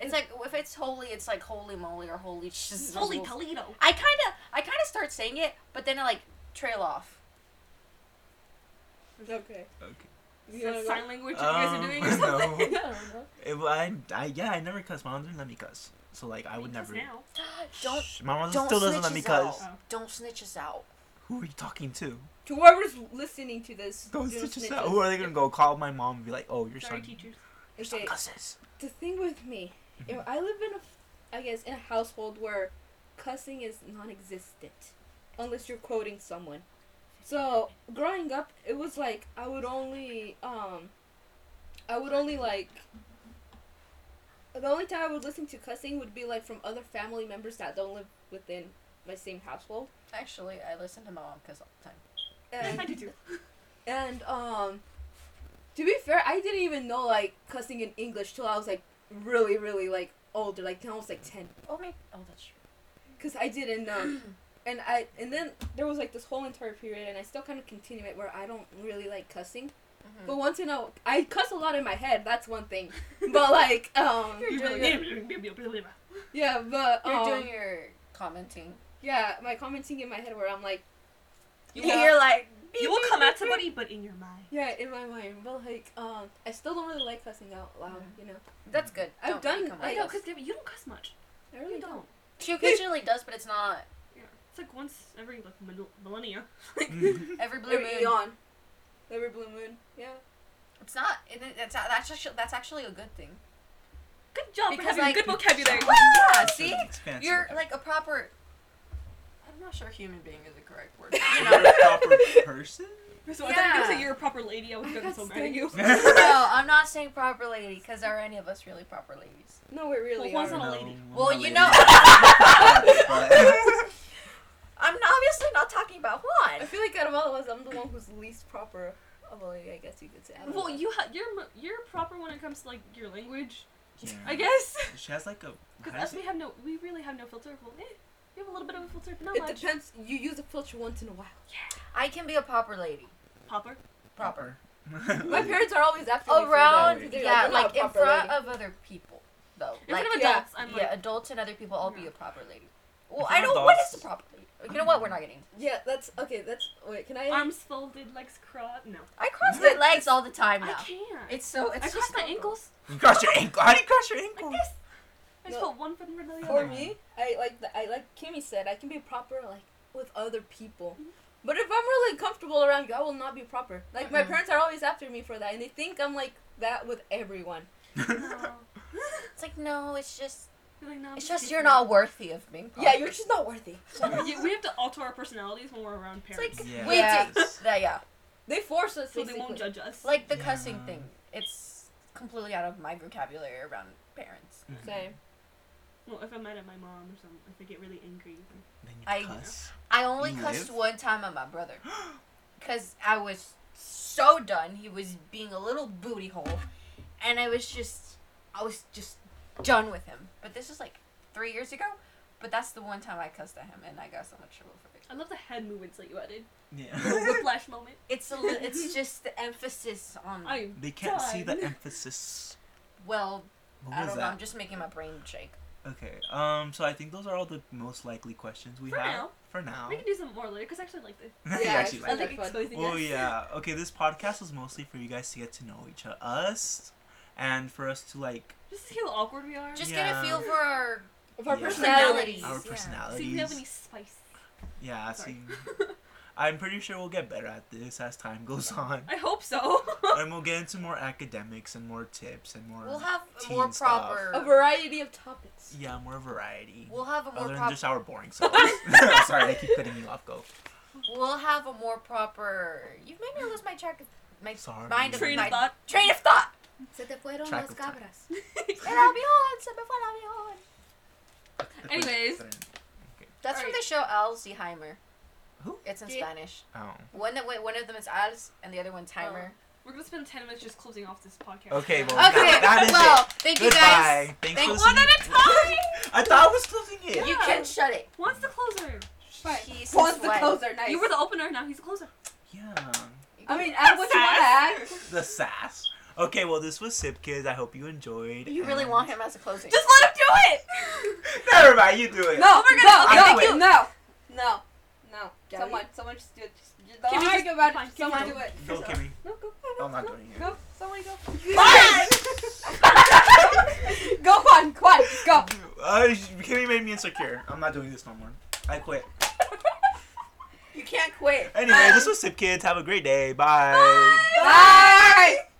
Speaker 1: It's like if it's holy, it's like holy moly or holy *laughs* shizzle.
Speaker 3: holy Toledo.
Speaker 1: I kind of I kind of start saying it, but then I like trail off.
Speaker 2: Okay.
Speaker 4: Okay.
Speaker 2: You
Speaker 3: Is that
Speaker 2: wanna go? *laughs*
Speaker 3: sign language that you guys are doing or
Speaker 4: Um, no.
Speaker 3: something?
Speaker 2: I don't know.
Speaker 4: It, well, I, I yeah, I never cuss. My mom didn't let me cuss, so like *laughs* I would
Speaker 3: Because
Speaker 4: never.
Speaker 3: Now.
Speaker 1: Don't
Speaker 4: Shh, my mom
Speaker 1: don't
Speaker 4: still doesn't let me
Speaker 1: snitch us
Speaker 4: cuss.
Speaker 1: out.
Speaker 3: Oh.
Speaker 1: Don't snitch us out.
Speaker 4: Who are you talking to?
Speaker 2: To whoever's listening to this,
Speaker 4: Go
Speaker 2: do
Speaker 4: snitch us
Speaker 2: snitches.
Speaker 4: out. Who are they gonna go call my mom and be like, oh, your
Speaker 3: Sorry,
Speaker 4: son,
Speaker 3: teachers.
Speaker 4: your son
Speaker 1: *laughs*
Speaker 2: Okay,
Speaker 4: cusses. *laughs*
Speaker 2: the thing with me, if
Speaker 4: Mm-hmm.
Speaker 2: I live in a, f- I guess, in a household where cussing is non-existent, unless you're quoting someone. So growing up, it was like I would only, um, I would only like. The only time I would listen to cussing would be like from other family members that don't live within my same household.
Speaker 1: Actually, I listen to my mom cuss all the time.
Speaker 2: And
Speaker 3: *laughs* I
Speaker 1: *laughs*
Speaker 3: do too.
Speaker 2: And um to be fair, I didn't even know like cussing in English till I was like really really like older, like almost like 10
Speaker 1: Oh me. Oh, that's true.
Speaker 2: cuz I didn't know. and I and then there was like this whole entire period and I still kind of continue it where I don't really like cussing.
Speaker 1: Mhm.
Speaker 2: But once in a I cuss a lot in my head, that's one thing. but like um
Speaker 3: You're
Speaker 2: yeah,
Speaker 3: *laughs* doing
Speaker 2: yeah, but
Speaker 1: You're
Speaker 2: um,
Speaker 1: doing your commenting.
Speaker 2: yeah, my commenting in my head where I'm like
Speaker 3: You
Speaker 2: you know,
Speaker 3: will-
Speaker 1: you're like
Speaker 3: You will come at somebody, but in your mind.
Speaker 2: yeah, in my mind, but like um I still don't really like cussing out loud, you know.
Speaker 1: That's good.
Speaker 2: I've
Speaker 1: Don't
Speaker 2: done-
Speaker 1: come
Speaker 2: I
Speaker 1: at
Speaker 2: know,
Speaker 1: us.
Speaker 3: you don't cuss much.
Speaker 2: I really
Speaker 3: you
Speaker 2: don't.
Speaker 3: don't.
Speaker 1: She occasionally does, but it's not
Speaker 3: Yeah. It's like once every like mil- millennia.
Speaker 4: Mm.
Speaker 2: *laughs*
Speaker 1: every blue
Speaker 2: Every
Speaker 1: moon.
Speaker 2: eon. Every blue moon. *laughs* Yeah.
Speaker 1: It's not. It, it's not, that's actually that's actually a good thing.
Speaker 3: Good job
Speaker 1: Because,
Speaker 3: for having
Speaker 1: like-
Speaker 3: *laughs* good vocabulary.
Speaker 1: Yeah, see,
Speaker 4: Expansive.
Speaker 1: you're
Speaker 3: *laughs*
Speaker 1: like a proper. I'm not sure human being is the correct word. *laughs* You
Speaker 4: You're
Speaker 1: know.
Speaker 4: a proper
Speaker 3: *laughs*
Speaker 4: person.
Speaker 3: So I thought you were gonna
Speaker 1: Yeah.
Speaker 3: say you're a proper lady. I was gonna so mad at
Speaker 2: *laughs*
Speaker 3: you.
Speaker 1: no, I'm not saying proper lady because are any of us really proper ladies?
Speaker 2: No, we really
Speaker 3: Well, one's
Speaker 2: are.
Speaker 3: not a
Speaker 4: No,
Speaker 3: lady.
Speaker 4: I'm
Speaker 1: Well,
Speaker 4: not
Speaker 1: you
Speaker 4: lady. *laughs*
Speaker 1: know-
Speaker 4: But-
Speaker 1: I'm not- obviously not talking about
Speaker 2: I
Speaker 1: Juan.
Speaker 2: feel like out of all of us, I'm the one who's least proper. of all I guess you could say. I don't
Speaker 3: *laughs* Well,
Speaker 2: know.
Speaker 3: you ha- you're mo- you're proper when it comes to like your language,
Speaker 4: Yeah.
Speaker 3: I guess. *laughs*
Speaker 4: She has like a.
Speaker 3: Because
Speaker 4: how does
Speaker 3: us, we have no, we really have no filter. Well, eh, we have a little bit of a filter, but not
Speaker 2: It
Speaker 3: much.
Speaker 2: depends. You use a filter once in a while.
Speaker 1: I can be a proper lady.
Speaker 3: Popper.
Speaker 1: Proper.
Speaker 4: *laughs*
Speaker 2: My
Speaker 4: Mm.
Speaker 2: parents are always after me for that.
Speaker 1: Around,
Speaker 2: They're
Speaker 1: yeah,
Speaker 2: "You're not
Speaker 1: like
Speaker 2: a
Speaker 1: in
Speaker 2: proper
Speaker 1: front
Speaker 2: lady."
Speaker 1: of other people, though.
Speaker 3: In
Speaker 1: Like,
Speaker 3: front of
Speaker 2: yeah,
Speaker 3: adults, I'm
Speaker 1: yeah,
Speaker 3: like,
Speaker 1: adults and other people, I'll be
Speaker 3: Yeah.
Speaker 1: a proper lady. Well,
Speaker 4: front
Speaker 1: I
Speaker 4: of
Speaker 1: don't. What is
Speaker 4: adults-
Speaker 1: the proper lady? You know what? We're not getting.
Speaker 2: Yeah, that's okay. That's wait. Can I?
Speaker 3: arms folded, legs crossed. No,
Speaker 1: I cross my legs all the time
Speaker 3: I
Speaker 1: now.
Speaker 3: can't.
Speaker 1: It's so. It's
Speaker 3: I
Speaker 1: just
Speaker 3: cross my
Speaker 1: normal.
Speaker 3: ankles
Speaker 4: You cross your ankle. How do you cross your
Speaker 3: like
Speaker 4: ankle? *laughs*
Speaker 3: this. I just
Speaker 2: No.
Speaker 3: put one foot in front of the
Speaker 2: For
Speaker 3: *laughs* other.
Speaker 2: me, I like the, I like Kimmy said. I can be proper like with other people. But if I'm really comfortable around you, I will not be proper. Like my
Speaker 1: Mhm.
Speaker 2: parents are always after me for that, and they think I'm like that with *laughs* everyone.
Speaker 3: No.
Speaker 1: It's like no. It's just.
Speaker 3: Oh. You're like, no,
Speaker 1: It's
Speaker 3: I'm
Speaker 1: just you're not worthy of being. Proper. *laughs*
Speaker 2: Yeah, you're just not worthy.
Speaker 3: different. *laughs* Yeah, we have to alter our personalities when we're around
Speaker 1: It's
Speaker 3: parents,
Speaker 1: like
Speaker 4: Yeah.
Speaker 1: we
Speaker 2: Yeah.
Speaker 1: did that. Yeah.
Speaker 2: They force us.
Speaker 3: so they won't
Speaker 2: basically.
Speaker 3: judge us.
Speaker 1: Like the
Speaker 4: Yeah.
Speaker 1: cussing thing. It's completely out of my vocabulary around parents.
Speaker 2: Same.
Speaker 3: well, if I'm mad at my mom or something, if I get really angry,
Speaker 4: Then you
Speaker 1: I-
Speaker 4: cuss.
Speaker 1: I only
Speaker 4: You
Speaker 1: cussed
Speaker 4: live?
Speaker 1: one time at my
Speaker 4: *gasps*
Speaker 1: brother, cause I was so done. He was being a little booty hole, and I was just, I was just done with him. But this was like three years ago. But that's the one time I cussed at him, and I got so much trouble for it.
Speaker 3: I love the head movements that you
Speaker 4: *laughs*
Speaker 3: added. *laughs* The
Speaker 4: Yeah.
Speaker 3: whiplash
Speaker 4: *laughs*
Speaker 3: moment.
Speaker 1: It's a li- it's just the emphasis on
Speaker 3: I
Speaker 4: They can't see the
Speaker 3: Done.
Speaker 4: emphasis.
Speaker 1: well,
Speaker 4: What
Speaker 1: I
Speaker 4: was
Speaker 1: don't know.
Speaker 4: that?
Speaker 1: I'm just making my brain shake.
Speaker 4: Okay. Um. So I think those are all the most likely questions we
Speaker 3: For
Speaker 4: have
Speaker 3: now.
Speaker 4: for now. *laughs*
Speaker 3: we can do some more later because I actually like this.
Speaker 4: You
Speaker 2: Yeah,
Speaker 4: actually
Speaker 2: it's
Speaker 4: like
Speaker 3: I
Speaker 2: Like
Speaker 3: like
Speaker 2: that.
Speaker 3: exposing
Speaker 4: Oh
Speaker 3: us.
Speaker 4: yeah. Okay, this podcast was mostly for you guys to get to know each of us and for us to like
Speaker 3: Just see how awkward we are.
Speaker 1: Just
Speaker 4: Yeah.
Speaker 1: get a feel for our
Speaker 2: Of our
Speaker 4: Yeah.
Speaker 2: personalities.
Speaker 1: Personalities.
Speaker 4: our
Speaker 1: Yeah.
Speaker 4: personalities.
Speaker 3: see if we *laughs* have any spice.
Speaker 4: yeah,
Speaker 3: Sorry. *laughs*
Speaker 4: see I'm pretty sure we'll get better at this as time goes on.
Speaker 3: I hope so.
Speaker 4: and we'll get into more academics and more tips and more
Speaker 1: We'll have a
Speaker 4: teen
Speaker 1: more
Speaker 4: stuff.
Speaker 1: proper.
Speaker 2: A variety of topics.
Speaker 4: yeah, more variety.
Speaker 1: We'll have a more
Speaker 4: other than
Speaker 1: proper.
Speaker 4: just our
Speaker 3: *laughs*
Speaker 4: boring selves. *laughs* Sorry, I keep cutting you off. Go.
Speaker 1: we'll have a more proper. You've made me lose my track of my
Speaker 4: Sorry.
Speaker 1: mind of
Speaker 3: Train
Speaker 1: my
Speaker 3: of thought. *laughs*
Speaker 1: train of thought.
Speaker 2: Se te fueron
Speaker 4: Track las of time.
Speaker 1: El avión, se me fue el avión.
Speaker 3: Anyways.
Speaker 1: That's from
Speaker 3: Alright.
Speaker 1: the show Alzheimer.
Speaker 4: Who?
Speaker 1: It's in
Speaker 2: Yeah.
Speaker 1: Spanish.
Speaker 4: Oh.
Speaker 1: One that wait, one of them is Alz and the other one's Heimer.
Speaker 3: We're gonna spend ten minutes just closing off this podcast.
Speaker 4: Okay, well,
Speaker 1: Okay,
Speaker 4: Oh. *laughs* that, that is
Speaker 1: well,
Speaker 4: it.
Speaker 1: thank you guys.
Speaker 4: Goodbye. Thanks
Speaker 1: Thank-
Speaker 4: for
Speaker 3: One
Speaker 4: listening.
Speaker 3: at a time.
Speaker 4: *laughs* I thought I was closing it.
Speaker 1: You can shut it.
Speaker 3: One's the closer.
Speaker 2: Fine.
Speaker 1: Jesus,
Speaker 2: One's the
Speaker 1: what?
Speaker 2: closer. Nice.
Speaker 3: You were the opener. Now he's the closer.
Speaker 4: Yeah.
Speaker 2: I mean, add what you want to add.
Speaker 3: *laughs*
Speaker 4: The sass. Okay, well, this was Sip Kids. I hope you enjoyed.
Speaker 1: You really
Speaker 4: and-
Speaker 1: want him as a closer?
Speaker 3: Just let him do it.
Speaker 4: *laughs* Never mind, you do it.
Speaker 2: No,
Speaker 3: we're gonna-
Speaker 2: no,
Speaker 4: okay,
Speaker 2: no,
Speaker 4: thank you.
Speaker 2: no, no, no.
Speaker 3: Gabby?
Speaker 2: Someone, someone just do it. Just, just,
Speaker 3: Kimmy,
Speaker 2: don't
Speaker 3: just-
Speaker 2: argue about
Speaker 3: fine,
Speaker 2: it.
Speaker 3: Kimmy,
Speaker 2: Someone
Speaker 3: go.
Speaker 2: do it.
Speaker 4: Go, Kimmy.
Speaker 3: No, go.
Speaker 4: I'm not doing it.
Speaker 2: Go. Someone go.
Speaker 4: *laughs* Fine!
Speaker 2: *laughs* go on, go on, go.
Speaker 4: Uh, Kimmy made me insecure. I'm not doing this no more. I quit.
Speaker 1: You can't quit. Ah!
Speaker 4: Anyway, this was Sip Kids. Have a great day. Bye.
Speaker 2: Bye.